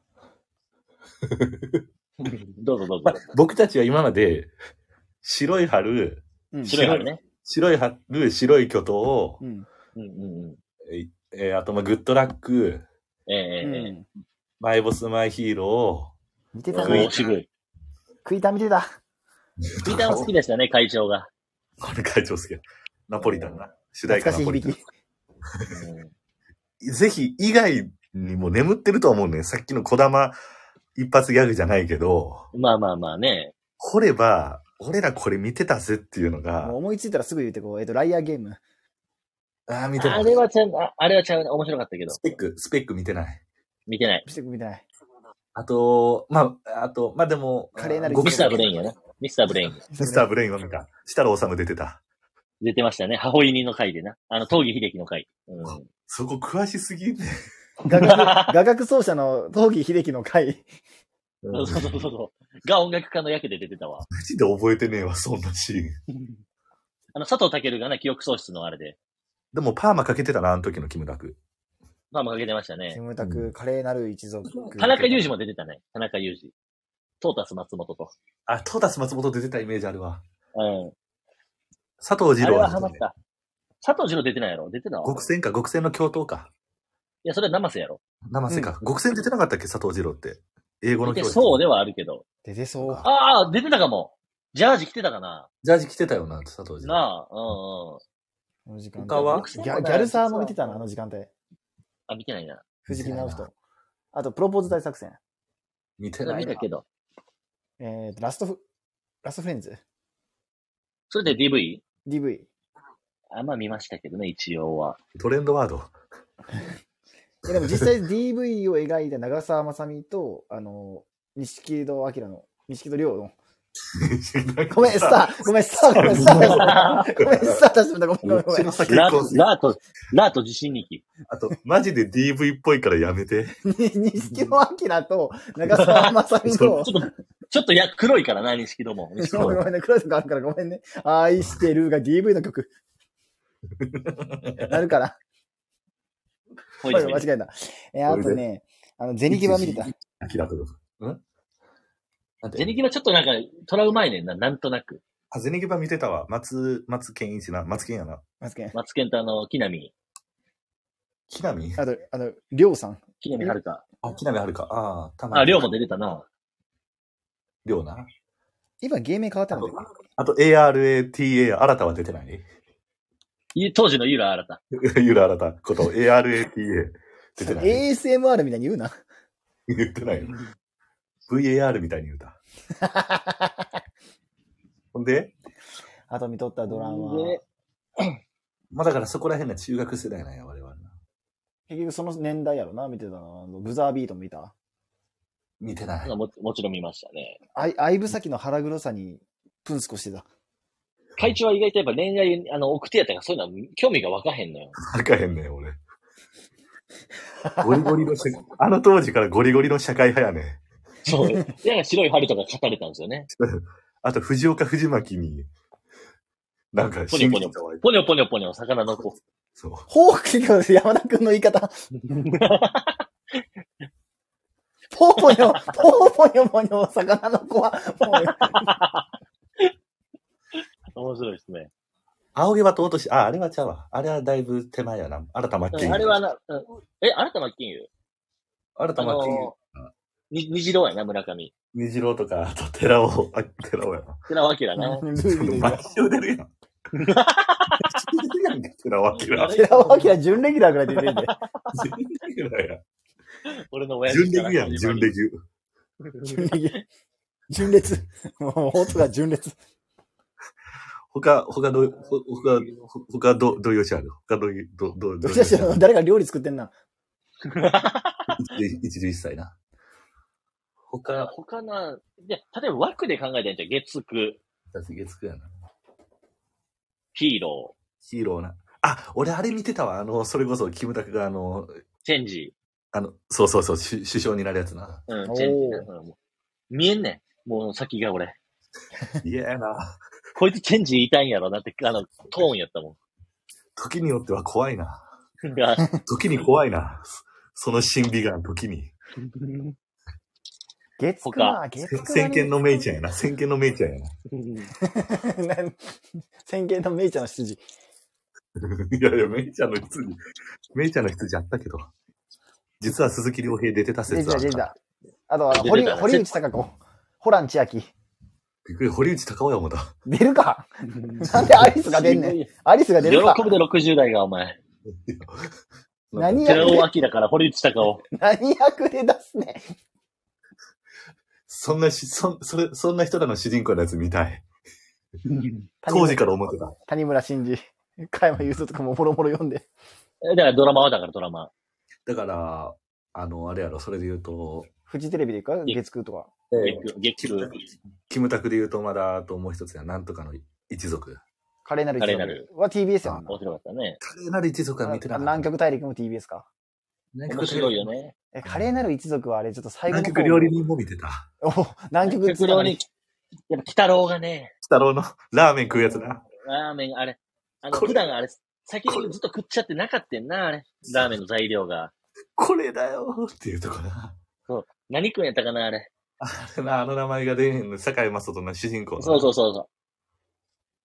[SPEAKER 3] どうぞどうぞ
[SPEAKER 2] まあ。僕たちは今まで、白い春、
[SPEAKER 1] うん。
[SPEAKER 3] 白い春ね。
[SPEAKER 2] 白い春、白い巨頭
[SPEAKER 1] う、ん。
[SPEAKER 3] うんうんう
[SPEAKER 2] えーあと、まあ、グッドラック、
[SPEAKER 3] ん。ええ
[SPEAKER 1] う
[SPEAKER 3] ええ
[SPEAKER 1] ん。
[SPEAKER 2] マイボスマイヒーロ
[SPEAKER 1] 見て
[SPEAKER 3] お
[SPEAKER 1] た
[SPEAKER 2] う
[SPEAKER 1] ね
[SPEAKER 3] ー。渋い。
[SPEAKER 1] 食いた見てた。
[SPEAKER 2] ー。
[SPEAKER 3] ギターも好きでしたね、会長が。
[SPEAKER 2] これ会長好きや。ナポリタンな。主題
[SPEAKER 1] 懐
[SPEAKER 2] 歌
[SPEAKER 1] か
[SPEAKER 2] ナ
[SPEAKER 1] しい
[SPEAKER 2] ポリタ
[SPEAKER 1] 響き。。
[SPEAKER 2] ン
[SPEAKER 3] うん
[SPEAKER 2] ぜひ、以外にも眠ってるとは思うね。さっきの小玉一発ギャグじゃないけど、
[SPEAKER 3] まあまあまあね。
[SPEAKER 2] 掘れば、俺らこれ見てたぜっていうのが
[SPEAKER 1] もう、思いついたらすぐ言ってこう、えっと、ライアーゲーム。
[SPEAKER 2] ああ、見てな
[SPEAKER 3] あ
[SPEAKER 2] い。
[SPEAKER 3] れはちゃん、ああれはちゃうね。面白かったけど
[SPEAKER 2] ス。ペック、スペック見てない。
[SPEAKER 3] 見てない。
[SPEAKER 1] してみたい。
[SPEAKER 2] あと、まあ、あと、まあでも、
[SPEAKER 1] 華麗なる
[SPEAKER 2] ごめんな
[SPEAKER 3] ミス
[SPEAKER 2] さ
[SPEAKER 3] タ
[SPEAKER 2] い
[SPEAKER 3] ーブレインやな。ミスターブレイン。
[SPEAKER 2] ミスターブレインは見た。設楽治出てた。
[SPEAKER 3] 出てましたね。母犬の回でな。あの、東儀秀樹の回。うん。
[SPEAKER 2] そこ詳しすぎんね。
[SPEAKER 1] 画学、画学奏者の東儀秀樹の回。
[SPEAKER 3] そうそうそうそう。が音楽家の役で出てたわ。
[SPEAKER 2] マジで覚えてねえわ、そんなシーン。
[SPEAKER 3] あの、佐藤健がね、記憶喪失のあれで。
[SPEAKER 2] でも、パーマかけてたな、あの時のキムタク。
[SPEAKER 3] まあ、まあかけてましたね
[SPEAKER 1] キ。ムタク、華麗なる一族。
[SPEAKER 3] 田中裕二も出てたね。田中裕二。トータス松本と。
[SPEAKER 2] あ、トータス松本出てたイメージあるわ。
[SPEAKER 3] うん。
[SPEAKER 2] 佐藤
[SPEAKER 3] あ
[SPEAKER 2] 二
[SPEAKER 3] れ
[SPEAKER 2] 郎
[SPEAKER 3] は
[SPEAKER 2] は
[SPEAKER 3] ハマった。佐藤二郎出てないやろ出てたわ。
[SPEAKER 2] 極戦か、極戦の共闘か。
[SPEAKER 3] いや、それは生瀬やろ。
[SPEAKER 2] 生瀬か。極戦出てなかったっけ、佐藤二郎って。英語の
[SPEAKER 3] で
[SPEAKER 2] 教師。
[SPEAKER 3] そうではあるけど。
[SPEAKER 1] 出てそう。
[SPEAKER 3] ああ、出てたかも。ジャージ着てたかな。
[SPEAKER 2] ジャージ着てたよな、佐藤二郎。
[SPEAKER 3] なあ、うんうん。
[SPEAKER 1] この時間帯
[SPEAKER 2] 他は
[SPEAKER 1] ギャギャルサーも見てたな、あの時間帯。
[SPEAKER 3] あ、見てないな。
[SPEAKER 1] 藤木直人。あと、プロポーズ大作戦。
[SPEAKER 2] 見て
[SPEAKER 3] それ
[SPEAKER 2] な
[SPEAKER 3] 見
[SPEAKER 2] い
[SPEAKER 3] た。けど。
[SPEAKER 1] えー、ラストフ、ラストフレンズ。
[SPEAKER 3] それで DV?
[SPEAKER 1] DV。
[SPEAKER 3] あんまあ見ましたけどね、一応は。
[SPEAKER 2] トレンドワード。
[SPEAKER 1] えでも実 際 DV を描いた長澤まさみと、あの、錦戸明の、錦戸亮 の。ごめん、ス ター、ごめん、スター、ごめん、スター、ごめん、スター出してもらった、ごめん、ごめん
[SPEAKER 2] 後。ろさ結
[SPEAKER 3] ラ
[SPEAKER 2] 構好き
[SPEAKER 3] ラーと、ラーと地震日記。
[SPEAKER 2] あと、マジで DV っぽいからやめて。
[SPEAKER 1] に錦戸明と長澤まさみ
[SPEAKER 2] そ
[SPEAKER 1] と
[SPEAKER 3] ち、ょっと、ちょっとや、黒いからな、錦戸も。錦
[SPEAKER 1] ごめん
[SPEAKER 3] 戸
[SPEAKER 1] ごめんね、黒いとこあるからごめんね。愛してるが DV の 曲。なるから。
[SPEAKER 3] ほい
[SPEAKER 1] 間
[SPEAKER 3] ほい
[SPEAKER 1] 違えた。えー、あとね、あの、ゼニゲバ見てた。
[SPEAKER 2] アキラとか。うんなん
[SPEAKER 3] ゼ
[SPEAKER 2] て
[SPEAKER 3] ニギはちょっとなんか、トラウマやねんな、なんとなく。
[SPEAKER 2] あ、ゼニゲバ見てたわ。松、松健一な。松健やな。
[SPEAKER 1] マツケン。
[SPEAKER 3] マツケンとあの、木南、
[SPEAKER 2] 木南
[SPEAKER 1] あと、あの、りょうさん。
[SPEAKER 3] 木南遥か。
[SPEAKER 2] あ、木南はるか。ああ、たま
[SPEAKER 3] あ、りょうも出てたな。
[SPEAKER 2] りょうな。
[SPEAKER 1] 今、芸名変わったんだよね。
[SPEAKER 2] あと、ARATA、新たは出てない
[SPEAKER 3] い当時のユーラ新た。
[SPEAKER 2] ゆら新たこと、ARATA。出てない
[SPEAKER 1] ASMR みたいに言うな。
[SPEAKER 2] 言ってないよ。VAR みたいに言う た。ほんで、
[SPEAKER 1] あと見とったドラマ。
[SPEAKER 3] で
[SPEAKER 2] まあだからそこら辺が中学世代なんや、我々は。
[SPEAKER 1] 結局その年代やろな、見てたの。あのブザービートも見た。
[SPEAKER 2] 見てない。
[SPEAKER 3] も、もちろん見ましたね。
[SPEAKER 1] あい、相武先の腹黒さに、プンスコしてた。
[SPEAKER 3] 会長は意外とやっぱ恋愛、あの、奥手やったから、そういうのは興味が湧かへんのよ。
[SPEAKER 2] あかへんねん、俺。ゴリゴリの社 会、あの当時からゴリゴリの社会派やねん。
[SPEAKER 3] そう。だから白い春とか勝たれたんですよね。
[SPEAKER 2] あと、藤岡藤巻に、なんか、
[SPEAKER 3] ポニョポニ
[SPEAKER 2] 親近
[SPEAKER 3] ョ
[SPEAKER 2] 感湧いた
[SPEAKER 3] ポニョポニョポニョ、魚の子。
[SPEAKER 2] そう。
[SPEAKER 1] フォークって言うけど山田くんの言い方。ポーポニョ、ポーポニョポニョ、魚の子は、もう、
[SPEAKER 3] 面白いですね。
[SPEAKER 2] 青毛はと落とし、あ、あれはちゃうわ。あれはだいぶ手前やな。新田真
[SPEAKER 3] うん
[SPEAKER 2] 剣佑。
[SPEAKER 3] あれはな、うんえ、新たな金融
[SPEAKER 2] 新
[SPEAKER 3] あ
[SPEAKER 2] 田真剣佑
[SPEAKER 3] の、に虹郎やな、村上。
[SPEAKER 2] 虹郎とか、あと寺尾、あ、寺尾やな。
[SPEAKER 3] 寺脇だな。
[SPEAKER 1] ルービー
[SPEAKER 2] 真っ白出るやん。真っ白出るやんか、寺尾明。
[SPEAKER 3] あれ
[SPEAKER 1] 寺尾明準レギュラーぐらいで出てるんで。
[SPEAKER 2] 準レギュラー
[SPEAKER 3] 俺の
[SPEAKER 2] や
[SPEAKER 3] 親
[SPEAKER 2] ん
[SPEAKER 3] 父
[SPEAKER 2] 準レギュやん、準
[SPEAKER 1] 純
[SPEAKER 2] レギュ。
[SPEAKER 1] 烈。純烈。もう、本当だ、純烈。
[SPEAKER 2] 他、他どう、ほ他、ほ他ど、どういうしある他どういう、ど、どう、
[SPEAKER 1] ど
[SPEAKER 2] どう
[SPEAKER 1] っ
[SPEAKER 2] い
[SPEAKER 1] ち
[SPEAKER 2] う
[SPEAKER 1] だ
[SPEAKER 2] し
[SPEAKER 1] し
[SPEAKER 2] ある
[SPEAKER 1] 誰が料理作ってんな。
[SPEAKER 2] 一汁一菜な。他、
[SPEAKER 3] 他、他な、いや、例えば枠で考えたらいいんじゃん月九、
[SPEAKER 2] 月9やな。
[SPEAKER 3] ヒーロ
[SPEAKER 2] ヒーローな。あ、俺あれ見てたわ。あの、それこそ、キムタクがあの、
[SPEAKER 3] ー、チェンジ。
[SPEAKER 2] あの、そうそうそう、し首相になるやつな。
[SPEAKER 3] う
[SPEAKER 1] お
[SPEAKER 3] ん、
[SPEAKER 1] ー
[SPEAKER 3] チェンジな。うんもう見えんねん。もう先が俺。
[SPEAKER 2] 嫌やな。
[SPEAKER 3] こいつチェンジ言いたいんやろなって、あの、トーンやったもん。
[SPEAKER 2] 時によっては怖いな。
[SPEAKER 3] あ
[SPEAKER 2] 時に怖いな。その審美眼、時に。
[SPEAKER 1] 月9は、月9はね
[SPEAKER 2] 先見のめいちゃんやな。先見のめいちゃんやな。
[SPEAKER 1] なん 先見のめいちゃんの羊。
[SPEAKER 2] いやいや、めいちゃんの羊、めいちゃんの羊あったけど。実は鈴木亮平出てた
[SPEAKER 1] 出て
[SPEAKER 2] 説はあ
[SPEAKER 1] た、
[SPEAKER 2] っ
[SPEAKER 1] 出て
[SPEAKER 2] た。
[SPEAKER 1] た。あとは、
[SPEAKER 3] 出て
[SPEAKER 1] 堀
[SPEAKER 3] たね
[SPEAKER 1] 堀内孝子。ホラン千秋。
[SPEAKER 2] びっくり、堀内孝也もだ。
[SPEAKER 1] 出るかなんでアリスが出んねん。アリスが出
[SPEAKER 3] 喜
[SPEAKER 1] るか
[SPEAKER 3] ぶで60代が、お前。
[SPEAKER 1] 何や
[SPEAKER 3] 寺尾明だから、堀内孝を。
[SPEAKER 1] 何役で出すねん。
[SPEAKER 2] そんなし、そん、それ、そんな人らの主人公のやつ見たい。当時から思ってた。
[SPEAKER 1] 谷村新司、加山雄三とかももろもろ読んで。
[SPEAKER 3] えだからドラマはだからドラマ。
[SPEAKER 2] だから、あの、あれやろ、それで言うと、
[SPEAKER 1] フジテレビでいいか月9とか。
[SPEAKER 3] 月9月9
[SPEAKER 2] キムタクで言うとまだ、あともう一つや、なんとかの一族。
[SPEAKER 1] 華麗なる一
[SPEAKER 3] 華麗な
[SPEAKER 1] 族
[SPEAKER 3] る
[SPEAKER 1] は TBS やもんな
[SPEAKER 3] 面白かったね。
[SPEAKER 2] 華麗なる一族は見てな
[SPEAKER 1] あ
[SPEAKER 2] かった。
[SPEAKER 1] 南極大陸も TBS か。
[SPEAKER 2] 南
[SPEAKER 3] 面白いよ。ね。
[SPEAKER 1] え、華麗なる一族はあれ、ちょっと最後の
[SPEAKER 2] 南
[SPEAKER 1] 方
[SPEAKER 2] 極料理人も見てた。
[SPEAKER 1] お南極
[SPEAKER 3] 極料理。やっぱ、北郎がね、
[SPEAKER 2] 北郎のラーメン食うやつな。
[SPEAKER 3] ラーメン、あれ、あの、
[SPEAKER 2] これ
[SPEAKER 3] 普段あれ、先にずっと食っちゃってなかったんな、あれ。ラーメンの材料が。
[SPEAKER 2] これだよーっていうとこな。
[SPEAKER 3] 何食うんやったかな、あれ。
[SPEAKER 2] あれなあの名前が出えへんの、坂井正人の主人公の。
[SPEAKER 3] そうそうそうそう。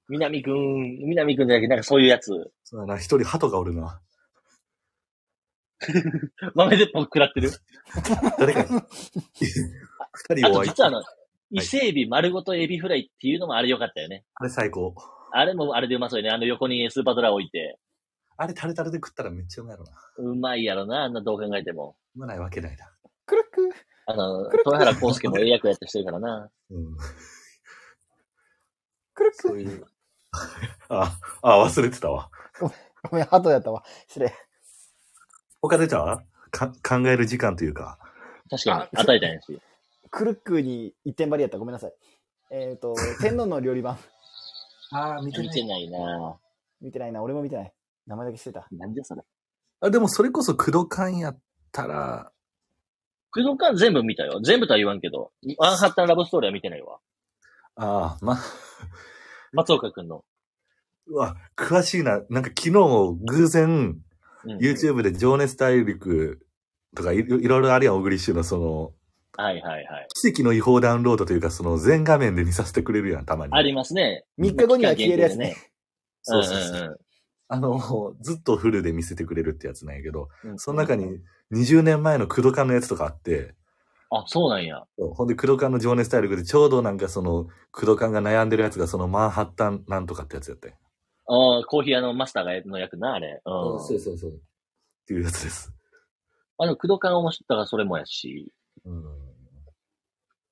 [SPEAKER 3] 南くん、南くんじゃなくて、なんかそういうやつ。
[SPEAKER 2] そうやな、一人鳩がおるな。
[SPEAKER 3] 豆鉄砲食らってる。
[SPEAKER 2] 誰か、 二人
[SPEAKER 3] あ
[SPEAKER 2] お
[SPEAKER 3] と
[SPEAKER 2] 会い。
[SPEAKER 3] 実はあの、伊勢海老丸ごとエビフライっていうのもあれ良かったよね。
[SPEAKER 2] あれ最高。
[SPEAKER 3] あれもあれでうまそうよね。あの横にスーパードラ置いて。
[SPEAKER 2] あれタルタルで食ったらめっちゃうまいやろな。
[SPEAKER 3] うまいやろな、あんなどう考えても。
[SPEAKER 2] うまないわけないな。
[SPEAKER 1] くるく。
[SPEAKER 3] あの、豊原康介も英訳やってしてるからな。
[SPEAKER 2] うん。
[SPEAKER 1] くるく
[SPEAKER 2] そういう。 あ、あ、忘れてたわ。
[SPEAKER 1] ごめん、ハトやったわ。失礼。
[SPEAKER 2] 他出たわか考える時間というか。
[SPEAKER 3] 確かに、
[SPEAKER 1] あ
[SPEAKER 3] 与えたんやし。
[SPEAKER 1] クルックに一点張りやった。ごめんなさい。えっ、と、天皇の料理版。
[SPEAKER 2] ああ、見
[SPEAKER 3] 見てないな
[SPEAKER 1] 見てないな。俺も見てない。名前だけしてた。
[SPEAKER 3] なんじゃそれ。
[SPEAKER 2] あ、でもそれこそ工藤館やったら、
[SPEAKER 3] クドカン全部見たよ。全部とは言わんけど。マンハッタンラブストーリーは見てないわ。
[SPEAKER 2] ああ、ま、
[SPEAKER 3] 松岡くんの。
[SPEAKER 2] うわ、詳しいな。なんか昨日偶然、
[SPEAKER 3] うん
[SPEAKER 2] YouTube で情熱大陸とかいいろいろあるやん、小栗旬のその、
[SPEAKER 3] はいはいはい。
[SPEAKER 2] 奇跡の違法ダウンロードというか、その全画面で見させてくれるやん、たまに。
[SPEAKER 3] ありますね。
[SPEAKER 1] 3日後には消えるやつね。
[SPEAKER 3] う
[SPEAKER 2] そ
[SPEAKER 3] ん
[SPEAKER 2] う
[SPEAKER 3] う
[SPEAKER 2] そうそう。
[SPEAKER 3] ん
[SPEAKER 2] あの、ずっとフルで見せてくれるってやつなんやけど、
[SPEAKER 3] うん。
[SPEAKER 2] その中に。20年前の工藤館のやつとかあって、
[SPEAKER 3] あ、そうなんや。
[SPEAKER 2] そうほんで工藤館の情熱大陸でちょうどなんかその、工藤館が悩んでるやつがそのマンハッタンなんとかってやつやって。
[SPEAKER 3] ああ、コーヒー屋のマスターがの役な、あれ。うん。
[SPEAKER 2] そうそうそう。っていうやつです。
[SPEAKER 3] あの、クドカン面白かったらそれもやし。
[SPEAKER 2] うん。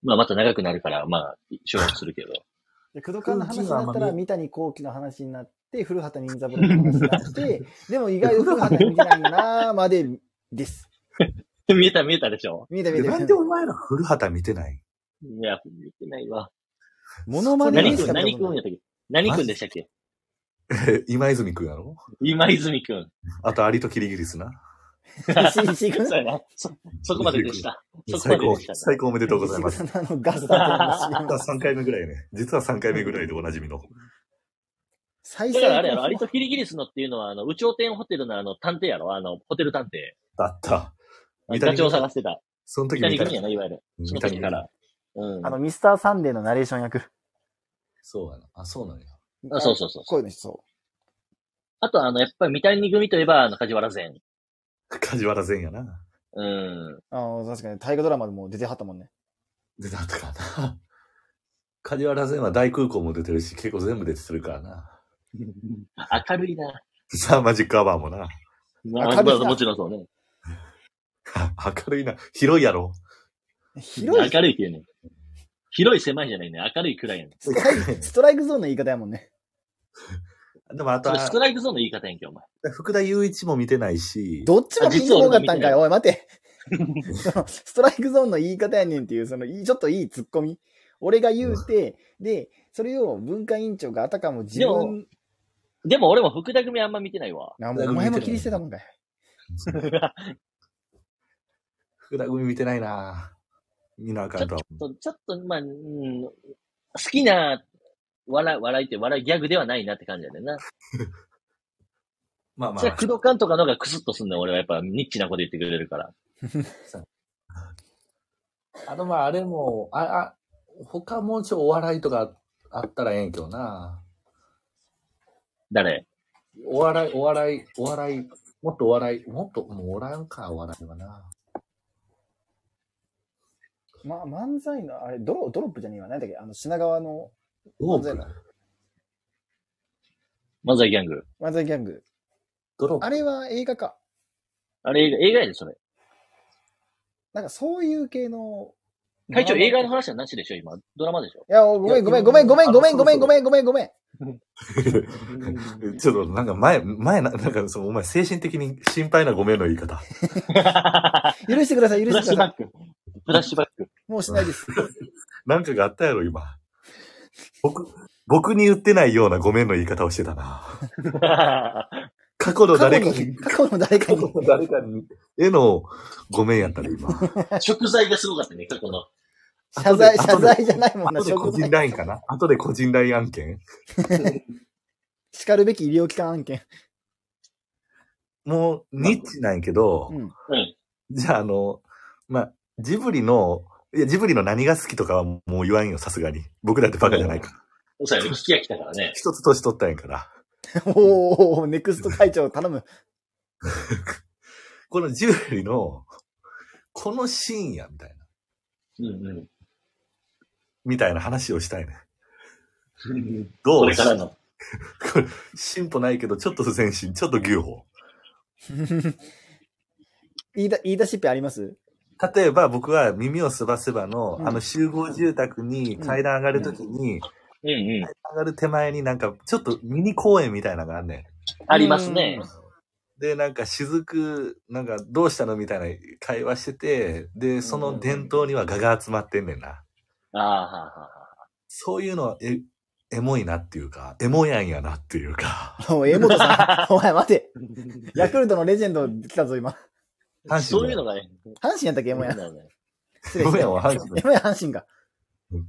[SPEAKER 3] まあ、また長くなるから、まあ、省略するけど。
[SPEAKER 1] で、工藤館の話になった
[SPEAKER 2] 空気が
[SPEAKER 1] ら、
[SPEAKER 2] 甘
[SPEAKER 1] 三谷幸喜の話になって、古畑任三郎の話にな って、でも意外と古畑見てないなーまでです。
[SPEAKER 3] 見えた見えたでしょ
[SPEAKER 1] 見えた見
[SPEAKER 2] で
[SPEAKER 1] えた
[SPEAKER 2] な
[SPEAKER 1] 見
[SPEAKER 2] ん
[SPEAKER 1] え
[SPEAKER 2] で
[SPEAKER 1] た。
[SPEAKER 2] お前ら古畑見てない
[SPEAKER 3] いや、見てないわ。
[SPEAKER 1] モノマネ
[SPEAKER 3] 何
[SPEAKER 1] に
[SPEAKER 3] く
[SPEAKER 1] し
[SPEAKER 3] ん、
[SPEAKER 1] か
[SPEAKER 3] 何
[SPEAKER 1] 出て
[SPEAKER 3] く
[SPEAKER 1] こ
[SPEAKER 3] ん
[SPEAKER 1] ない
[SPEAKER 3] やったっけ何くんでしたっけ
[SPEAKER 2] え今泉くんやろ
[SPEAKER 3] 今泉くん。
[SPEAKER 2] あと、アリとキリギリスな。
[SPEAKER 1] 石石井君
[SPEAKER 3] そうやな。そ、そこまででした。そこま
[SPEAKER 2] 最
[SPEAKER 3] で
[SPEAKER 2] 高
[SPEAKER 3] でした、。
[SPEAKER 2] 最高おめでとうございます。
[SPEAKER 1] 石井君のあのガスだって
[SPEAKER 2] 実は3回目ぐらいね。実は3回目ぐらいでおなじみの。
[SPEAKER 1] 最
[SPEAKER 3] だからあれやろ、ア
[SPEAKER 1] 初
[SPEAKER 3] リとキリギリスのっていうのは、あの、宇宙天ホテルのあの、探偵やろあの、ホテル探偵。
[SPEAKER 2] だった。三
[SPEAKER 3] ガ
[SPEAKER 2] 谷
[SPEAKER 3] チ
[SPEAKER 2] 君
[SPEAKER 3] ョウ探してた。
[SPEAKER 2] その時
[SPEAKER 3] 北
[SPEAKER 2] 三
[SPEAKER 3] に組
[SPEAKER 2] 谷
[SPEAKER 3] やな、いわゆる。その時から。うん。
[SPEAKER 1] あの、ミスターサンデーのナレーション役。
[SPEAKER 2] そうやな。あ、そうなんや。
[SPEAKER 3] あそうそうそう。
[SPEAKER 1] こういうのそ
[SPEAKER 3] あと、あの、やっぱり、三谷組といえば、あの、梶原善。
[SPEAKER 2] 梶原善やな。
[SPEAKER 3] うん。
[SPEAKER 1] う。あの、確かに大河ドラマでも出てはった もんね。
[SPEAKER 2] 出たったかな。梶原善は大空港も出てるし、結構全部出てるからな。
[SPEAKER 3] 明るいな。
[SPEAKER 2] さあ、マジックアワーもな。
[SPEAKER 3] ま
[SPEAKER 1] 明
[SPEAKER 3] あ、
[SPEAKER 1] るいな
[SPEAKER 3] もちろんそうね。
[SPEAKER 2] 明るいな。広いやろ。
[SPEAKER 1] 広い、
[SPEAKER 3] 明るいっていうね。広い狭いじゃないね。明るいくらいやね。
[SPEAKER 1] ストライクストライクゾーンの言い方やもんね。
[SPEAKER 2] でも、あと
[SPEAKER 3] それ
[SPEAKER 2] は
[SPEAKER 3] ス、トライクゾーンの言い方やんけ、お前。
[SPEAKER 2] 福田雄一も見てないし、
[SPEAKER 1] どっちもピンク多かったんかい。
[SPEAKER 3] あ実は
[SPEAKER 1] おい、待て。そのストライクゾーンの言い方やねんっていう、その、いいちょっといいツッコミ。俺が言うて、で、それを文化委員長があたかも自分、
[SPEAKER 3] でも俺も福田組あんま見てないわ。
[SPEAKER 1] あもうお前も気にしてたもんかい。
[SPEAKER 2] 福田組見てないな。見なあか
[SPEAKER 3] ちょ
[SPEAKER 2] ん
[SPEAKER 3] っ
[SPEAKER 2] とは
[SPEAKER 3] と、ちょっと、まあ、うん、好きな笑い、笑いって、笑いギャグではないなって感じだよな。
[SPEAKER 2] まあま
[SPEAKER 3] それは、
[SPEAKER 2] あ
[SPEAKER 3] 工、藤館とかの方がクスッとすんだよ、俺はやっぱ、ニッチなこと言ってくれるから。
[SPEAKER 2] あの、まあ、あれも、あ、あ、他もうちょいお笑いとかあったらええんけどな。
[SPEAKER 3] 誰
[SPEAKER 2] お笑い、お笑い、お笑い、もっとお笑い、もっと、もうおらんか、お笑いはな。
[SPEAKER 1] ま、漫才の、あれ、ドロドロップじゃねえわ。なんだっけあの、品川の
[SPEAKER 2] ドロ
[SPEAKER 1] 漫才
[SPEAKER 2] ップ
[SPEAKER 1] の、
[SPEAKER 3] 漫才ギャング。
[SPEAKER 1] 漫才ギャング。
[SPEAKER 2] ドロップ
[SPEAKER 1] あれは映画か。
[SPEAKER 3] あれ、映画映画やで、それ。
[SPEAKER 1] なんかそういう系の。
[SPEAKER 3] 会長、
[SPEAKER 1] ドラマ
[SPEAKER 3] 映画の話はなしでしょ、今。ドラマでしょ。
[SPEAKER 1] いや、ごめん、ごめん、ごめん、ごめん、ごめん、ごめん、ごめん、ごめん、ごめん。
[SPEAKER 2] ちょっとなんか前、前な、なんかそのお前精神的に心配なごめんの言い方。
[SPEAKER 1] 許してください、許
[SPEAKER 3] フ
[SPEAKER 1] し
[SPEAKER 3] ラッ
[SPEAKER 1] てくださ
[SPEAKER 3] シュバック。フラッシュバック。
[SPEAKER 1] い。もうしないです。
[SPEAKER 2] なんかがあったやろ、今。僕、僕に言ってないようなごめんの言い方をしてたな。過去の
[SPEAKER 1] 過去
[SPEAKER 2] 誰かに
[SPEAKER 1] に、、過去の誰か
[SPEAKER 2] 過
[SPEAKER 1] に
[SPEAKER 2] 去。の誰かに、へのごめんやったね、今。
[SPEAKER 3] 食材がすごかったね、過去の。
[SPEAKER 1] 謝罪、
[SPEAKER 2] 後
[SPEAKER 1] 謝
[SPEAKER 2] で
[SPEAKER 1] 罪じゃないもんな、
[SPEAKER 2] 後で個
[SPEAKER 1] 職
[SPEAKER 2] 人
[SPEAKER 1] 罪。
[SPEAKER 2] ラインかな後で個人ライン案件
[SPEAKER 1] 叱るべき医療機関案件。
[SPEAKER 2] もう、ニッチなんやけど、
[SPEAKER 1] うん。
[SPEAKER 2] じゃあ、あの、まあ、ジブリの、いや、ジブリの何が好きとかはもう言わんよ、さすがに。僕だってバカじゃないから。
[SPEAKER 3] おそらく聞き飽きたからね。
[SPEAKER 2] 一つ年取ったんやから。
[SPEAKER 1] おー、ネクスト会長頼む。
[SPEAKER 2] このジブリの、このシーンや、みたいな。
[SPEAKER 3] うんうん。
[SPEAKER 2] みたいな話をしたいね。ど
[SPEAKER 3] こ
[SPEAKER 2] う
[SPEAKER 3] れからの。
[SPEAKER 2] これ進歩ないけど、ちょっと前進、ちょっと牛歩。
[SPEAKER 1] 言いだ、言い出しっぺあります
[SPEAKER 2] 例えば僕は耳をすばせばの、
[SPEAKER 1] うん
[SPEAKER 2] あの集合住宅に階段上がるときに、
[SPEAKER 3] うんうん。
[SPEAKER 2] 上がる手前になんかちょっとミニ公園みたいなのがあんねん。
[SPEAKER 3] ありますね。
[SPEAKER 2] で、なんか雫、なんかどうしたのみたいな会話してて、で、その伝統にはガが集まってんねんな。
[SPEAKER 3] ああ、はあはあ。
[SPEAKER 2] そういうのはエエモいなっていうか、エモやんやなっていうか、
[SPEAKER 1] おい、江本さ ん。お前待て。ヤクルトのレジェンド来たぞ、今。
[SPEAKER 2] 阪
[SPEAKER 3] そう
[SPEAKER 2] 神
[SPEAKER 3] いう
[SPEAKER 2] の
[SPEAKER 3] のがね。
[SPEAKER 1] 阪神やったっけ、江本や。
[SPEAKER 3] だよね。
[SPEAKER 1] 失礼
[SPEAKER 2] ご
[SPEAKER 1] した。
[SPEAKER 2] めん
[SPEAKER 1] 江
[SPEAKER 2] よ阪神の
[SPEAKER 1] 本や、阪神が。
[SPEAKER 2] っ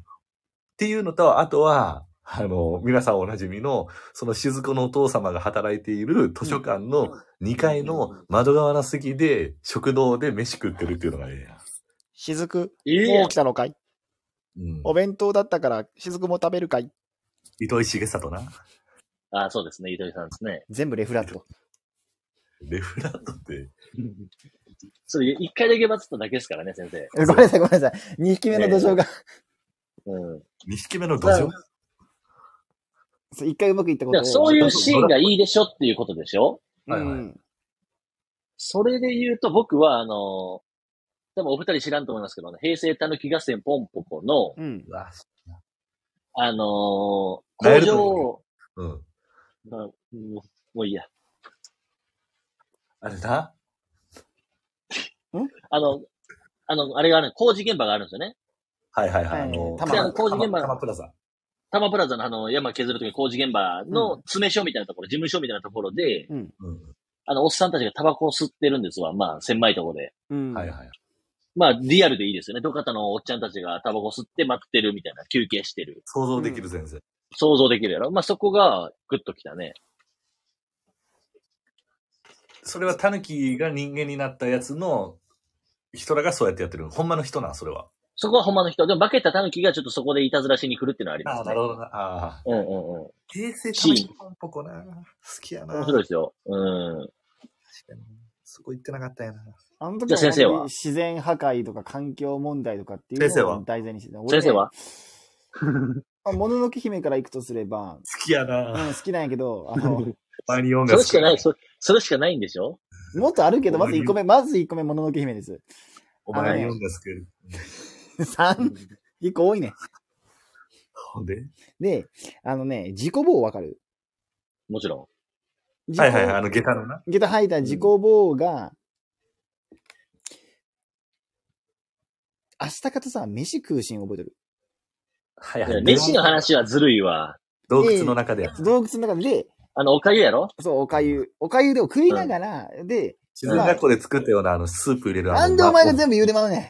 [SPEAKER 2] ていうのと、あとは、あの、皆さんおなじみの、その雫のお父様が働いている図書館の2階の窓側の席で、食堂で飯食ってるっていうのがええや
[SPEAKER 1] 雫、
[SPEAKER 3] ええ
[SPEAKER 1] もう来たのかい
[SPEAKER 2] ん。う
[SPEAKER 1] お
[SPEAKER 2] ん。
[SPEAKER 1] 弁当だったから、雫も食べるかい
[SPEAKER 2] 糸井重里な。
[SPEAKER 3] ああ、そうですね。糸井さんですね。
[SPEAKER 1] 全部レフラット。
[SPEAKER 2] レフラットって、
[SPEAKER 3] それ、一回だけバズっただけですからね、先生。
[SPEAKER 1] ごめんなさい、ごめんなさい。2匹目の土壌が、
[SPEAKER 3] うん。
[SPEAKER 2] 2匹目の土壌
[SPEAKER 3] うん
[SPEAKER 1] そう一回うまくいったこ
[SPEAKER 3] だか
[SPEAKER 1] と
[SPEAKER 3] ら
[SPEAKER 1] を
[SPEAKER 3] そういうシーンがいいでしょっていうことでしょ
[SPEAKER 2] はいはい
[SPEAKER 1] うん。
[SPEAKER 3] それで言うと、僕は、あの、多分お二人知らんと思いますけど、あの平成たぬき合戦ポンポコの、
[SPEAKER 1] うん。
[SPEAKER 2] うわ
[SPEAKER 3] あのー、工
[SPEAKER 2] なるほど
[SPEAKER 3] 場を、
[SPEAKER 2] うん。
[SPEAKER 3] まあうんもういいや。
[SPEAKER 2] あれな
[SPEAKER 3] あの、あの、あれがある、工事現場があるんですよね。
[SPEAKER 2] はいはいはい。
[SPEAKER 1] はい
[SPEAKER 2] あの、
[SPEAKER 1] 多摩
[SPEAKER 2] 多摩
[SPEAKER 3] 工事現場
[SPEAKER 2] 多摩プラザ。
[SPEAKER 3] タマプラザのあの、山削るとき工事現場の詰め所みたいなところ、事務所みたいなところで、
[SPEAKER 2] う
[SPEAKER 3] あの、おっさんたちがタバコを吸ってるんですわ。まあ、狭いところで。
[SPEAKER 1] うん。
[SPEAKER 2] ん。はいはい。
[SPEAKER 3] まあ、リアルでいいですよね。どかたのおっちゃんたちがタバコ吸って待ってるみたいな、休憩してる。
[SPEAKER 2] 想像できる先生。
[SPEAKER 3] 想像できるやろまあ、そこが、グッときたね。
[SPEAKER 2] それはタヌキが人間になったやつの、人らがそうやってやってる。ほんまの人なん、それは。
[SPEAKER 3] そこはほんまの人。でも、化けた狸がちょっとそこでいたずらしに来るっていうのはあります、ね。
[SPEAKER 2] ほどな。ああ。
[SPEAKER 3] うんうんうん。
[SPEAKER 2] 平成
[SPEAKER 3] シーン
[SPEAKER 2] 魂ポンポコな。好きやな。
[SPEAKER 3] 面白いですよ。うん。
[SPEAKER 2] そこ行ってなかったやな。
[SPEAKER 1] あの時
[SPEAKER 3] じゃあ先生は
[SPEAKER 1] 本当に自然破壊とか環境問題とかっていう
[SPEAKER 2] 先生
[SPEAKER 1] の
[SPEAKER 2] は
[SPEAKER 1] を題材にしてた。俺ね
[SPEAKER 3] 先生は
[SPEAKER 1] まあもののけ姫から行くとすれば、
[SPEAKER 2] 好きや
[SPEAKER 1] う
[SPEAKER 2] な。
[SPEAKER 1] ん、好きなんやけど、 あの、
[SPEAKER 2] マリオン
[SPEAKER 3] そ
[SPEAKER 2] が
[SPEAKER 3] れ
[SPEAKER 2] 好
[SPEAKER 3] し
[SPEAKER 2] き
[SPEAKER 3] かない、そそれしかないんでしょ
[SPEAKER 1] もっとあるけど、まず1個目、まず1個目、もののけ姫 です。
[SPEAKER 2] お
[SPEAKER 1] あの
[SPEAKER 2] 前
[SPEAKER 1] ね
[SPEAKER 2] リオンが好きやる。
[SPEAKER 1] 3、1個多いね。
[SPEAKER 2] ほんで
[SPEAKER 1] で、あのね、自己棒わかる
[SPEAKER 3] もちろ
[SPEAKER 2] はいはいはい、あ
[SPEAKER 1] い。
[SPEAKER 2] の、下駄のな。
[SPEAKER 1] 下駄吐いた自己棒が、明日かとさ、飯食うシーン覚えてる
[SPEAKER 2] はい
[SPEAKER 3] ん。飯の。話はずるいわ。
[SPEAKER 2] 洞窟の中でやる。
[SPEAKER 1] 洞窟の中で、
[SPEAKER 3] あの、おかゆやろ
[SPEAKER 1] そう、おかゆ、おかゆでを食いながら、で、
[SPEAKER 2] 自分がこれ作ったような、あの、スープ入れる。
[SPEAKER 1] な
[SPEAKER 2] あの
[SPEAKER 1] んでお前が全部茹でまうねん。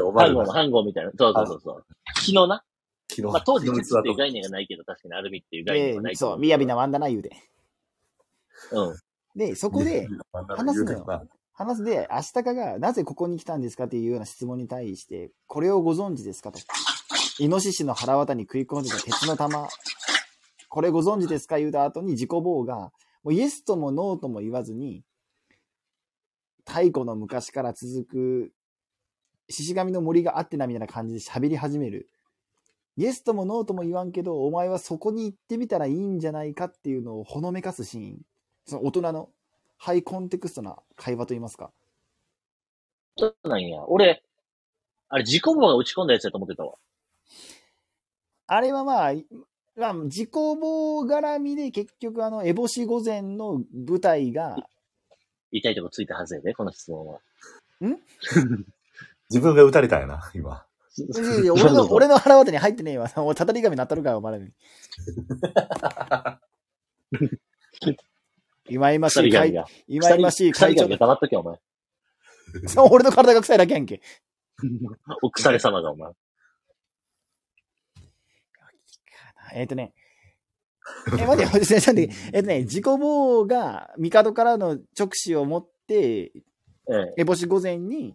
[SPEAKER 2] お
[SPEAKER 3] ハ
[SPEAKER 2] 前
[SPEAKER 3] ンゴ
[SPEAKER 2] が
[SPEAKER 3] の、ハンゴみたいな。そうそうそうそう。昨日な。
[SPEAKER 2] 昨昨日。
[SPEAKER 3] まあ、当時、
[SPEAKER 2] 昨
[SPEAKER 3] 塾
[SPEAKER 2] 日
[SPEAKER 3] っ
[SPEAKER 2] の器
[SPEAKER 3] ていう
[SPEAKER 2] と。
[SPEAKER 3] 概念がないけど、確かにアルミっていう概
[SPEAKER 1] で
[SPEAKER 3] 念がないけど。
[SPEAKER 1] そう、みやびなワンダな言うて。
[SPEAKER 3] うん。
[SPEAKER 1] で、そこで、話すのよ
[SPEAKER 2] まあ
[SPEAKER 1] 話すで、アシタカがなぜここに来たんですかっていうような質問に対して、これをご存知ですかと。イノシシの腹渡に食い込んでた鉄の玉。これご存知ですか言うた後に自己棒が、もうイエスともノーとも言わずに、太古の昔から続く、獅子神の森があってなみたいな感じで喋り始める。イエスともノーとも言わんけど、お前はそこに行ってみたらいいんじゃないかっていうのをほのめかすシーン。その大人のハイコンテクストな会話といいますか。
[SPEAKER 3] そうなんや。俺、あれ、自己棒が打ち込んだやつだと思ってたわ。
[SPEAKER 1] あれはまあ、いまあ、自己棒絡みで結局あの、エボシ御前の舞台が、
[SPEAKER 3] 痛いとこついたはずやで、この質問は。
[SPEAKER 2] 自分が打たれたんやな、 今。
[SPEAKER 1] いやいや俺の、俺の腹渡に入ってねえわ。 もうたたり神なったるかよ、お前ら に。忌々し
[SPEAKER 3] 鎖
[SPEAKER 1] い
[SPEAKER 3] 紙
[SPEAKER 1] 会、
[SPEAKER 3] が。
[SPEAKER 1] 忌々し
[SPEAKER 3] 鎖
[SPEAKER 1] い会
[SPEAKER 3] 鎖
[SPEAKER 1] 長
[SPEAKER 3] 紙が黙っとけ、お前。
[SPEAKER 1] そう俺の体が臭いだけやんけ。
[SPEAKER 3] お腐れ様が、お前。
[SPEAKER 1] えっ、とね、え、待 ってよ、先生、待ってえっ、とね、自己棒が帝からの直視を持って、
[SPEAKER 3] え
[SPEAKER 1] 烏帽子御前に、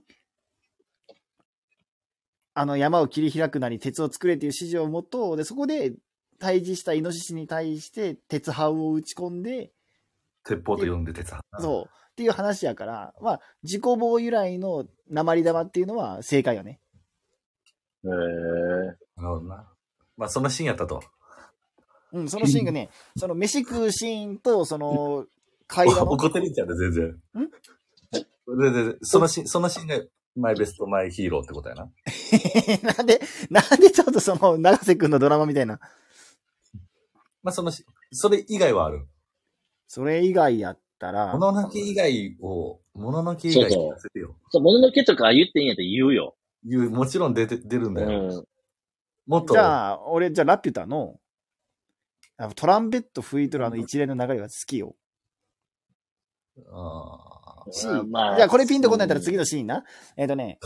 [SPEAKER 1] あの山を切り開くなり鉄を作れという指示をもと、で、そこで退治したイノシシに対して鉄砲を打ち込んで、
[SPEAKER 2] 鉄砲と呼んで鉄砲。
[SPEAKER 1] そう、っていう話やから、まあ、自己棒由来の鉛玉っていうのは正解よね。
[SPEAKER 3] え。へえ。
[SPEAKER 2] なるほどな。まあ、そんなシーンやったと。
[SPEAKER 1] うん、そのシーンが ね、その飯食うシーンと、その、会話の、
[SPEAKER 2] 怒ってるんちゃうで、全然。
[SPEAKER 1] ん
[SPEAKER 2] でででそのシーン、そのシーンが、マイベスト、マイヒーローってことやな。
[SPEAKER 1] なんで、なんでちょっとその、長瀬くんのドラマみたいな。
[SPEAKER 2] まあ、そのし、それ以外はある。
[SPEAKER 1] それ以外やったら
[SPEAKER 2] も、ののけ以外を、もののけ以外聞かせてよ。
[SPEAKER 3] そう、もののけとか言っていいんやったら言うよ。
[SPEAKER 2] いう、もちろん出て、出るん
[SPEAKER 3] う
[SPEAKER 2] だよ。
[SPEAKER 3] ん。
[SPEAKER 2] もっと
[SPEAKER 1] じ、ゃあ、俺、じゃあ、ラピュタの、あのトランペット吹いとるあの一連の流れが好きよ。
[SPEAKER 2] あー
[SPEAKER 1] し、
[SPEAKER 3] うんまあ
[SPEAKER 1] じゃあ、これピンとこないったら次のシーンな。えっ、とね、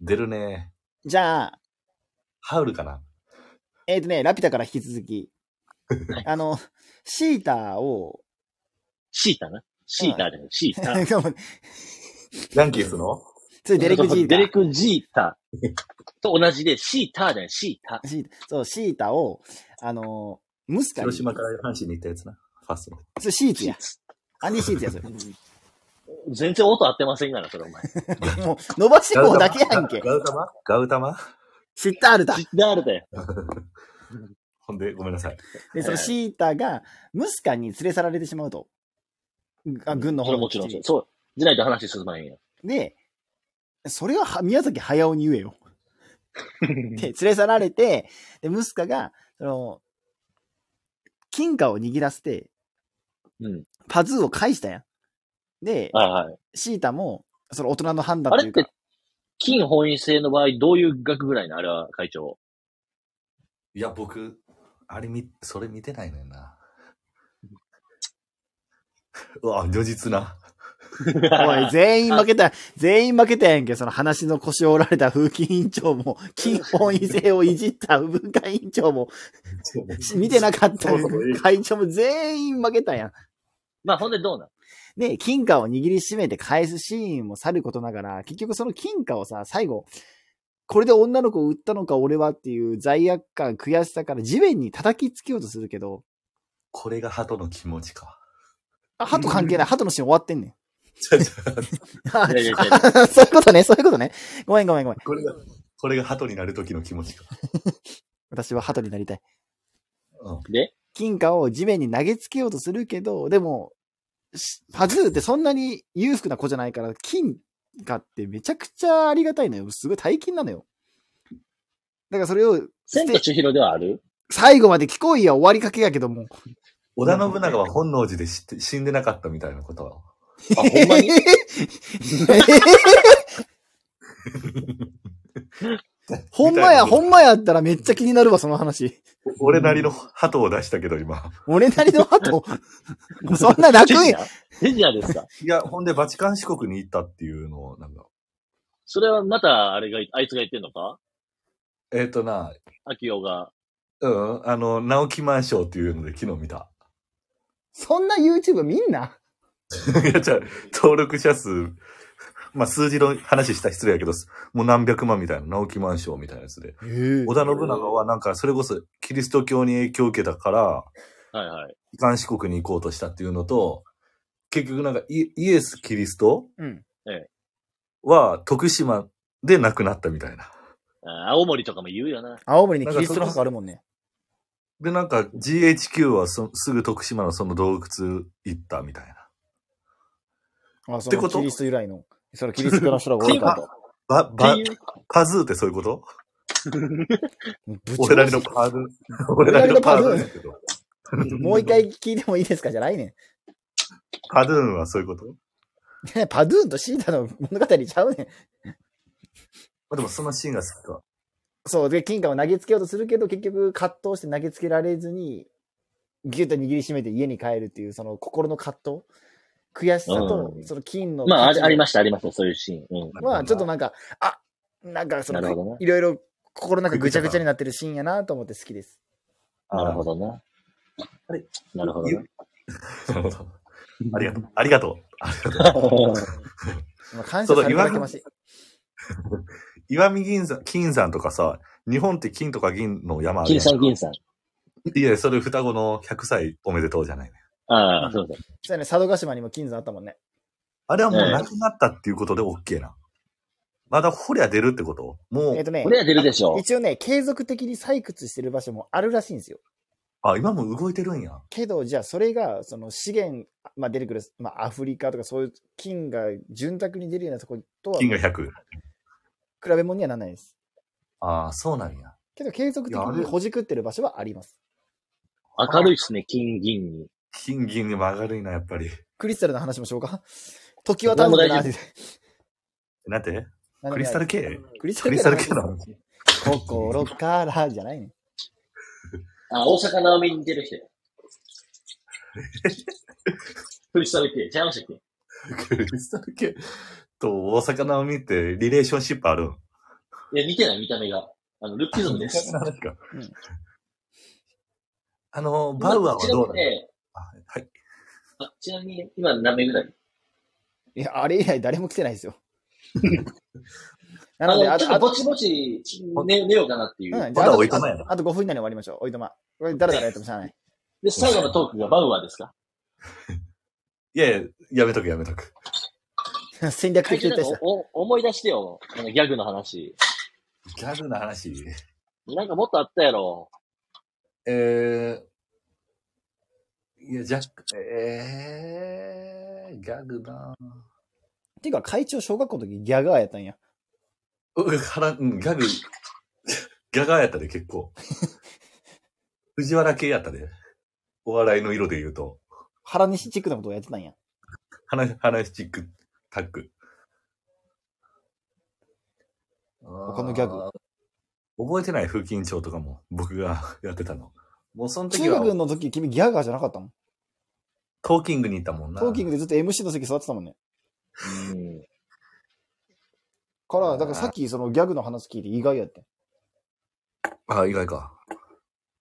[SPEAKER 2] 出るね。
[SPEAKER 1] じゃあ、
[SPEAKER 2] ハウルかな。
[SPEAKER 1] えっ、とね、ラピュタから引き続き、あの、シータを、
[SPEAKER 3] シータな。シータじゃない、シータ。
[SPEAKER 1] ごめん
[SPEAKER 2] ヤンキースの
[SPEAKER 1] 次、 デレク・ジータ。
[SPEAKER 3] デレク・ジータと同じで、シータじゃない、シータ。
[SPEAKER 1] シータそう、シータを、あの、ムスカに、
[SPEAKER 2] 広
[SPEAKER 1] そ
[SPEAKER 2] 島から阪神に行ったやつな。ファーストの。
[SPEAKER 1] れシーツや。アンディ・シーツや、それ。
[SPEAKER 3] 全然音合ってませんから、それ お前。
[SPEAKER 1] もう、伸ばし棒だけやんけ。
[SPEAKER 2] ガウタマガウタマ
[SPEAKER 1] シッタールだ。
[SPEAKER 3] で、あれだよ。
[SPEAKER 2] ほんで、ごめんなさい。
[SPEAKER 1] で、そのシータが、ムスカに連れ去られてしまうと。あ軍の
[SPEAKER 3] そ
[SPEAKER 1] 方
[SPEAKER 3] れ
[SPEAKER 1] の
[SPEAKER 3] もちろんそう。そう。じゃないと話進まへ んよ。
[SPEAKER 1] で、それはは宮崎駿に言えよ。で、連れ去られて、で、ムスカが、その、金貨を握らせて、
[SPEAKER 3] うん。
[SPEAKER 1] パズーを返したやん。で、
[SPEAKER 3] はいはい。
[SPEAKER 1] シータも、その大人の判断
[SPEAKER 3] あ
[SPEAKER 1] という
[SPEAKER 3] れっ
[SPEAKER 1] か
[SPEAKER 3] て、、金本位制の場合、どういう額ぐらいのあれは、会長。
[SPEAKER 2] いや、僕、あれ見、それ見てないのよな。 うわ、如実な。
[SPEAKER 1] おい、全員負けた、全員負けたやんけ、その話の腰を折られた風紀委員長も、金本位制をいじった文化委員長も、し見てなかった
[SPEAKER 2] そもそもいい
[SPEAKER 1] 会長も全員負けたやん。
[SPEAKER 3] まあ、ほんでどうなん
[SPEAKER 1] で、金貨を握りしめて返すシーンもさることながら、結局その金貨をさ、最後、これで女の子を売ったのか俺はっていう罪悪感、悔しさから地面に叩きつけようとするけど、
[SPEAKER 2] これが鳩の気持ちか。
[SPEAKER 1] あ、鳩関係ない。鳩のシーン終わってんねん。
[SPEAKER 2] ちゃちゃ
[SPEAKER 1] あ
[SPEAKER 3] いやいやい
[SPEAKER 1] そういうことね、そういうことね。ごめんごめんごめん。
[SPEAKER 2] これが、これが鳩になる時の気持ちか。
[SPEAKER 1] 私は鳩になりたい。
[SPEAKER 2] うん
[SPEAKER 3] で、
[SPEAKER 1] 金貨を地面に投げつけようとするけど、でも、しパズーってそんなに裕福な子じゃないから、金貨ってめちゃくちゃありがたいのよ。すごい大金なのよ。だからそれを捨
[SPEAKER 3] 千
[SPEAKER 1] て、
[SPEAKER 3] と千尋ではあ る
[SPEAKER 1] 最後まで聞こいや、終わりかけやけども。
[SPEAKER 2] 織田信長は本能寺で知って死んでなかったみたいなことは。
[SPEAKER 3] あ、ほんまに
[SPEAKER 1] ほんまや、ほんまやったらめっちゃ気になるわ、その話。
[SPEAKER 2] 俺なりの鳩を出したけど今。
[SPEAKER 1] 俺なりの 後。そんな楽
[SPEAKER 3] ジェジ
[SPEAKER 1] や。
[SPEAKER 3] アジェジアですか
[SPEAKER 2] いや、ほんでバチカン四国に行ったっていうのを、なんか、
[SPEAKER 3] それはまた、あれが、あいつが言ってんのか
[SPEAKER 2] えっ、とな、
[SPEAKER 3] 秋代が。
[SPEAKER 2] うん、あの、直木マンションっていうので昨日見た。
[SPEAKER 1] そんな YouTube みんない
[SPEAKER 2] や、じゃあ登録者数、まあ、数字の話したら失礼やけど、もう何百万みたいな、直木マンションみたいなやつで。
[SPEAKER 1] ええ
[SPEAKER 2] 織田信長はなんか、それこそキリスト教に影響を受けたから、
[SPEAKER 3] はいはい。
[SPEAKER 2] 遺憾四国に行こうとしたっていうのと、結局なんかイイエス・キリスト
[SPEAKER 1] うん。
[SPEAKER 2] は徳島で亡くなったみたいな。
[SPEAKER 3] あー青森とかも言うよな。
[SPEAKER 1] 青森にキリストの墓あるもんね。
[SPEAKER 2] で、なんか GHQ はそすぐ徳島のその洞窟行ったみたいな。
[SPEAKER 1] あ、そ
[SPEAKER 2] って
[SPEAKER 1] の
[SPEAKER 2] こと
[SPEAKER 1] キリスト由来の。そのキリストの人らが 多いからと。
[SPEAKER 2] ば、
[SPEAKER 3] っ
[SPEAKER 2] ば
[SPEAKER 3] てい、う
[SPEAKER 2] パズーってそういうこと
[SPEAKER 1] もうぶち壊
[SPEAKER 2] 俺らの
[SPEAKER 1] し
[SPEAKER 2] パズー。俺らのパズーですけど。
[SPEAKER 1] もう一回聞いてもいいですかじゃないねん。
[SPEAKER 2] パズーンはそういうこと
[SPEAKER 1] ね パドゥーンとシータの物語ちゃうねん。
[SPEAKER 2] まあでもそのシーンが好きか。
[SPEAKER 1] そう。で、金貨を投げつけようとするけど、結局葛藤して投げつけられずに、ぎゅっと握りしめて家に帰るっていう、その心の葛藤。悔しさと
[SPEAKER 3] う、ん
[SPEAKER 1] その金の。
[SPEAKER 3] まあ、ありありま
[SPEAKER 1] し
[SPEAKER 3] した、ありました、そういうシーン。うん。
[SPEAKER 1] まあ、ちょっとなんか、あ、なんかそ
[SPEAKER 3] なるほど
[SPEAKER 1] の
[SPEAKER 3] ね、
[SPEAKER 1] いろいろ心の中ぐちゃぐちゃになってるシーンやなと思って好きです。
[SPEAKER 3] なるほどな。
[SPEAKER 2] あれ
[SPEAKER 3] なるほどな。
[SPEAKER 2] なるほど。ありがとう。ありがとう。
[SPEAKER 1] まあ感謝されていただきまし
[SPEAKER 2] 岩見銀山、金山とかさ、日本って金とか銀の山あるやん
[SPEAKER 3] 金さん、金さん。
[SPEAKER 2] いや、それ双子の100歳おめでとうじゃないね。
[SPEAKER 3] ああ、そうだ。
[SPEAKER 1] そうやね、佐渡島にも金山あったもんね。
[SPEAKER 2] あれはもう
[SPEAKER 3] ええ
[SPEAKER 2] なくなったっていうことで OK な。まだ掘りゃ出るってこともう、
[SPEAKER 1] えっとね
[SPEAKER 3] こ、れは出るでしょう。
[SPEAKER 1] 一応ね、継続的に採掘してる場所もあるらしいんですよ。
[SPEAKER 2] あ、今も動いてるんや。
[SPEAKER 1] けど、じゃあそれが、その資源、まあ出てくる、まあアフリカとかそういう金が潤沢に出るようなとことは、
[SPEAKER 2] 金が
[SPEAKER 1] 比
[SPEAKER 2] 100。
[SPEAKER 1] べ物にはならないです。
[SPEAKER 2] ああ、そうなんや。
[SPEAKER 1] けど、継続的
[SPEAKER 2] いやあ
[SPEAKER 1] に
[SPEAKER 2] れ
[SPEAKER 1] ほじくってる場所はあります。
[SPEAKER 3] 明るいっすね、金、銀に。
[SPEAKER 2] 金銀に曲がるいな、やっぱり。
[SPEAKER 1] クリスタルの話もしよう か。時はたんだな
[SPEAKER 3] も
[SPEAKER 2] な
[SPEAKER 3] う大
[SPEAKER 2] んて
[SPEAKER 1] 何でもない
[SPEAKER 2] クリスタル系
[SPEAKER 1] クリスタ
[SPEAKER 2] ク
[SPEAKER 1] ル系
[SPEAKER 2] リスタル系な
[SPEAKER 1] の
[SPEAKER 2] の
[SPEAKER 1] 話心からじゃないね。
[SPEAKER 3] あ、大阪直美に似てる 人や。クリスタル系、ちゃいましたっけ
[SPEAKER 2] クリスタル系と大阪なおみってリレーションシップあるん
[SPEAKER 3] いや、似てない、見た目が。あの、ルッキズム です。
[SPEAKER 2] そんな話か
[SPEAKER 1] うん
[SPEAKER 2] あの、バウアーはどうなのあはい。
[SPEAKER 3] あちなみに、今何名ぐらい
[SPEAKER 1] いや、あれ以来誰も来てないですよ。な
[SPEAKER 3] あ
[SPEAKER 1] ので、
[SPEAKER 3] の、
[SPEAKER 1] あ
[SPEAKER 3] ちょっ
[SPEAKER 1] と、
[SPEAKER 3] と
[SPEAKER 1] あ
[SPEAKER 3] ぼ
[SPEAKER 1] と、
[SPEAKER 3] ちぼち寝寝ようかなっていう。
[SPEAKER 1] うんじ
[SPEAKER 2] ま
[SPEAKER 1] ゃああ
[SPEAKER 2] だ
[SPEAKER 1] と
[SPEAKER 2] おいとまやな。
[SPEAKER 1] あと5分以内に終わりましょう。おいとま。これ、だらだらやってもしゃあない。
[SPEAKER 3] で、最後のトークがバウアーですか
[SPEAKER 2] いやいや、やめとくやめとく。
[SPEAKER 1] 戦略的撤退した。
[SPEAKER 3] おお思い出してよ。あのギャグの話。
[SPEAKER 2] ギャグの話。
[SPEAKER 3] なんかもっとあったやろ。
[SPEAKER 2] えー、いや、ジャック、えー、ギャグなぁ
[SPEAKER 1] ていうか、会長、小学校の時ギャガーやったんや。
[SPEAKER 2] うん、腹、うん、ギャグ、ギ ャガーやったで、結 構。藤原系やったで。お笑いの色で言うと。
[SPEAKER 1] 原西チックなことをやってたんや。
[SPEAKER 2] 話、話チック、タック。他
[SPEAKER 1] のギャグ
[SPEAKER 2] 覚えてない風紀委員長とかも僕が やってたの。もうその時
[SPEAKER 1] 中
[SPEAKER 2] は、
[SPEAKER 1] 学の時、君ギャガーじゃなかったもん。
[SPEAKER 2] トーキングに行ったもんな。
[SPEAKER 1] トーキングでずっと MC の席座ってたもんね。
[SPEAKER 3] うん。
[SPEAKER 1] から、だからさっきそのギャグの話聞いて意外やって。
[SPEAKER 2] あ、意外か。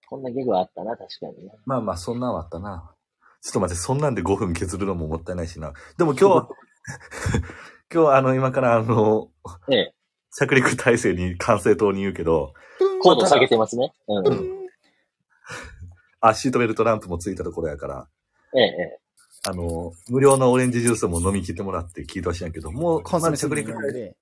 [SPEAKER 3] こんなギャグはあったな、確かにね。
[SPEAKER 2] まあまあ、そんなんはあったな。ちょっと待って、そんなんで5分削るのももったいないしな。でも今日、 今日あの、今からあの、
[SPEAKER 3] ええ
[SPEAKER 2] 着陸体制に管制塔に言うけど、
[SPEAKER 3] 高度下げてますね。うん。
[SPEAKER 2] あ、シートベルトランプもついたところやから、
[SPEAKER 3] ええ、え
[SPEAKER 2] あの、無料のオレンジジュースも飲み切ってもらって聞いてほしいんやけど、もう、
[SPEAKER 1] コンソメ
[SPEAKER 2] 着陸
[SPEAKER 1] するので。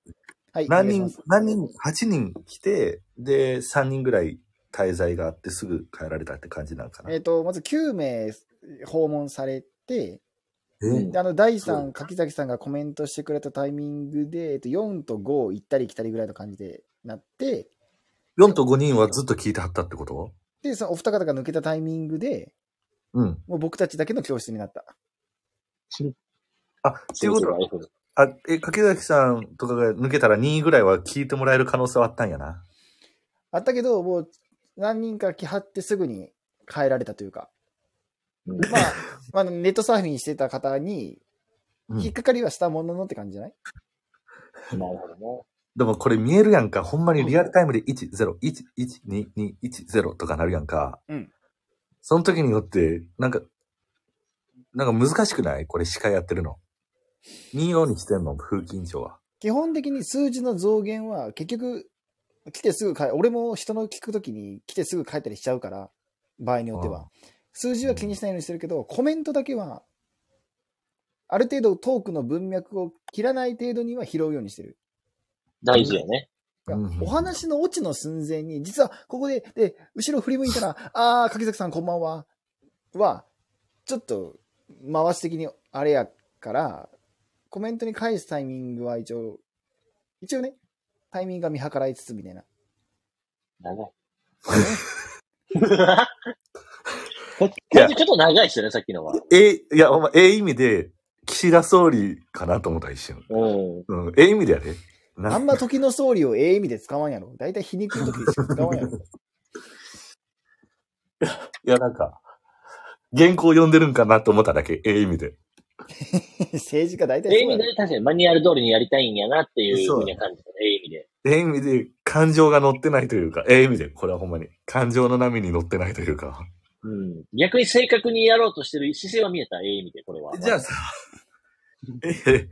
[SPEAKER 1] はい。
[SPEAKER 2] 何
[SPEAKER 1] お願い
[SPEAKER 2] 人
[SPEAKER 1] します、
[SPEAKER 2] 何人、8人来て、で、3人ぐらい滞在があってすぐ帰られたって感じなんかな。
[SPEAKER 1] えっ、と、まず9名訪問されて、
[SPEAKER 2] え
[SPEAKER 1] であの第3、柿崎さんがコメントしてくれたタイミングで、えっと、4と5行ったり来たりぐらいの感じでなって、
[SPEAKER 2] 4と5人はずっと聞いてはったってこと
[SPEAKER 1] で、そのお二方が抜けたタイミングで、
[SPEAKER 2] うん。
[SPEAKER 1] もう僕たちだけの教室になった。
[SPEAKER 2] あ、っていうことは、
[SPEAKER 3] 先生は F
[SPEAKER 2] あ、え、柿崎さんとかが抜けたら2位ぐらいは聞いてもらえる可能性はあったんやな。
[SPEAKER 1] あったけど、もう何人か来はってすぐに帰られたというか、
[SPEAKER 3] うん
[SPEAKER 1] まあ、まあ、ネットサーフィンしてた方に
[SPEAKER 2] うん
[SPEAKER 1] 引っかかりはしたもののって感じじゃない、
[SPEAKER 3] なるほどね。
[SPEAKER 2] でもこれ見えるやんか。ほんまにリアルタイムで1、0、1、1、2、2、1、0とかなるやんか。
[SPEAKER 1] うん
[SPEAKER 2] その時によって、なんか、なんか難しくないこれ司会やってるの。24にしてんの風紀委員長は。
[SPEAKER 1] 基本的に数字の増減は結局来てすぐ変え俺も人の聞くときに来てすぐ変えたりしちゃうから場合によって
[SPEAKER 2] うん
[SPEAKER 1] は数字は気にしないようにしてるけどコメントだけはある程度トークの文脈を切らない程度には拾うようにしてる。
[SPEAKER 3] 大事よね。
[SPEAKER 1] だから
[SPEAKER 2] うん
[SPEAKER 1] お話のオチの寸前に、実はここで、で、後ろ振り向いたら、あー、柿崎さんこんばんは、は、ちょっと、回し的にあれやから、コメントに返すタイミングは一応、一応ね、タイミングが見計らいつつみたい な。
[SPEAKER 3] 長い。これちょっと長いですよね、さっきのは。
[SPEAKER 2] え、いや、お前、ええ意味で、岸田総理かなと思った一瞬。
[SPEAKER 3] うん。
[SPEAKER 2] うん、ええ意味でやで。な
[SPEAKER 1] あんま時の総理をええ意味で使わんやろ。だいたい皮肉の時でしか使わんやろ。
[SPEAKER 2] いや、なんか、原稿読んでるんかなと思っただけ。ええ意味で。
[SPEAKER 1] 政治家だいたい
[SPEAKER 3] ええ意
[SPEAKER 1] そうや
[SPEAKER 3] 味
[SPEAKER 1] ろ。
[SPEAKER 3] で、確かにマニュアル通りにやりたいんやなっていうふうに感じたね。ええ意味で。
[SPEAKER 2] ええ意味で、感情が乗ってないというか、ええ意味で、これはほんまに。感情の波に乗ってないというか。
[SPEAKER 3] うん。逆に正確にやろうとしてる姿勢は見えた。ええ意味で、これは。
[SPEAKER 2] じゃあさ、ええ、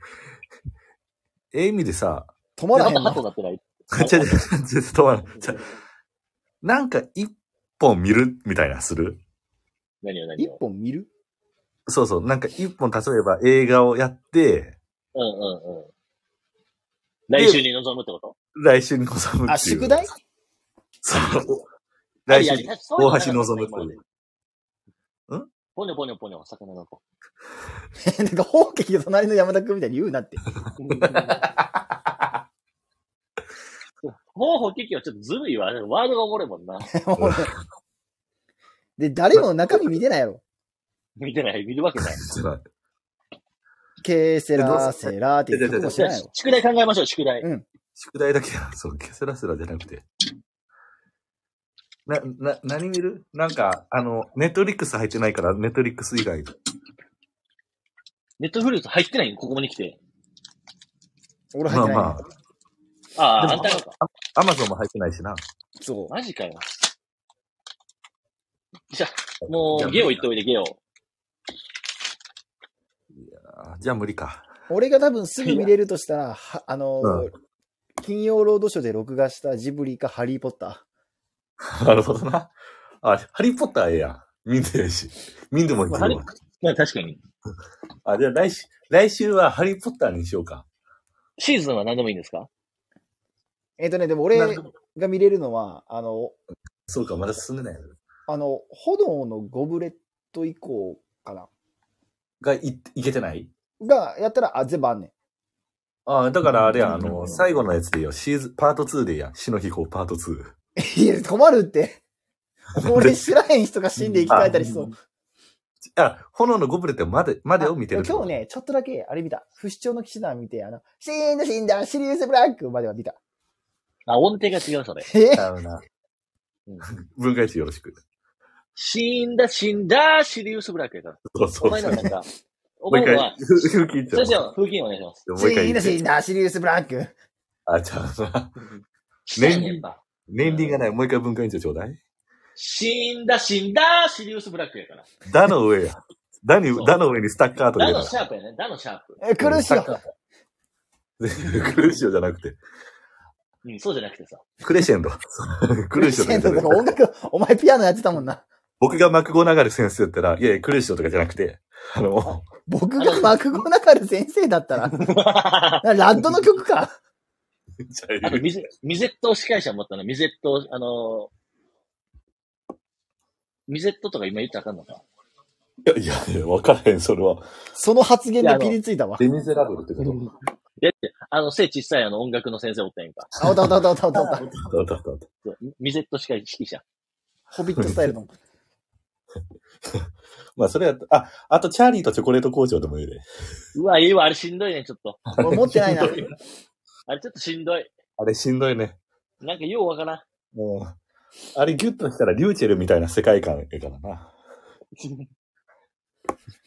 [SPEAKER 2] ええ意味でさ、
[SPEAKER 1] 止
[SPEAKER 3] ま
[SPEAKER 1] まらへん
[SPEAKER 3] だハ
[SPEAKER 1] な
[SPEAKER 3] ト。なってない。
[SPEAKER 2] ちょ、ちょ、ちょ、止まらんちょなんか一本見るみたいなする
[SPEAKER 3] 何を何
[SPEAKER 1] 一
[SPEAKER 3] を。
[SPEAKER 1] 本見る
[SPEAKER 2] そうそう。なんか一本、例えば映画をやって、
[SPEAKER 3] うんうんうん。来週に臨むってこと
[SPEAKER 2] 来週に臨むっていう。
[SPEAKER 1] あ、宿題
[SPEAKER 2] そう。来週
[SPEAKER 3] あ
[SPEAKER 2] に
[SPEAKER 3] りあり
[SPEAKER 2] 大橋望むって
[SPEAKER 3] そういう
[SPEAKER 2] い
[SPEAKER 3] の
[SPEAKER 2] う。
[SPEAKER 3] ポニョポニョポニョ、魚の子。
[SPEAKER 1] なんか、宝石の隣の山田君みたいに言う なって。
[SPEAKER 3] もう法キはちょっとずるいわ。ワードがおもろいもんな。
[SPEAKER 1] で、誰も中身見てないやろ。
[SPEAKER 3] 見てない、見るわけない。
[SPEAKER 2] じゃない
[SPEAKER 1] ケーセラーセラーって言っても知らないやろ。
[SPEAKER 3] 宿題考えましょう、宿題。
[SPEAKER 2] 宿題だけや。そう、ケセラセラじゃなくて。な、な、何見るなんか、あの、ネットフリックス入ってないから、ネットフリックス以外。
[SPEAKER 3] ネットフリーズ入ってないここに来て。
[SPEAKER 1] 俺入っ
[SPEAKER 2] まあ
[SPEAKER 1] てない、
[SPEAKER 2] まあ、
[SPEAKER 3] ああ、
[SPEAKER 2] で
[SPEAKER 3] あん
[SPEAKER 2] も
[SPEAKER 3] たのか。
[SPEAKER 2] アマゾンも入ってないしな。
[SPEAKER 1] そ
[SPEAKER 3] マジかよ。じゃあ、もう、ゲオ言っておいて、ゲオ。
[SPEAKER 2] あじゃあ無理か。
[SPEAKER 1] う。俺が多分すぐ見れるとしたら、はあのー
[SPEAKER 2] う
[SPEAKER 1] 金曜ロードショーで録画したジブリかハリーポッタ
[SPEAKER 2] なるほどな。あ、ハリーポッターええやん。見てないし。見んでもいい
[SPEAKER 3] ま
[SPEAKER 2] け
[SPEAKER 3] あ
[SPEAKER 2] ど
[SPEAKER 3] ハリまあ、確かに。
[SPEAKER 2] あ、じゃあ来週、来週はハリーポッターにしようか。
[SPEAKER 3] シーズンは何でもいいんですか
[SPEAKER 1] ー。えっ、とね、でも
[SPEAKER 2] な
[SPEAKER 1] 俺
[SPEAKER 2] るほど
[SPEAKER 1] が見れるのは、あの、
[SPEAKER 2] そうか、まだ進んでない。
[SPEAKER 1] あの、炎のゴブレット以降かな。
[SPEAKER 2] がい、いけてない
[SPEAKER 1] が、やったら、あ、全部あんねん。
[SPEAKER 2] ああ、だからあれや、あ
[SPEAKER 3] う
[SPEAKER 2] の、
[SPEAKER 3] ん
[SPEAKER 2] 最後のやつでいいよ。シーズン、パート2でいいや。死の秘宝パート2。
[SPEAKER 1] いや、困るって。俺知らへん人が死んで生き返ったりしそう。
[SPEAKER 2] あ、炎のゴブレットまで、までを見てる。
[SPEAKER 1] あでも今日。ね、ちょっとだけ、あれ見た。不死鳥の騎士団見て、あの、死んだ死んだ、シリウスブラックまでは見た。
[SPEAKER 3] あ、音程が違う、それ。
[SPEAKER 1] え
[SPEAKER 2] だよな
[SPEAKER 3] うん。
[SPEAKER 2] 分解してよろしく。
[SPEAKER 3] 死んだ、死んだ、シリウスブラックやから。
[SPEAKER 2] そうそ
[SPEAKER 3] お
[SPEAKER 2] う。もう一
[SPEAKER 3] 前のなん か、お前
[SPEAKER 2] 回
[SPEAKER 3] の は、、
[SPEAKER 2] 風紀委員長
[SPEAKER 3] 先生は、風紀委員お願いします。
[SPEAKER 2] もう一
[SPEAKER 1] 死
[SPEAKER 2] 回
[SPEAKER 1] んだ死んだ、シリウスブラック。
[SPEAKER 2] あ、ちゃうな。
[SPEAKER 3] 死んだやっぱ
[SPEAKER 2] 年輪がない。もう一回分解委員長ちょうだい。
[SPEAKER 3] 死んだ、死んだ、シリウスブラックやから。
[SPEAKER 2] だの上や。だに
[SPEAKER 3] そ、う
[SPEAKER 2] だの上にスタッカート
[SPEAKER 3] だ
[SPEAKER 2] 入れ
[SPEAKER 3] の
[SPEAKER 2] た
[SPEAKER 3] シャープやね。だのシャープ。
[SPEAKER 1] え、苦しい
[SPEAKER 2] うんスタッ
[SPEAKER 1] よ。
[SPEAKER 2] ら。クルーシオじゃなくて。
[SPEAKER 3] うん、そうじゃなくてさ。
[SPEAKER 2] クレシェンド。クレシオとかじゃ
[SPEAKER 1] だ
[SPEAKER 2] なく
[SPEAKER 1] か
[SPEAKER 2] て
[SPEAKER 1] ら音楽、お前ピアノやってたもんな。
[SPEAKER 2] 僕がマクゴナガル先生だったら、いやいや、クレシオとかじゃなくて、あの、
[SPEAKER 1] 僕がマクゴナカル先生だったら、
[SPEAKER 3] あ
[SPEAKER 1] ラッドの曲か。
[SPEAKER 2] ちゃう
[SPEAKER 3] とミゼ、ミゼットを司会者持ったの、ミゼット、あのーミゼットとか今言ったらあかんのか。
[SPEAKER 2] いやいや、わからへん、それは。
[SPEAKER 1] その発言でピリついたわ。
[SPEAKER 2] デミゼラブルってこと。
[SPEAKER 3] いや、あの、背小さいあの音楽の先生おったやんか。
[SPEAKER 1] あ、おったおったおったおったおったおった。
[SPEAKER 2] あったあったあった
[SPEAKER 3] そうミゼット司会指揮者。
[SPEAKER 1] ホビットスタイルの。
[SPEAKER 2] まあ、それやった、あ、あと、チャーリーとチョコレート工場でもいいで。
[SPEAKER 3] うわ、いいわ、あれしんどいね、ちょっと。
[SPEAKER 1] 俺持ってないな。
[SPEAKER 3] あれちょっとしんどい。
[SPEAKER 2] あれしんどいね。
[SPEAKER 3] なんかようわからん。
[SPEAKER 2] もう、あれギュッとしたらリューチェルみたいな世界観やからな。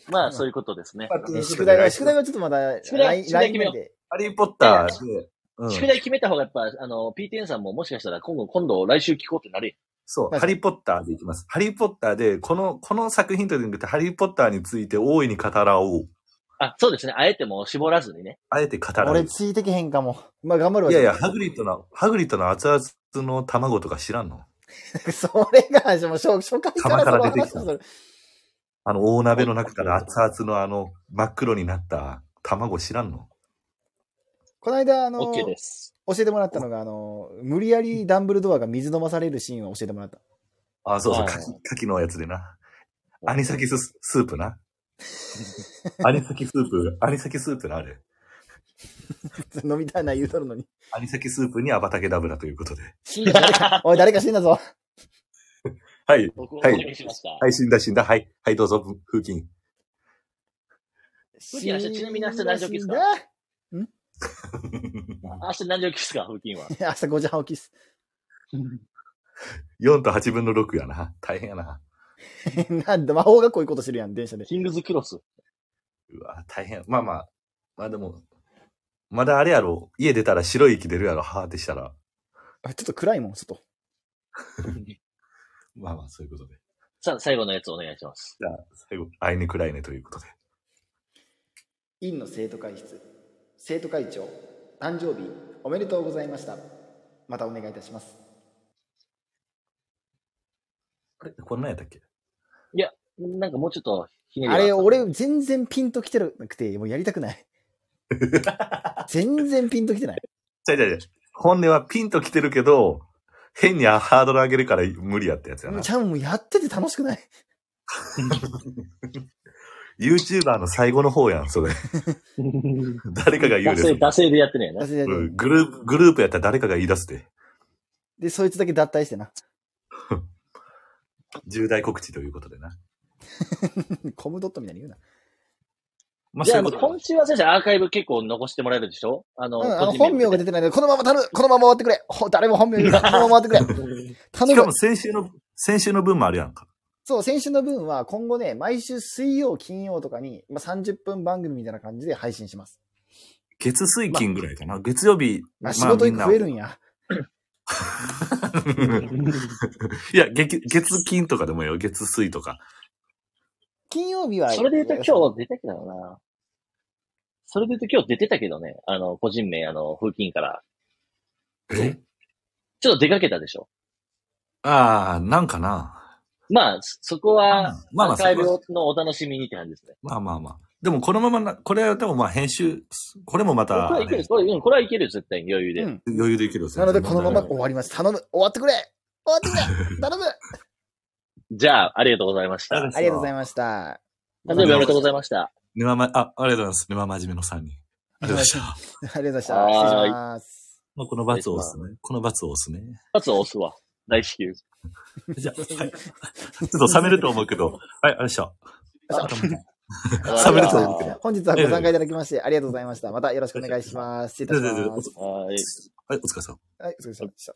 [SPEAKER 3] まあ、そういうことですね。
[SPEAKER 1] 宿題は、宿題はちょっとまだ、
[SPEAKER 3] 宿題
[SPEAKER 1] 来
[SPEAKER 3] 宿題
[SPEAKER 1] 来
[SPEAKER 3] 決めよ
[SPEAKER 1] 年
[SPEAKER 3] う
[SPEAKER 1] で。
[SPEAKER 2] ハリーポッターで、うん、
[SPEAKER 3] 宿題決めた方がやっぱ、あの、PTN さんももしかしたら今度、今度来週聞こうってなる
[SPEAKER 2] そう、
[SPEAKER 1] はい
[SPEAKER 2] ハリーポッターでいきます。ハリーポッターで、この、この作品とでなくて、ハリーポッターについて大いに語らおう。
[SPEAKER 3] やん。あ、そうですね。あえてもう絞らずにね。
[SPEAKER 2] あえて語らお
[SPEAKER 1] 俺
[SPEAKER 2] う。
[SPEAKER 1] ついてけへんかも。まあ頑張るわ。
[SPEAKER 2] いやいや、
[SPEAKER 1] じ
[SPEAKER 2] ハグリッドの、ハグリッドの熱々の卵とか知らんの
[SPEAKER 1] ゃあ、 それが、もう初初回から
[SPEAKER 2] 釜か
[SPEAKER 1] そ
[SPEAKER 2] ら
[SPEAKER 1] の
[SPEAKER 2] 出てき
[SPEAKER 1] 話
[SPEAKER 2] た
[SPEAKER 1] をする。
[SPEAKER 2] あの、大鍋の中から熱々のあの、真っ黒になった卵知らんの
[SPEAKER 1] この間、あの、
[SPEAKER 3] OK
[SPEAKER 1] 教
[SPEAKER 3] です。
[SPEAKER 1] えてもらったのが、あの、無理やりダンブルドアが水飲まされるシーンを教えてもらった。
[SPEAKER 2] あ、そうそう、
[SPEAKER 3] はい
[SPEAKER 2] カキ、カキのやつでな。アニサキススープな。アニサキスープ、アニサキスープな、あれ。
[SPEAKER 1] 飲みたいな言うとるの に。
[SPEAKER 2] アニサキスープにアバタケダブラということで。
[SPEAKER 1] 死んだ誰か、おい、誰か死んだぞ。
[SPEAKER 2] はい。
[SPEAKER 3] 僕をお
[SPEAKER 2] はい
[SPEAKER 3] 願いしました。
[SPEAKER 2] はい、死んだ死んだ。はい。はい、どうぞ、ふ風琴。
[SPEAKER 3] 藤井明日ちなみに明日何時起きですか
[SPEAKER 1] 死んだ
[SPEAKER 3] 明日何時起きですか、付近は。
[SPEAKER 1] 明日5時半起きっす。
[SPEAKER 2] 4と8分の6やな。大変やな。
[SPEAKER 1] なんだ、魔法学校行こうとしてるやん、電車で。
[SPEAKER 3] キングズクロス。
[SPEAKER 2] うわ、大変。まあまあ。まあでも、まだあれやろ。家出たら白い息出るやろ。はーってしたら。
[SPEAKER 1] あちょっと暗いもん、外。
[SPEAKER 2] まあまあ、そういうことで。
[SPEAKER 3] さあ、最後のやつお願いします。
[SPEAKER 2] じゃあ、最後、アイネクライネということで。
[SPEAKER 1] 院の生徒会室生徒会長誕生日おめでとうございましたまたお願いいたします
[SPEAKER 2] あれこんなんやったっけ
[SPEAKER 3] なんかもうちょっとひねりが
[SPEAKER 1] あれ
[SPEAKER 3] った
[SPEAKER 1] 俺全然ピンときてなくてもうやりたくない全然ピンときてない
[SPEAKER 2] じゃじゃじゃ本音はピンと来てるけど、変にハードル上げるから無理やったやつやな。
[SPEAKER 1] ちゃんもうやってて楽しくない
[SPEAKER 2] YouTuber の最後の方やん、それ。 誰かが言うで
[SPEAKER 3] 惰性、
[SPEAKER 2] そ
[SPEAKER 3] 惰性でやってねえな。
[SPEAKER 1] 私
[SPEAKER 2] れグループ、グループやったら誰かが言い出すで。
[SPEAKER 1] でそいつだけ脱退してな
[SPEAKER 2] 重大告知ということでな。
[SPEAKER 1] コムドットみたいに言うな
[SPEAKER 2] ま
[SPEAKER 3] じゃあ、
[SPEAKER 2] そういうこと
[SPEAKER 3] 今週は先生、アーカイブ結構残してもらえるでしょあの、
[SPEAKER 1] うんあ
[SPEAKER 3] 個
[SPEAKER 1] の
[SPEAKER 3] 人名
[SPEAKER 1] 本名が出てないのでこのまま頼むこのまま終わってくれほ誰も本名言う なこのまま終わってくれ
[SPEAKER 2] し
[SPEAKER 1] 頼
[SPEAKER 2] か
[SPEAKER 1] む
[SPEAKER 2] も先週の、先週の分もあるやんか。
[SPEAKER 1] そう、先週の分は今後ね、毎週水曜、金曜とかに、まあ、30分番組みたいな感じで配信します。
[SPEAKER 2] 月水金ぐらいかな。月曜日、
[SPEAKER 1] あ、仕事行く増えるん
[SPEAKER 2] や。
[SPEAKER 1] や。
[SPEAKER 2] いや、月、月金とかでもよ。月水とか。
[SPEAKER 1] 金曜日は、
[SPEAKER 3] それで言うと今日出てたけどな。それで言うと今日出てたけどね。あの、個人名、あの、風琴から。
[SPEAKER 2] え
[SPEAKER 3] ちょっと出かけたでしょ
[SPEAKER 2] ああ、なんかな。
[SPEAKER 3] まあ、そそこは、
[SPEAKER 2] うんまあまあ
[SPEAKER 3] アーカイブのお楽しみにって感じですね。
[SPEAKER 2] まあまあまあ。でもこのままな、これはでもまあ編集、これもま
[SPEAKER 3] これ
[SPEAKER 2] た、
[SPEAKER 3] はいける、これ、うん、これはいけるよ、絶対に余裕で。
[SPEAKER 1] うん。
[SPEAKER 2] 余裕できるよ
[SPEAKER 1] なので、このまま
[SPEAKER 2] 問
[SPEAKER 1] 終わります。頼む。終わってくれ終わってく れ頼む
[SPEAKER 3] じゃあ、ありがとうございました。
[SPEAKER 2] 題な
[SPEAKER 3] 誕
[SPEAKER 2] い
[SPEAKER 1] ありがとうございました。
[SPEAKER 3] 生日おめでとうございました。
[SPEAKER 2] 沼ま、あ、ありがとうございます。沼真面目の3人。ありがとうございました。
[SPEAKER 1] ありがとうございました。
[SPEAKER 3] はーい
[SPEAKER 1] 失礼します。
[SPEAKER 2] まあ、この罰を押すね。この罰を押すね。
[SPEAKER 3] 罰を押すわ。大至急。
[SPEAKER 2] じゃあ、はい。ちょっと冷めると思うけど。はい、ありがとうございました。
[SPEAKER 3] あ
[SPEAKER 2] 喋ると思う
[SPEAKER 3] じ
[SPEAKER 2] け
[SPEAKER 3] ゃ
[SPEAKER 2] ど
[SPEAKER 1] 本日はご参加いただきまして、ありがとうございました。またよろしくお願いします。失礼いたします。
[SPEAKER 3] あは
[SPEAKER 2] はい、
[SPEAKER 3] い。
[SPEAKER 2] お疲れ様。
[SPEAKER 1] はい、お疲れ様でした。